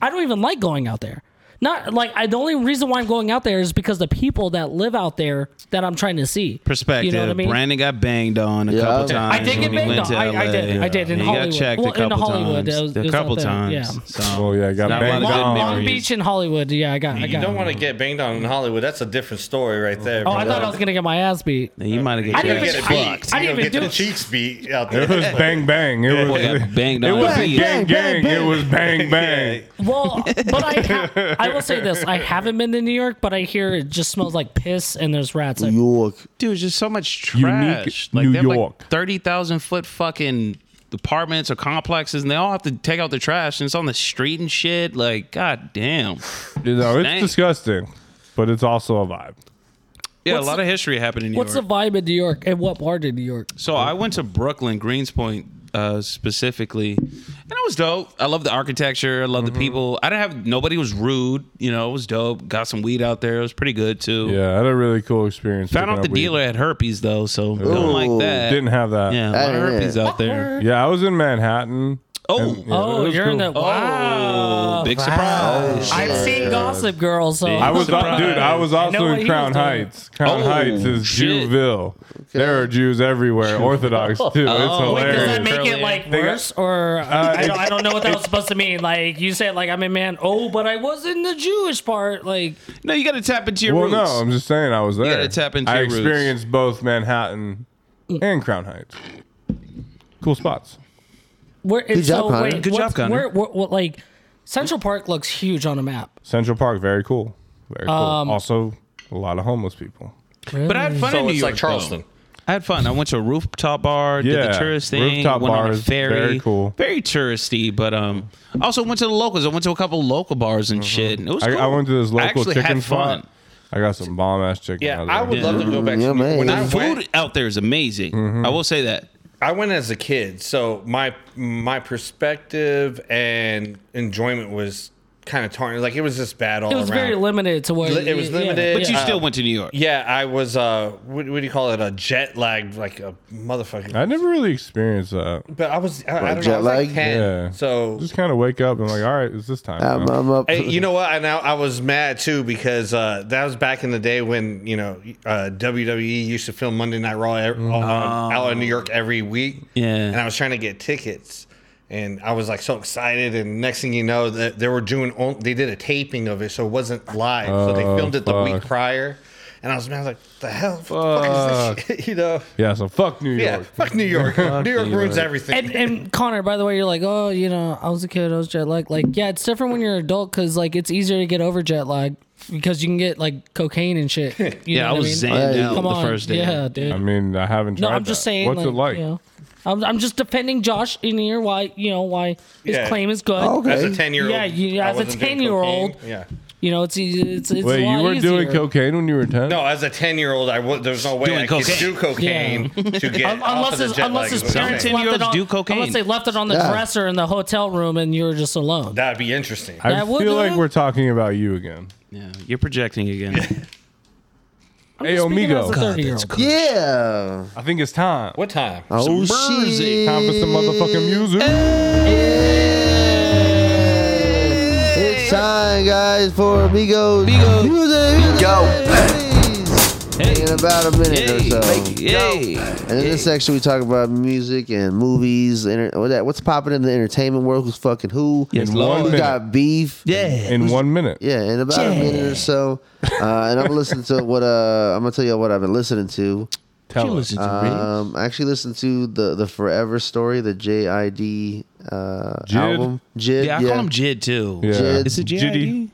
S4: I don't even like going out there. Not like I, the only reason why I'm going out there is because the people that live out there that I'm trying to see.
S1: Perspective.
S4: You know what I mean?
S1: Brandon got banged on a
S3: Yeah.
S1: couple times.
S4: I did get
S1: when he
S4: banged
S1: went
S4: on.
S1: to
S4: I- I
S1: LA.
S4: did. I did in
S1: he
S4: Hollywood.
S1: got checked
S4: Well,
S1: a
S4: in
S1: couple
S4: Hollywood,
S1: times.
S4: it was- it
S1: a
S4: was
S1: couple
S4: out there,
S1: times.
S4: yeah.
S1: So,
S2: Oh, yeah, got
S1: not a lot of
S2: banged
S1: good
S2: on.
S4: Long
S1: memories.
S4: Beach in Hollywood. Yeah, I got. I
S5: You
S4: got.
S5: don't want to get banged on in Hollywood. That's a different story right there.
S4: oh, I thought I was gonna get my ass beat.
S1: Yeah, You might have
S4: I
S1: got
S4: didn't
S5: gonna
S1: checked.
S5: get
S4: even-
S5: it
S4: I-
S5: beat.
S4: I
S5: You
S4: didn't
S5: gonna
S4: even
S5: get
S4: do
S5: the
S4: it.
S5: cheeks beat out
S2: It was
S5: *laughs* there.
S2: bang bang. It was
S1: Boy
S4: *laughs*
S1: got banged
S2: it
S1: on.
S2: was
S1: Bang,
S2: gang gang. It was bang bang.
S4: Well, but I ha- I will say this: I haven't been to New York, but I hear it just smells like piss and there's rats.
S3: New
S4: Like,
S3: York.
S1: Dude, it's just so much
S2: Unique
S1: trash. like
S2: New
S1: they have
S2: York.
S1: like thirty thousand foot fucking apartments or complexes, and they all have to take out the trash, and it's on the street and shit. Like, god damn.
S2: You know, it's
S1: Stank.
S2: disgusting, but it's also a vibe.
S1: Yeah,
S4: What's
S1: a lot of history happened in New
S4: what's the
S1: York.
S4: vibe in New York? And what part of New York?
S1: so I went to Brooklyn, Greenspoint uh, specifically, and it was dope. I love the architecture. I love the people. I didn't have nobody was rude. You know, it was dope. Got some weed out there. It was pretty good too.
S2: Yeah, I had a really cool experience.
S1: Found
S2: picking
S1: out the
S2: up weed.
S1: dealer had herpes though, so don't like
S3: Ooh.
S1: that.
S2: didn't have that.
S1: yeah, a lot of
S3: Hey,
S1: herpes
S3: yeah.
S1: out there.
S2: Yeah, I was in Manhattan.
S1: Oh.
S2: and, yeah,
S4: Oh,
S2: it was
S4: you're in
S2: cool.
S4: the wow.
S1: big surprise.
S4: I've seen Gossip Girl, so
S1: Big
S2: I was, uh,
S1: Surprise.
S2: dude. I was
S4: know
S2: also
S4: what he
S2: in
S4: was
S2: Crown
S4: doing.
S2: Heights. Crown
S1: Oh,
S2: Heights is
S1: shit.
S2: Jewville. There are Jews everywhere. Orthodox too. it's
S1: Oh, wait,
S2: hilarious.
S4: does that make
S1: Earlier.
S4: it like
S2: got-
S4: worse, or uh,
S2: *laughs*
S4: I, don't, I don't know what that was supposed to mean? Like you said, like I'm a man. Oh, but I was in the Jewish part. Like
S1: No, you got to tap into your
S2: well,
S1: roots.
S2: no, I'm just saying I was there.
S1: gotta tap into
S2: I
S1: your roots.
S2: experienced both Manhattan and Crown Heights. Cool spots.
S4: where? Good
S3: job, Connor.
S1: Good job, Connor.
S4: Where, where, what, like Central Park looks huge on a map.
S2: Central Park, very cool. Very cool.
S4: Um,
S2: also, a lot of homeless people.
S1: but I had fun in
S5: So
S1: New
S5: it's
S1: York.
S5: like Charleston.
S1: though. I had fun. I went to a rooftop bar, did
S2: Yeah,
S1: the tourist thing,
S2: rooftop
S1: went on
S2: bar
S1: a
S2: is
S1: ferry.
S2: very cool.
S1: Very touristy, but um, I also went to the locals. I went to a couple local bars and shit. And it was
S2: Mm-hmm. I,
S1: cool.
S2: I went to this
S1: I
S2: local
S1: actually
S2: chicken
S1: had fun.
S2: spot. I got some bomb ass chicken.
S5: Yeah,
S2: out
S5: I
S2: there.
S5: would love to go back
S3: Yeah,
S5: to New
S3: man.
S5: York. When I
S1: The
S5: went,
S1: food out there is amazing.
S2: Mm-hmm.
S1: I will say that.
S5: I went as a kid, so my my perspective and enjoyment was kind of tarnished. Like it was just bad all
S4: It was
S5: around.
S4: very limited to where
S5: Li- it was
S4: yeah,
S5: limited.
S1: But you
S5: Yeah.
S1: still went to New York.
S5: yeah, I was. Uh, what, what do you call it? A jet lag, like a motherfucker.
S2: I never really experienced that.
S5: but I was. I, I don't know.
S3: jet
S5: I was like
S3: lag?
S5: ten.
S2: Yeah.
S5: So
S2: Just kind of wake up and like, all right, it's this time.
S3: I'm,
S2: you know?
S3: I'm up. *laughs*
S5: Hey, you know what? And I, I was mad too because uh, that was back in the day when you know uh, WWE used to film Monday Night Raw ev- on- out in New York every week.
S1: Yeah.
S5: and I was trying to get tickets, and I was like so excited. And next thing you know, that they were doing on- they did a taping of it, so it wasn't live. so they
S2: Oh,
S5: filmed it the week
S2: fuck.
S5: prior, and I was mad like, the hell, fuck is this shit?" *laughs* you know?
S2: yeah, so fuck New
S5: Yeah,
S2: York.
S5: fuck New York. New York
S1: New
S5: ruins
S1: York.
S5: everything.
S4: And, and Connor, by the way, you're like, oh, you know, I was a kid, I was jet lag. Like, yeah, it's different when you're an adult because like it's easier to get over jet lag because you can get like cocaine
S1: *laughs*
S4: and shit. You
S1: Yeah,
S4: know
S1: I
S4: what
S1: was
S4: mean?
S1: zanned
S3: Hey.
S1: out
S4: Come
S1: the
S4: on,
S1: first day.
S4: yeah, dude.
S2: I mean, I haven't
S4: no,
S2: tried
S4: I'm just
S2: that.
S4: saying.
S2: What's
S4: like,
S2: it like?
S4: You know, I'm, I'm just defending Josh in here. Why you know why his
S5: Yeah.
S4: claim is good.
S3: Oh, Okay.
S5: as a ten year old,
S4: Yeah, you- as a 10-year-old.
S5: yeah.
S4: You know, it's easy- it's it's
S2: Wait,
S4: a lot
S2: you were
S4: easier.
S2: doing cocaine when you were 10?
S5: No, as a ten year old, I would. There's no way
S1: Doing
S5: I could
S1: cocaine.
S5: do cocaine to get
S4: Un-
S5: off
S4: Unless
S5: of the
S4: his,
S5: jet
S4: unless
S5: lag
S4: his
S5: is what I'm
S4: parents
S5: saying.
S4: left it
S1: 10-year-olds
S4: on,
S1: do cocaine.
S4: unless they left it on the
S3: Yeah.
S4: dresser in the hotel room and you were just alone.
S5: that'd be interesting.
S2: I
S4: That would
S2: feel
S4: do
S2: like
S4: it?
S2: we're talking about you again.
S1: Yeah, you're projecting again.
S4: I'm
S2: Hey,
S4: just speaking
S2: amigo.
S4: as a
S2: God,
S4: 30 year old.
S3: yeah.
S2: I think it's time.
S5: what time?
S3: Oh,
S1: Some
S3: shit.
S2: Time for some motherfucking music.
S3: It's time, guys, for Migos.
S1: Migos.
S3: Music.
S6: Go.
S3: Please. In about a minute or
S2: um,
S3: so.
S1: Yay.
S3: And in this section, we talk about music and movies. Inter- what that- what's popping in the entertainment world? Who's fucking who?
S1: Yes,
S2: In
S1: Lord.
S2: one
S3: Who
S2: minute.
S3: got beef?
S1: Yeah.
S2: In one minute.
S3: Yeah, in about a minute or so. Uh, and I'm listening to what uh, I'm gonna tell you what I've been listening to.
S1: You
S2: Tell us.
S1: listen to
S5: Uh,
S3: Um, I actually listened to the the Forever Story, the JID uh,
S2: Jid?
S3: album. Jid,
S1: Riggs. Yeah,
S3: yeah,
S1: I call him Jid too.
S2: Yeah.
S3: Jid.
S1: Is it Jid?
S2: Jiddy?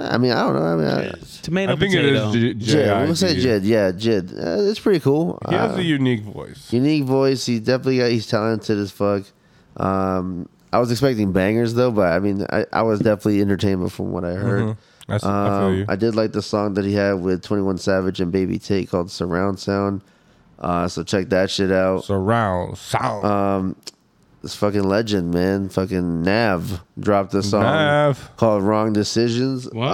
S3: I mean, I don't know. I mean, I,
S1: Tomato
S2: I think it
S1: potato.
S2: is J-
S3: Jid. I'm gonna
S2: JID.
S3: say Jid. Yeah, Jid. Uh, it's pretty cool.
S2: He has
S3: Uh,
S2: a unique voice.
S3: unique voice. He definitely got, he's talented as fuck. Um, I was expecting bangers though, but I mean, I, I was definitely entertained from what I heard.
S2: That's, I feel
S3: Um,
S2: you.
S3: I did like the song that he had with 21 Savage and Baby Tate called Surround Sound. Uh, so check that shit out.
S2: Surround sound.
S3: Uh, This fucking legend, man. Fucking Nav dropped a song
S2: Nav.
S3: called "Wrong Decisions." Um,
S1: What?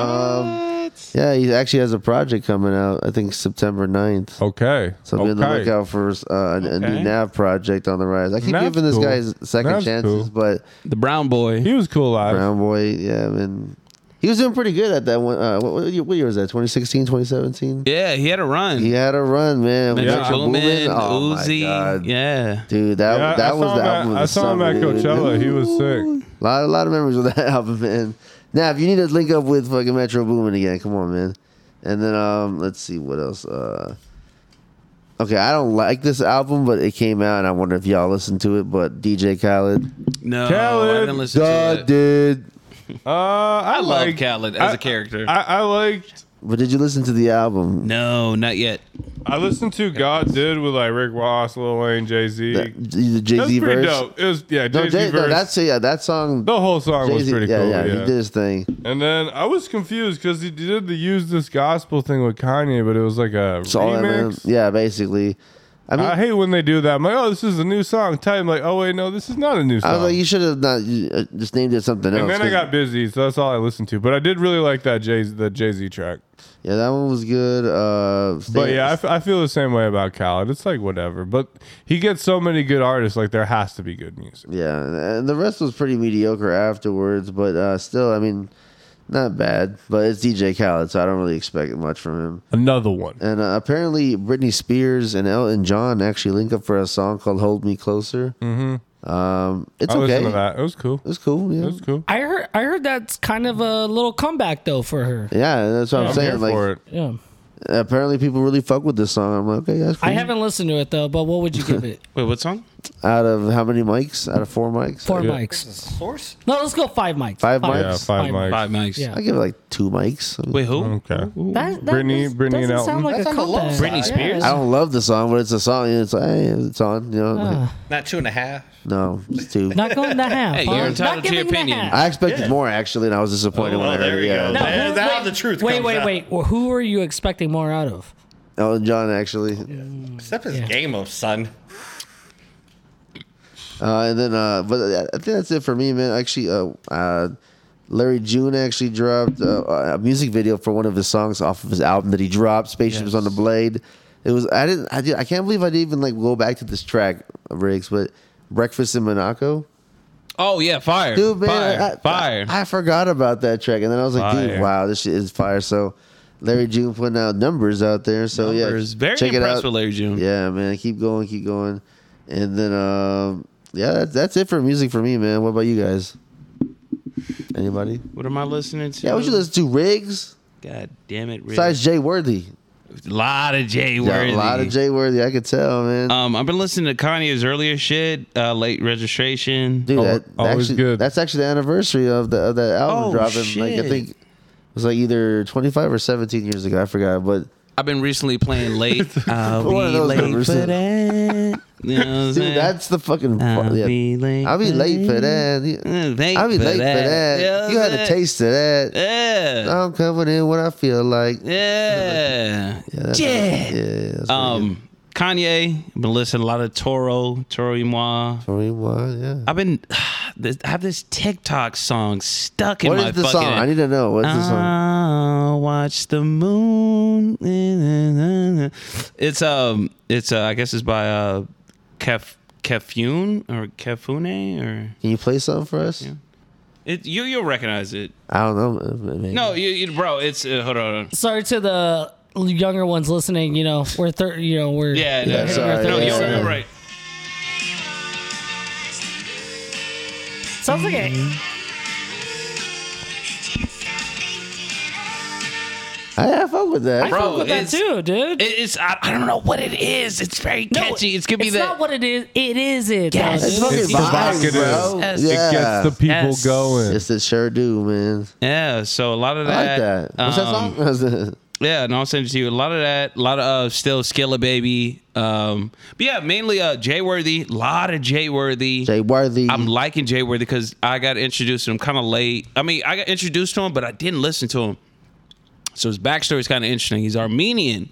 S3: yeah, he actually has a project coming out. I think September 9th.
S2: okay.
S3: So be
S2: okay.
S3: on the lookout for uh, a, a
S1: Okay.
S3: new Nav project on the rise. I keep
S2: Nav's
S3: giving this
S2: cool.
S3: guy his second
S2: Nav's cool.
S3: chances, but
S1: The brown boy.
S2: He was cool live.
S3: Brown Boy, yeah, I mean, he was doing pretty good at that one. Uh, what, what year- what year was that? 2016, 2017?
S1: Yeah, he had a run.
S3: He had a run, man.
S1: Metro
S3: Metro
S1: Boomin,
S3: Boomin, oh my
S1: Uzi.
S3: God.
S1: Yeah.
S3: Dude, that
S2: Yeah,
S3: that
S2: I
S3: was
S2: saw
S3: the
S2: him
S3: album.
S2: at,
S3: Of the
S2: I saw him
S3: summer,
S2: at
S3: dude.
S2: Coachella. He was sick.
S3: A lot, a lot of memories with *laughs* that album, man. Now, if you need to link up with fucking Metro Boomin again, come on, man. And then um, let's see what else. Uh, okay, I don't like this album, but it came out, and I wonder if y'all listened to it. But DJ Khaled,
S1: No, I
S2: Khaled.
S1: didn't listen
S3: duh,
S1: to it.
S3: dude.
S2: Uh, I,
S1: I love
S2: liked-
S1: Khaled as
S2: I-
S1: a character.
S2: I, I liked.
S3: But did you listen to the album?
S1: no, not yet.
S2: I listened to God did with like Rick Ross, Lil Wayne, Jay Z.
S3: The, the Jay
S2: That's
S3: Z
S2: pretty
S3: verse.
S2: dope. It was yeah,
S3: No,
S2: Jay Z
S3: Jay,
S2: verse.
S3: no, that's yeah, that song.
S2: the whole song was
S3: Jay-Z-
S2: pretty
S3: yeah,
S2: cool.
S3: yeah,
S2: Yeah,
S3: he did his thing.
S2: And then I was confused because he did the use this gospel thing with Kanye, but it was like a
S3: It's all in there.
S2: remix.
S3: Yeah, basically. I mean,
S2: I hate when they do that. I'm like, oh, this is a new song. Type I'm like, oh wait, no, this is not a new song.
S3: I was like, you should have not you, uh, just named it something
S2: and
S3: else.
S2: then I
S3: 'cause-
S2: got busy, so that's all I listened to. But I did really like that Jay the Jay Z track.
S3: yeah, that one was good. Uh,
S2: But yeah, I, f- I feel the same way about Khaled. It's like whatever. But he gets so many good artists. Like there has to be good music.
S3: Yeah, and the rest was pretty mediocre afterwards, but uh, still, I mean, not bad. But it's DJ Khaled, so I don't really expect much from him.
S2: Another one.
S3: And uh, apparently, Britney Spears and Elton John actually link up for a song called "Hold Me Closer." Mm-hmm. Um, it's
S2: I
S3: okay.
S2: listened to
S3: It
S2: that. It was cool.
S3: was cool. Yeah,
S2: It was cool.
S4: I heard I heard that's kind of a little comeback though for her.
S3: yeah, that's what I'm
S2: I'm here
S3: saying. Like,
S2: for it.
S4: Yeah.
S3: apparently, people really fuck with this song. I'm like, okay, that's cool.
S4: I haven't listened to it though, but what would you give it?
S1: Wait, what song?
S3: Out of how many mics? Out of four mics?
S1: *laughs*
S4: Four
S2: Yeah.
S4: mics.
S5: Source?
S4: No, let's go five mics.
S3: Five mics?
S2: Yeah, five mics.
S1: Five mics.
S4: Yeah.
S3: I give it like two mics.
S1: Wait, who?
S2: Okay.
S4: That, that
S2: Britney-
S4: does,
S2: Britney and
S4: doesn't
S2: Elton.
S4: sound like
S5: That's
S4: a
S5: on the low
S4: comeback.
S5: side.
S1: Britney Spears?
S3: I don't love the song, but it's a song. and It's like, hey, it's on. You know, like,
S4: Uh,
S5: Not two and a half.
S3: no, it's two.
S4: not going to half.
S1: Hey,
S4: huh?
S1: you're
S4: Not
S1: entitled to your
S4: giving the
S1: opinion.
S4: half.
S3: I expected more actually, and I was disappointed
S5: Oh,
S3: when I
S5: there
S3: heard it.
S5: we
S3: Yeah,
S5: go.
S4: No,
S5: Now-
S4: who-
S5: now
S4: wait,
S5: the truth
S4: Wait,
S5: comes
S4: wait,
S5: out.
S4: wait. Well, Who are you expecting more out of?
S3: Elton John actually,
S5: Step his
S4: Yeah.
S5: game up, son.
S3: uh, and then uh, but I think that's it for me, man. Actually, uh, uh, Larry June actually dropped uh, a music video for one of his songs off of his album that he dropped, "Spaceships on the Blade." It was I didn't I, did, I can't believe I didn't even like go back to this track, Riggs, but "Breakfast in Monaco."
S1: Oh yeah, fire.
S3: dude, man,
S1: fire.
S3: I, I-
S1: fire.
S3: I, forgot about that track, and then I was like, dude,
S2: Fire.
S3: wow, this shit is fire. So, Larry June putting out numbers out there. So
S1: Numbers.
S3: Oh, yeah,
S1: Very
S3: check it
S1: impressed
S3: out.
S1: with Larry June.
S3: Yeah, man, keep going, keep going, and then um, yeah, that's, that's it for music for me, man. What about you guys? Anybody?
S1: What am I listening to?
S3: Yeah, what you listen to? Riggs,
S1: God damn it, Rick.
S3: besides Jay Worthy.
S1: a lot of Jay
S3: Yeah,
S1: Worthy.
S3: a lot of Jay Worthy. I could tell, man.
S1: Um, I've been listening to Kanye's earlier shit, uh, late registration.
S3: Dude,
S2: Al-
S3: that,
S2: always
S3: actually,
S2: good.
S3: That's actually the anniversary of the of that album
S1: Oh,
S3: dropping. Like I
S1: shit.
S3: think it was like either twenty five or seventeen years ago. I forgot, but
S1: I've been recently playing
S3: *laughs*
S1: late. I'll
S3: One of
S1: be
S3: those
S1: late
S3: numbers.
S1: for that. You know what I'm
S3: Dude,
S1: saying?
S3: that's the fucking.
S1: I'll
S3: yeah.
S1: be late.
S3: I'll be late for that.
S1: Mm, thank
S3: I'll be
S1: for
S3: late for
S1: that.
S3: that.
S1: You know what
S3: You
S1: I'm
S3: had a
S1: saying?
S3: taste of that.
S1: Yeah.
S3: I'm coming in when I feel like.
S1: Yeah.
S3: that's-
S1: Yeah.
S3: Yeah. that's pretty good.
S1: Um, Kanye, I've been listening to a lot of Toro, Toro y Moi.
S3: Twenty one, Yeah.
S1: I've been *sighs* this, I have this TikTok song stuck in
S3: What
S1: my
S3: is the
S1: fucking Uh,
S3: song? I need to know. What's the song?
S1: I'll watch the moon. It's um, it's uh, I guess it's by uh, Kef Kefune or Kefune or
S3: Can you play something for us?
S1: it. You you'll recognize it.
S3: I don't know. uh, Maybe.
S1: No, you, you bro. It's uh, hold on, hold on.
S4: Sorry to the younger ones listening. You know, we're thir- You know, we're
S1: Yeah,
S3: Yeah,
S1: no,
S3: sorry,
S1: no,
S3: yeah,
S1: you're,
S3: sorry.
S1: you're right.
S4: Sounds like a
S3: I have fun with that.
S1: Bro,
S4: fuck with that
S1: it's-
S4: too, dude.
S1: It- It's I, I don't know what it is. It's very
S4: No,
S1: catchy. it's gonna be
S4: it's
S1: that.
S4: not what it is. It is it.
S1: Yes.
S4: though,
S3: it's
S4: dude.
S3: fucking
S2: It's
S3: vibes,
S2: provocative.
S3: bro.
S1: Yes. It
S3: Yeah.
S2: It gets the people
S1: Yes.
S2: going.
S3: Yes, it sure do, man.
S1: yeah. So a lot of
S3: I like
S1: that.
S3: that. What's
S1: um,
S3: that song?
S1: Yeah, no, I'll send it to you. A lot of that, a lot of uh, still Skilla Baby. Um, but yeah, mainly uh, Jay Worthy. A lot of Jay Worthy.
S3: *laughs* Jay Worthy.
S1: I'm liking Jay Worthy because I got introduced to him kind of late. I mean, I got introduced to him, but I didn't listen to him. So his backstory is kind of interesting. He's Armenian,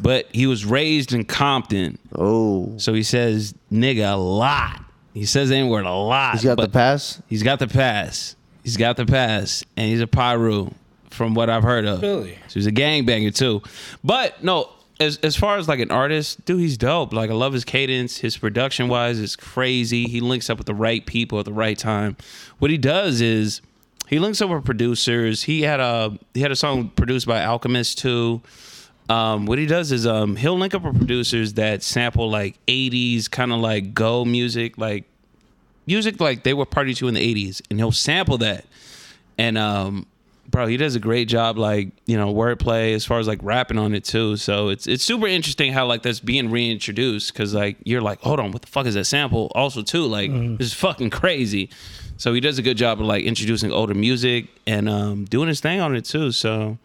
S1: but he was raised in Compton.
S3: Uh-huh. Oh,
S1: So he says nigga a lot. He says the N word a lot.
S3: he's got
S1: but
S3: the pass.
S1: He's got the pass. He's got the pass. And he's a Pyru, from what I've heard of.
S5: Really?
S1: So he's a gangbanger too. But no, as as far as like an artist, dude, he's dope. Like I love his cadence, his production wise is crazy. He links up with the right people at the right time. What he does is he links up with producers. He had a he had a song produced by Alchemist too. Um, what he does is um, he'll link up with producers that sample like 80s kind of like go music, like music like they were party to in the 80s and he'll sample that and um bro he does a great job like you know wordplay as far as like rapping on it too so it's it's super interesting how like that's being reintroduced because like you're like hold on what the fuck is that sample also too like this is fucking crazy so he does a good job of like introducing older music and um doing his thing on it too so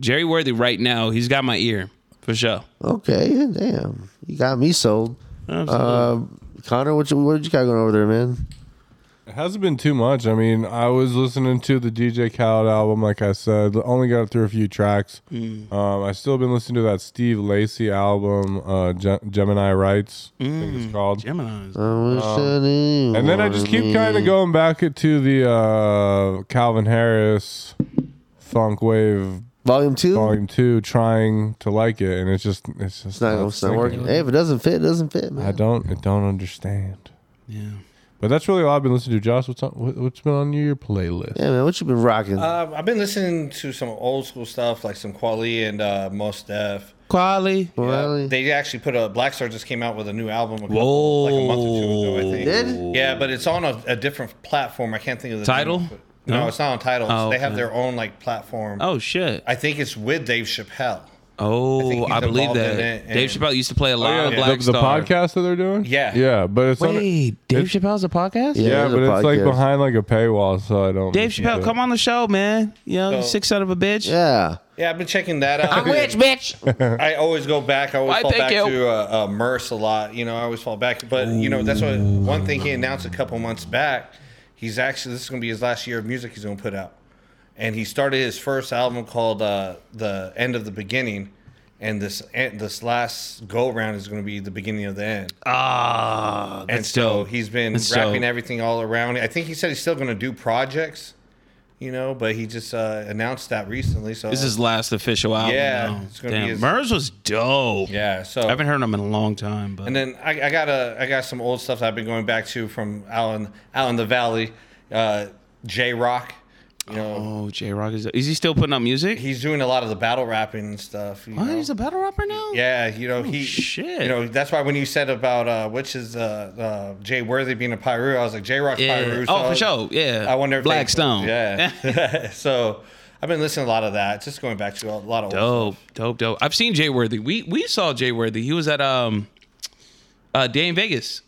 S1: jerry worthy right now he's got my ear for sure
S3: Okay, damn, you got me sold. Uh, Connor, what you, what you got going over there, man?
S2: It hasn't been too much. I mean, I was listening to the DJ Khaled album, like I said, only got through a few tracks.
S3: Mm.
S2: Um, I still been listening to that Steve Lacy album, uh, Ge- Gemini Rights, I think
S3: Mm.
S2: it's called.
S1: gemini's
S2: Um, And then I just keep kind of going back to the uh, Calvin Harris funk wave
S3: volume two.
S2: volume two, trying to like it, and it's just it's just
S3: It's not,
S2: not
S3: it's not
S2: sinking.
S3: working. Hey, if it doesn't fit, it doesn't fit, man.
S2: I don't I don't understand.
S1: yeah
S2: But that's really all I've been listening to. Josh, what's on, what- what's been on your playlist?
S3: Yeah, man, what you been rocking?
S5: Uh, I've been listening to some old school stuff like some Quali and uh, Mos Def.
S1: quality
S3: Really?
S5: They actually put a Black Star just came out with a new album. A couple,
S1: whoa
S5: like a month or two ago, I think.
S3: Did?
S5: Yeah, but it's on a, a different platform. I can't think of the
S1: Tidal?
S5: Name, but- no,
S1: No?
S5: it's not on title.
S1: Oh,
S5: They have
S1: okay.
S5: their own like platform.
S1: oh shit
S5: I think it's with Dave Chappelle.
S1: Oh,
S5: think
S1: I,
S5: he's
S1: believe
S5: involved
S1: that.
S5: in it,
S1: Dave
S5: and-
S1: Chappelle used to play a lot of
S2: Oh, the,
S1: Black
S2: the
S1: Star.
S2: podcast that they're doing.
S5: Yeah.
S2: yeah, but it's on-
S1: Wait, Dave Chappelle's a podcast?
S2: yeah,
S3: there's a
S2: but it's like
S3: podcast.
S2: behind like a paywall, so I don't.
S1: Dave
S2: listen
S1: Chappelle,
S2: to it.
S1: come on the show, man. You know, you
S5: So-
S1: sick son of a bitch.
S3: Yeah,
S5: Yeah, I've been checking that out.
S1: bitch.
S5: I always go back. I always
S1: Why,
S5: fall
S1: thank
S5: back
S1: you.
S5: to uh, uh, Merce a lot. You know, I always fall back. But you know, that's what one thing he announced a couple months back. He's actually this is going to be his last year of music he's going to put out, and he started his first album called uh, "The End of the Beginning," and this and this last go round is going to be the beginning of the end.
S1: Ah,
S5: and
S1: Oh, that's
S5: so
S1: dope.
S5: he's been
S1: That's dope.
S5: wrapping everything all around. I think he said he's still going to do projects, you know, but he just uh, announced that recently. So
S1: This is his last official album.
S5: Yeah,
S1: now.
S5: it's gonna be
S1: Damn,
S5: his-
S1: Murs was dope.
S5: yeah. So
S1: I haven't heard him in a long time, but
S5: And then I, I got a I got some old stuff I've been going back to from out in out in the valley, uh, J Rock. You know,
S1: oh, J Rock is. Is he still putting out music?
S5: he's doing a lot of the battle rapping and stuff. You
S1: what?
S5: know?
S1: He's a battle rapper now.
S5: yeah, you know he.
S1: shit.
S5: You know that's why when you said about uh, which is uh, uh, Jay Worthy being a Pyru, I was like J Rock
S1: Yeah.
S5: Pyru.
S1: oh, for sure.
S5: so
S1: Yeah.
S5: I wonder if they-
S1: Blackstone. *laughs*
S5: yeah. *laughs* so I've been listening to a lot of that. Just going back to a lot of old.
S1: Dope, dope, dope. I've seen Jay Worthy. We we saw Jay Worthy. He was at um uh Day in Vegas.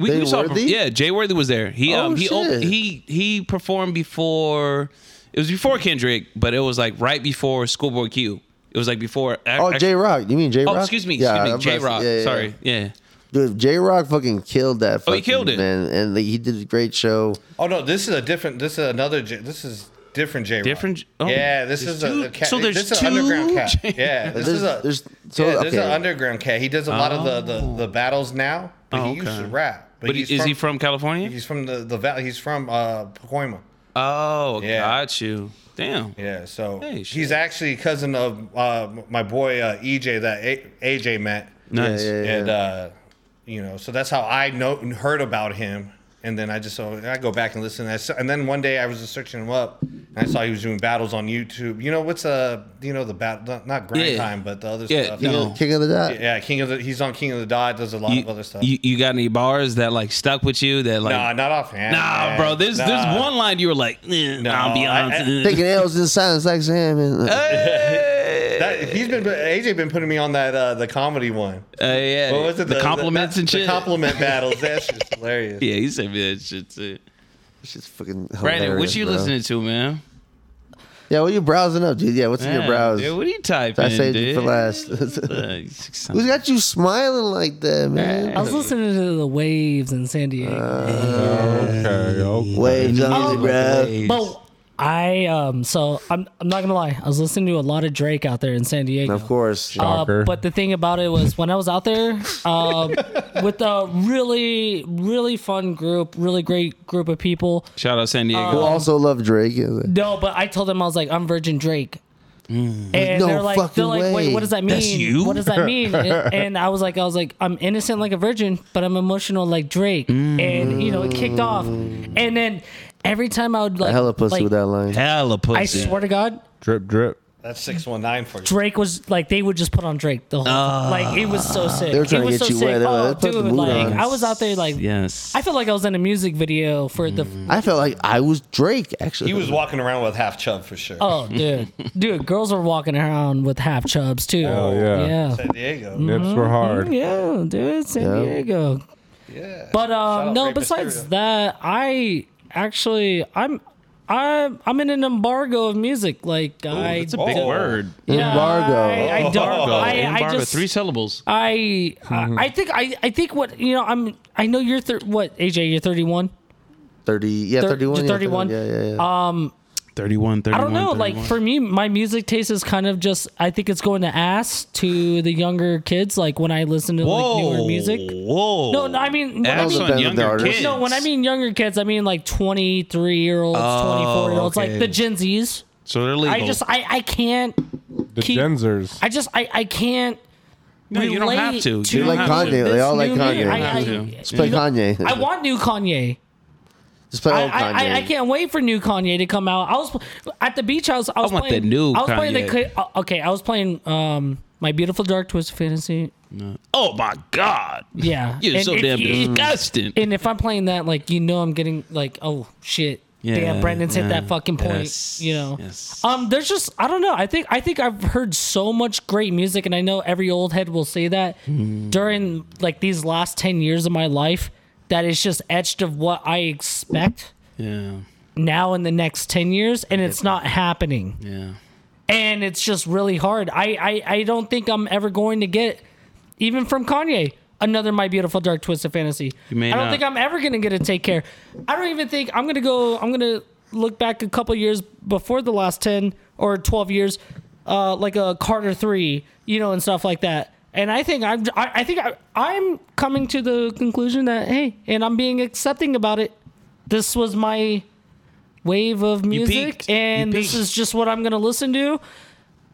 S1: We,
S3: Jay
S1: saw him-
S3: Worthy?
S1: yeah, Jay Worthy was there. He
S3: Oh,
S1: um he op-
S3: shit.
S1: he he performed before it was before Kendrick, but it was like right before Schoolboy Q. It was like before
S3: Oh, J Rock. You mean J Rock?
S1: Oh, excuse me, excuse me, J Rock. Sorry. Yeah.
S3: Dude, J Rock fucking killed that. Fucking,
S1: Oh, he killed it.
S3: man. And like, he did a great show.
S5: Oh no, this is a different. This is another. J- This is different J. Rock.
S1: Different J- oh,
S5: yeah, this
S1: there's
S5: is a, a
S1: two-
S5: cat.
S1: so there's
S5: this is
S1: two
S5: an underground cat.
S1: J-
S5: Yeah, this
S3: There's-
S5: is a
S3: there's- so,
S5: yeah, there's
S3: okay.
S5: an underground cat. He does a lot of the, the, the battles now, but
S1: Oh,
S5: he used
S1: okay.
S5: to rap.
S1: But he-
S5: he's
S1: is he from California?
S5: He's from the the valley. He's from uh Pacoima.
S1: oh,
S5: Yeah.
S1: got you. Damn.
S5: Yeah, so
S1: Hey, shit.
S5: he's actually cousin of uh, my boy uh, EJ that a- AJ met,
S1: Nice.
S3: Yeah, yeah, yeah.
S5: and uh, you know, so that's how I know heard about him. And then I just so I go back and listen. And, I s- and then one day I was just searching him up, and I saw he was doing battles on YouTube. You know what's uh you know the battle not, not grind
S1: Yeah.
S5: time, but the other
S1: Yeah,
S5: stuff.
S1: no.
S3: King, of, King of the Dot.
S5: Yeah, King of the he's on King of the Dot. Does a lot of other stuff.
S1: You, you got any bars that like stuck with you that like
S5: nah, not offhand.
S1: Nah,
S5: man.
S1: bro. There's
S5: Nah.
S1: there's one line you were like, eh, nah,
S3: *laughs*
S1: Beyonce.
S3: Taking L's in silence like Sam. And,
S1: Hey.
S5: That, he's been AJ been putting me on that uh, the comedy one.
S1: Uh, yeah.
S5: What was it?
S1: The, compliments
S5: the-
S1: and shit.
S5: The compliment battles.
S1: *laughs*
S5: That's just hilarious.
S1: yeah, he sent me that shit too.
S3: it's just fucking
S1: Brandon,
S3: hilarious,
S1: what you
S3: bro.
S1: listening to, man?
S3: Yeah, what you browsing up, dude? Yeah, what's in your
S1: Man,
S3: browse?
S1: Dude, what are you typing?
S3: I saved
S1: dude?
S3: you for last.
S1: *laughs* Like, six-
S3: Who's got you smiling like that, man?
S4: I was listening to the
S3: Uh,
S4: waves in San Diego,
S2: Okay, okay.
S3: Waves
S1: Oh,
S3: on the ground.
S1: waves.
S4: but I um so I'm I'm not gonna lie. I was listening to a lot of Drake out there in San Diego.
S3: Of course.
S4: Uh,
S2: Shocker.
S4: but the thing about it was when I was out there
S3: *laughs*
S4: um, with a really, really fun group, really great group of people.
S1: Shout out San Diego.
S3: Who
S4: um,
S3: also love Drake.
S4: No, but I told them I was like, I'm Virgin Drake. And
S3: Mm-hmm. No
S4: they're like,
S3: fucking
S4: they're like,
S3: way.
S4: wait, what does that mean?
S1: That's you?
S4: What does that mean? and, and I was like, I was like, I'm innocent like a virgin, but I'm emotional like Drake. And you know, it kicked off. And then every time I would like,
S3: Mm. Hella pussy
S4: like,
S3: with that line.
S1: Hella pussy.
S4: I swear to God,
S2: Drip, drip.
S5: That's six one nine for you.
S4: Drake was like they would just put on Drake the whole like it was so sick.
S3: Ah. They were trying
S4: it
S3: to
S4: was
S3: get
S4: so
S3: you
S4: sick.
S3: wet. They were
S4: Oh,
S3: like, "Put the
S4: dude,
S3: mood
S4: like
S3: on."
S4: I was out there like
S1: Yes.
S4: I felt like I was in a music video for the
S3: I felt like I was Drake, actually.
S5: He was walking around with half chub for sure.
S4: oh dude dude girls were walking around with half chubs too.
S2: Oh, yeah.
S4: yeah. Mm-hmm.
S5: San Diego.
S2: Nips were hard.
S4: Yeah, dude, San Diego.
S5: Yeah.
S4: But
S5: Shout
S4: um,
S5: out
S4: no.
S5: Rey
S4: Besides
S5: Mysterio.
S4: that, I actually I'm I'm I'm in an embargo of music. Like I
S1: It's a big
S5: Oh.
S1: word.
S4: yeah,
S3: Embargo.
S4: I, I don't.
S5: Embargo.
S4: I, I
S1: Embargo,
S4: just
S1: three syllables.
S4: I I I think I I think what you know I'm I know you're thir- what AJ you're 31.
S3: 30, yeah,
S4: Thir- Uh,
S3: 31. yeah,
S4: 31.
S3: Yeah, yeah, yeah.
S1: 31, 31.
S4: I don't know. Like for me, my music taste is kind of just. I think it's going to ass to the younger kids. Like when I listen to like newer music.
S1: Whoa.
S4: No, no, I mean, when I
S1: Ass
S3: Those
S4: mean
S3: are
S1: on
S3: better
S1: younger
S3: than the
S1: kids. Oh,
S4: No, when I mean younger kids, I mean like 23 year olds, 24 year olds,
S1: okay.
S4: like the Gen Zs.
S1: so they're legal.
S4: I just, I, I can't,
S2: The
S4: Keep-
S2: Genzers.
S4: I just, I, I can't.
S1: No, you don't have
S4: relate
S1: to. You
S4: to
S1: don't
S3: like
S1: have
S3: Kanye.
S1: to.
S3: They
S4: this
S3: all like
S4: new music.
S3: Kanye.
S4: I,
S1: Have to.
S4: I,
S3: Just play Kanye.
S4: I want new Kanye.
S3: Just play
S4: I,
S3: old Kanye.
S4: I, I, I can't wait for new Kanye to come out. I was at the beach. I was. I was
S1: want
S4: playing
S1: the new
S4: I was playing the
S1: Kanye.
S4: cli- uh, okay. I was playing um my beautiful dark twisted fantasy.
S1: Oh my God.
S4: Yeah,
S1: *laughs* You're
S4: And
S1: so
S4: if
S1: damn
S4: you-
S1: disgusting.
S4: And if I'm playing that, like you know, I'm getting like oh shit.
S1: Yeah,
S4: Damn, Brendan's
S1: yeah.
S4: hit that fucking point.
S1: Yes,
S4: You know.
S1: yes.
S4: Um, there's just I don't know. I think I think I've heard so much great music, and I know every old head will say that
S1: Hmm.
S4: during like these last ten years of my life, that it's just etched of what I expect
S1: Yeah.
S4: now in the next 10 years and it's not happening
S1: Yeah.
S4: and it's just really hard I, I i don't think i'm ever going to get even from kanye another my beautiful dark twisted fantasy
S1: You may
S4: i don't
S1: not.
S4: think i'm ever going to get to take care i don't even think i'm going to go i'm going to look back a couple years before the last 10 or 12 years uh, like a carter 3 you know and stuff like that and I think I'm. I I think I, I'm coming to the conclusion that hey, and I'm being accepting about it. This was my wave of music
S1: peaked. You
S4: and this
S1: peaked.
S4: is just what I'm going to listen to.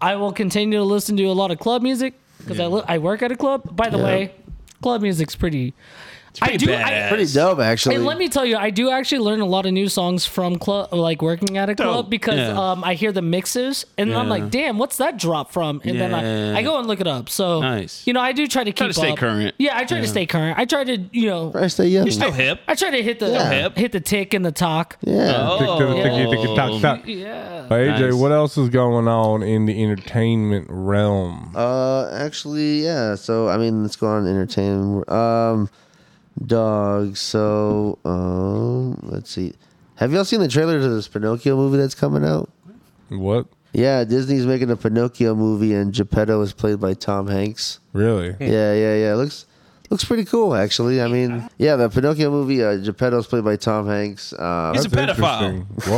S4: I will continue to listen to a lot of club music because I, li- I work at a club. By the way, club music's pretty. I
S1: pretty
S4: do.
S1: badass.
S4: I,
S3: Pretty dope, actually.
S4: and let me tell you, I do actually learn a lot of new songs from club, like working at a club, because
S1: Yeah.
S4: um, I hear the mixes and I'm
S1: Yeah.
S4: like, damn, what's that drop from? And then
S1: Yeah.
S4: I, I go and look it up. So
S1: Nice.
S4: you know, I do try to keep
S1: to stay
S4: up.
S1: current.
S4: Yeah, I try to stay current. I try to you know,
S3: I stay young.
S1: Still hip.
S4: I try to hit the
S1: Hip.
S4: hit the tick and the talk. uh-huh.
S3: Yeah.
S1: Oh.
S4: Yeah.
S2: Hey, AJ,
S1: Nice.
S2: what else is going on in the entertainment realm?
S3: Uh, actually, yeah. So I mean, let's go on entertainment. Um, dog. So um, let's see. Have y'all seen the trailer to this Pinocchio movie that's coming out?
S2: What?
S3: Yeah, Disney's making a Pinocchio movie, and Geppetto is played by Tom Hanks.
S2: Really?
S3: Yeah, yeah, yeah. Looks looks pretty cool, actually. I mean, yeah, the Pinocchio movie. Uh, Geppetto's played by Tom Hanks. Uh,
S1: He's a pedophile.
S2: interesting.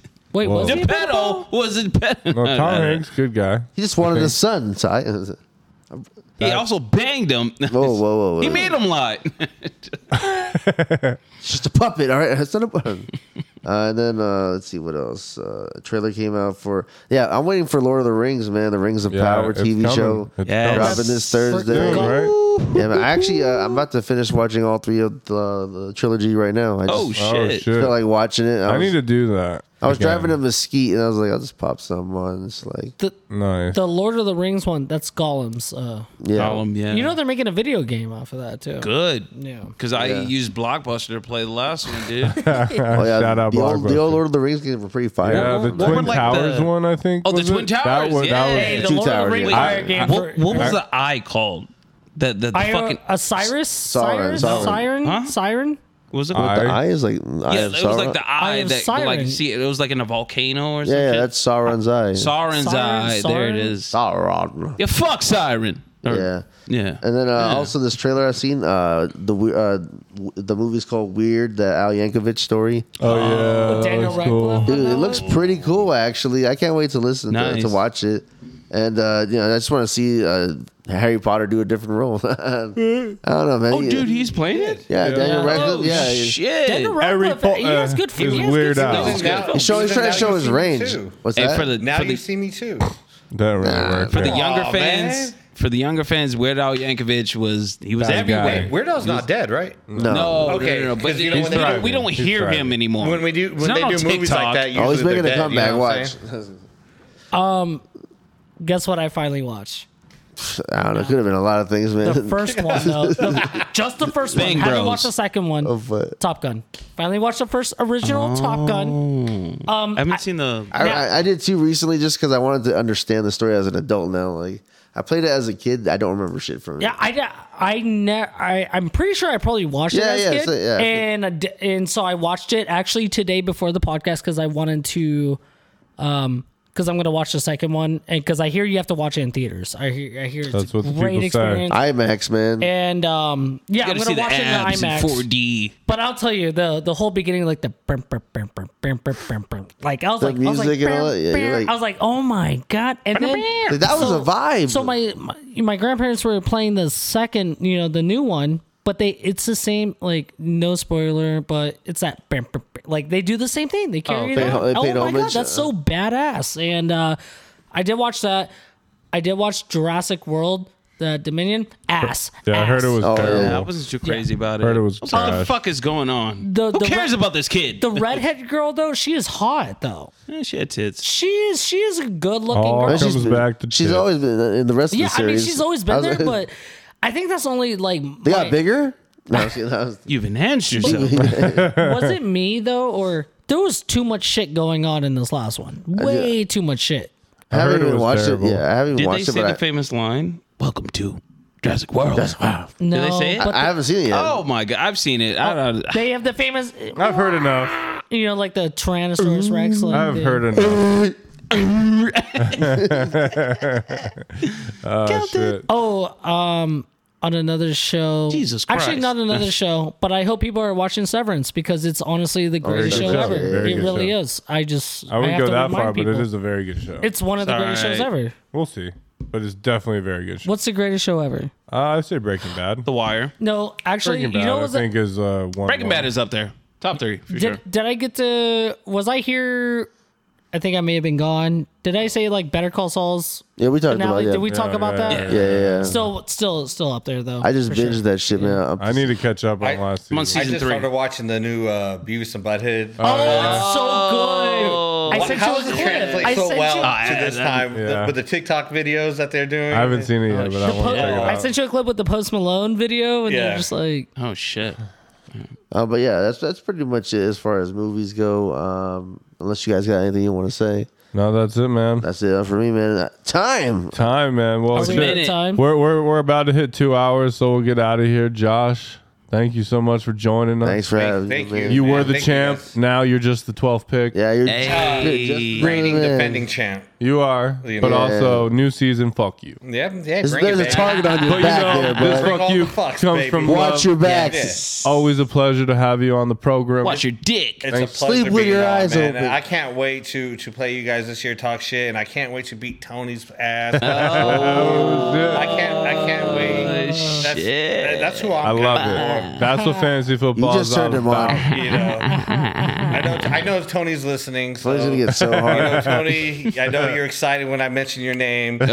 S1: *laughs*
S2: Whoa.
S4: Wait,
S2: Whoa.
S4: was he a
S1: Geppetto was a pedo.
S2: No, Tom Hanks, good guy.
S3: he just wanted a son. So I, *laughs* whoa,
S1: *laughs* He also banged him. *laughs*
S3: whoa, whoa, whoa.
S1: He made him lie. *laughs* Oh,
S3: just a puppet. All right, *laughs* it's not
S1: *laughs*
S3: a puppet. Uh, and then uh, let's see what else. Uh, a trailer came out for yeah. I'm waiting for Lord of the Rings, man. The Rings of
S2: Yeah,
S3: Power
S2: it's
S3: TV
S2: coming.
S3: show
S2: It's
S1: Yes.
S2: coming.
S3: dropping this Thursday.
S2: Soon, right?
S3: Yeah, man, I actually uh, I'm about to finish watching all three of the, the trilogy right now. I just
S1: Oh shit.
S2: Oh, shit.
S3: feel like watching it. I,
S2: I
S3: was,
S2: need to do that.
S3: I was
S2: again.
S3: driving to Mesquite and I was like, I'll just pop some on. It's like
S4: the
S2: *laughs* Nice.
S4: the Lord of the Rings one? That's Gollum's. Uh,
S3: yeah,
S1: Column, yeah.
S4: You know they're making a video game off of that too.
S1: good.
S4: Yeah.
S1: Cause I used Blockbuster to play the last one, dude.
S3: oh, yeah
S2: Shout out
S3: the, old,
S2: Blockbuster.
S3: the old Lord of the Rings games were pretty fire.
S2: yeah, the
S1: what were
S2: Twin
S1: like
S2: Towers
S1: the-
S2: one, I think.
S1: Oh, the
S2: was
S1: Twin
S2: it?
S1: Towers,
S2: That was,
S1: yeah.
S2: that
S4: Hey,
S2: was
S4: the
S3: Two
S4: Lord of
S3: Towers,
S4: the Rings
S3: yeah.
S4: fire
S1: I-
S4: game.
S1: what,
S4: for-
S1: what was the eye called? The the, the
S4: I-
S1: fucking
S4: Osiris,
S3: Siren,
S4: Siren,
S3: Siren.
S4: Siren,
S1: Huh?
S4: Siren.
S1: was it?
S2: I-
S3: The eye is like eye
S1: yeah,
S3: of
S1: it was
S3: Sauron.
S1: like the
S4: Eye
S1: eye
S4: of
S1: that like you
S4: Siren.
S1: see. It was like in a volcano or
S3: yeah,
S1: something.
S3: yeah, that's Sauron's eye.
S1: Siren's
S4: Siren,
S1: eye. There it
S4: Siren.
S1: is.
S3: Sauron.
S1: Yeah, fuck Siren. Or-
S3: yeah.
S1: Yeah.
S3: And then uh,
S1: Yeah.
S3: also this trailer I've seen, uh, the we- uh, w- the movie's called Weird, the Al Yankovic story.
S2: Oh yeah,
S4: With
S2: that
S4: Daniel
S2: looks cool.
S4: Radcliffe.
S3: Dude, it looks pretty cool actually. I can't wait to listen to,
S1: Nice.
S3: to watch it. And uh, you know, I just want to see uh, Harry Potter do a different role. *laughs* I don't know, man.
S1: Oh,
S3: He-
S5: uh,
S1: dude, he's playing it.
S3: yeah, Daniel
S4: Yeah.
S3: Radcliffe.
S1: Oh
S3: yeah, he-
S1: shit!
S4: Daniel
S2: Every
S4: Radcliffe,
S2: po-
S4: he has good
S2: uh,
S4: feet.
S2: is
S4: He has
S2: Weird
S4: good feet.
S2: Al.
S1: This is good.
S3: he's, showing, he's trying to show his range. What's
S1: Hey,
S3: that?
S1: for the
S5: Now
S1: for
S5: you
S1: the,
S5: see me too.
S2: That really
S3: Nah,
S2: worked.
S1: for the
S2: Yeah.
S1: younger
S5: Aw,
S1: fans,
S5: man.
S1: for the younger fans, Weird Al Yankovic was he was
S2: That
S1: everywhere.
S2: guy.
S5: Weird Al's not dead, right?
S3: no.
S1: No,
S5: Okay,
S1: no, no, no, But
S5: 'cause you know
S1: we,
S5: when they-
S1: don't, we don't
S2: He's
S1: hear
S2: thriving.
S1: him anymore.
S5: When we do
S1: It's
S5: when
S1: not
S5: they do
S1: on
S5: movies like
S1: TikTok.
S5: that, usually
S3: Oh, he's making
S5: they're
S3: a
S5: dead, you
S3: comeback.
S5: know what I'm
S3: Watch.
S5: saying?
S4: Guess what I finally watched?
S3: *laughs* I don't know. Could have been a lot of things, man. *laughs*
S4: The first one, though. The- just the first
S1: Bang
S4: one. Haven't
S1: Bros.
S4: watched the second one.
S3: Of what?
S4: Top Gun. Finally watched the first original Top Gun.
S1: I haven't seen the.
S3: I,
S4: Now-
S3: I, I did too recently, just because I wanted to understand the story as an adult. Now, like I played it as a kid, I don't remember shit from it.
S4: Yeah, I, I, ne- I I'm pretty sure I probably watched
S3: Yeah,
S4: it as
S3: yeah,
S4: a kid,
S3: so- yeah.
S4: and I di- and so I watched it actually today before the podcast because I wanted to, um, because I'm gonna watch the second one, and because I hear you have to watch it in theaters. I hear I hear it's
S2: That's
S4: a
S2: what the people
S4: great
S2: say.
S4: experience,
S3: IMAX, man.
S4: and um, yeah,
S1: You gotta
S4: I'm gonna
S1: see the
S4: watch it in
S1: abs in
S4: IMAX.
S1: 4D.
S4: But I'll tell you the the whole beginning, like the brum, brum, brum, brum, brum, brum, brum, brum. like I was
S3: The
S4: like, I was like,
S3: music and all
S4: "Brum,
S3: that? Yeah, you're
S4: brum."
S3: like-
S4: I was like, oh my god! And then
S3: Like, that was
S4: so-
S3: a vibe.
S4: so my, my my grandparents were playing the second, you know, the new one, but they it's the same like no spoiler, but it's that bam, bam, bam. like they do the same thing. They carry it
S3: they-
S4: out.
S3: they
S4: oh
S3: paid
S4: my god,
S3: homage,
S4: that's so badass. And uh I did watch that. I did watch Jurassic World, the Dominion. Ass.
S2: Yeah, I heard it
S4: ass.
S2: was
S3: Oh, yeah.
S2: terrible.
S1: I wasn't too crazy about it.
S2: Heard it was
S1: what the
S2: trash.
S1: fuck is going on?
S4: The-
S1: Who
S4: the
S1: cares
S4: re-
S1: about this kid?
S3: Oh.
S4: the redhead girl though. She is hot though.
S1: Eh, she had tits.
S4: She is she is a good looking
S2: Oh,
S4: girl.
S2: she's comes back to
S3: she's
S2: shit.
S3: always been in the rest
S4: yeah,
S3: of the
S4: I mean
S3: series.
S4: she's always
S3: I
S4: been
S3: was
S4: there,
S3: like-
S4: but I think that's only like
S3: they *laughs* got
S4: my- *laughs*
S3: bigger. No, I'm just kidding. That was-
S1: You've enhanced yourself.
S2: *laughs*
S4: was it me though, or there was too much shit going on in this last one?
S2: Uh,
S4: Way too much shit.
S3: *laughs* I
S2: heard
S3: haven't
S2: it
S3: even
S2: was
S3: watched
S2: terrible.
S3: it. Yeah, I haven't even
S1: Did they
S3: watched it.
S1: say
S3: But
S1: the
S3: I,
S1: famous line? Welcome to Jurassic World.
S4: No,
S1: they say it?
S4: but
S3: I haven't seen it yet.
S1: Oh my god, I've seen it. I don't.
S4: they have the famous,
S2: I've heard enough.
S4: you know, like the Tyrannosaurus Rex. Like
S2: I've
S4: the-
S2: heard enough. *laughs* oh shit!
S4: Oh, um, on another show.
S1: Jesus
S4: Actually,
S1: Christ.
S4: not another show, but I people are watching Severance because it's honestly the greatest
S2: good
S4: show
S2: show.
S4: ever.
S2: Oh, Very
S4: it
S2: good
S4: really
S2: show.
S4: is. Oh, I just
S2: I wouldn't
S4: have
S2: go
S4: to
S2: that
S4: remind
S2: far,
S4: people.
S2: but it is a very good show.
S4: It's one of the
S1: It's
S4: greatest shows
S1: alright.
S4: ever.
S2: we'll see, but it's definitely a very good show.
S4: What's the greatest show ever?
S2: Uh, I say Breaking Bad.
S1: The Wire.
S4: No, actually,
S2: Breaking Bad,
S4: you know
S2: I
S4: what's
S2: think, is uh, one.
S1: Breaking
S2: more.
S1: Bad is up there. Top three for
S4: Did,
S1: sure.
S4: did I get to? Was I here? I think I may have been gone. Did I say like Better Call Saul's
S3: yeah, we talked about
S4: finale?
S3: it. Yeah.
S4: Did we talk
S2: Yeah,
S4: about
S2: yeah, yeah.
S4: that?
S3: yeah, yeah, yeah.
S4: Still, still, still up there though.
S3: I just
S4: for
S3: binged
S4: sure.
S3: that shit, man. I'm-
S2: I need to catch up on
S5: I-
S2: last
S1: I'm
S2: season.
S1: on
S5: I
S1: Season
S5: just
S1: three.
S5: started watching the new uh, Beavis and Butthead.
S4: Oh, it's so good! I
S5: Wha-
S4: sent
S5: How
S4: you
S5: is
S4: a
S5: it
S4: clip. I
S5: translate so
S4: sent
S5: well
S4: you.
S1: Ah,
S5: to
S1: yeah,
S5: this
S1: that-
S5: time with the-
S2: yeah.
S5: with the TikTok videos that they're doing?
S2: I haven't seen it yet, but I
S4: the
S2: want
S4: po-
S2: to check it out.
S4: I sent you a clip with the Post Malone video, and
S5: Yeah.
S4: you're just like,
S1: Oh shit.
S3: Uh, but yeah, that's that's pretty much it as far as movies go. Um, unless you guys got anything you want to say,
S2: no, that's it, man.
S3: that's it for me, man. Uh, Time.
S2: Time, man. Well,
S4: "Are we
S2: shit.
S4: out of
S1: it.
S4: time?"
S2: We're, we're, we're about to hit two hours, so we'll get out of here. Josh, thank you so much for joining us.
S3: Thanks for having
S5: thank
S3: me. man.
S2: You were
S5: Man,
S2: the
S5: thank you,
S2: champ.
S5: guys.
S2: now you're just the 12th pick.
S3: Yeah, you're
S1: Hey.
S3: you're just-
S5: Reigning
S3: man.
S5: defending champ.
S2: You are,
S5: You
S2: but
S5: know.
S2: also new season. Fuck you.
S5: Yeah, yeah.
S3: There's,
S5: bring it
S3: there's a
S5: back.
S3: target on
S2: But
S3: your
S2: you
S3: back
S2: know,
S3: there,
S2: this
S3: bud.
S5: Bring
S2: fuck
S5: all
S2: you
S5: the fucks,
S2: comes
S5: baby.
S2: from love.
S3: Watch your back.
S5: Yeah.
S2: Always a pleasure to have you on the program.
S1: Watch your
S5: *laughs*
S1: dick.
S5: It's a
S2: Thanks.
S5: pleasure
S3: Sleep with
S5: being
S3: your
S5: on,
S3: eyes
S5: man.
S3: open.
S5: I can't wait to to play you guys this year, talk shit, and I can't wait to beat Tony's
S1: *laughs*
S5: ass. I can't. I can't wait. That's,
S1: Oh, shit.
S5: that's who I'm.
S2: I love
S5: gonna
S2: it. That's what fantasy football
S3: You just
S2: is all
S3: turned him
S2: about.
S3: on.
S5: be for, You know. I know. I know Tony's listening. So.
S3: It's gonna get so
S5: *laughs* you know,
S3: hard.
S5: Tony, I know you're excited when I mention your name.
S1: Oh,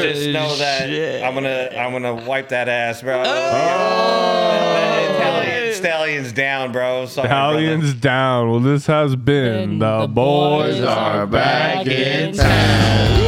S5: Just know that
S1: shit.
S5: I'm gonna I'm gonna wipe that ass, bro. Italian, stallions down, bro. Sorry, brother.
S2: Italians down. Well, this has been
S4: And
S2: the,
S4: the
S2: boys
S4: boys
S2: are
S4: are
S2: back
S4: back
S2: in
S4: in
S2: town.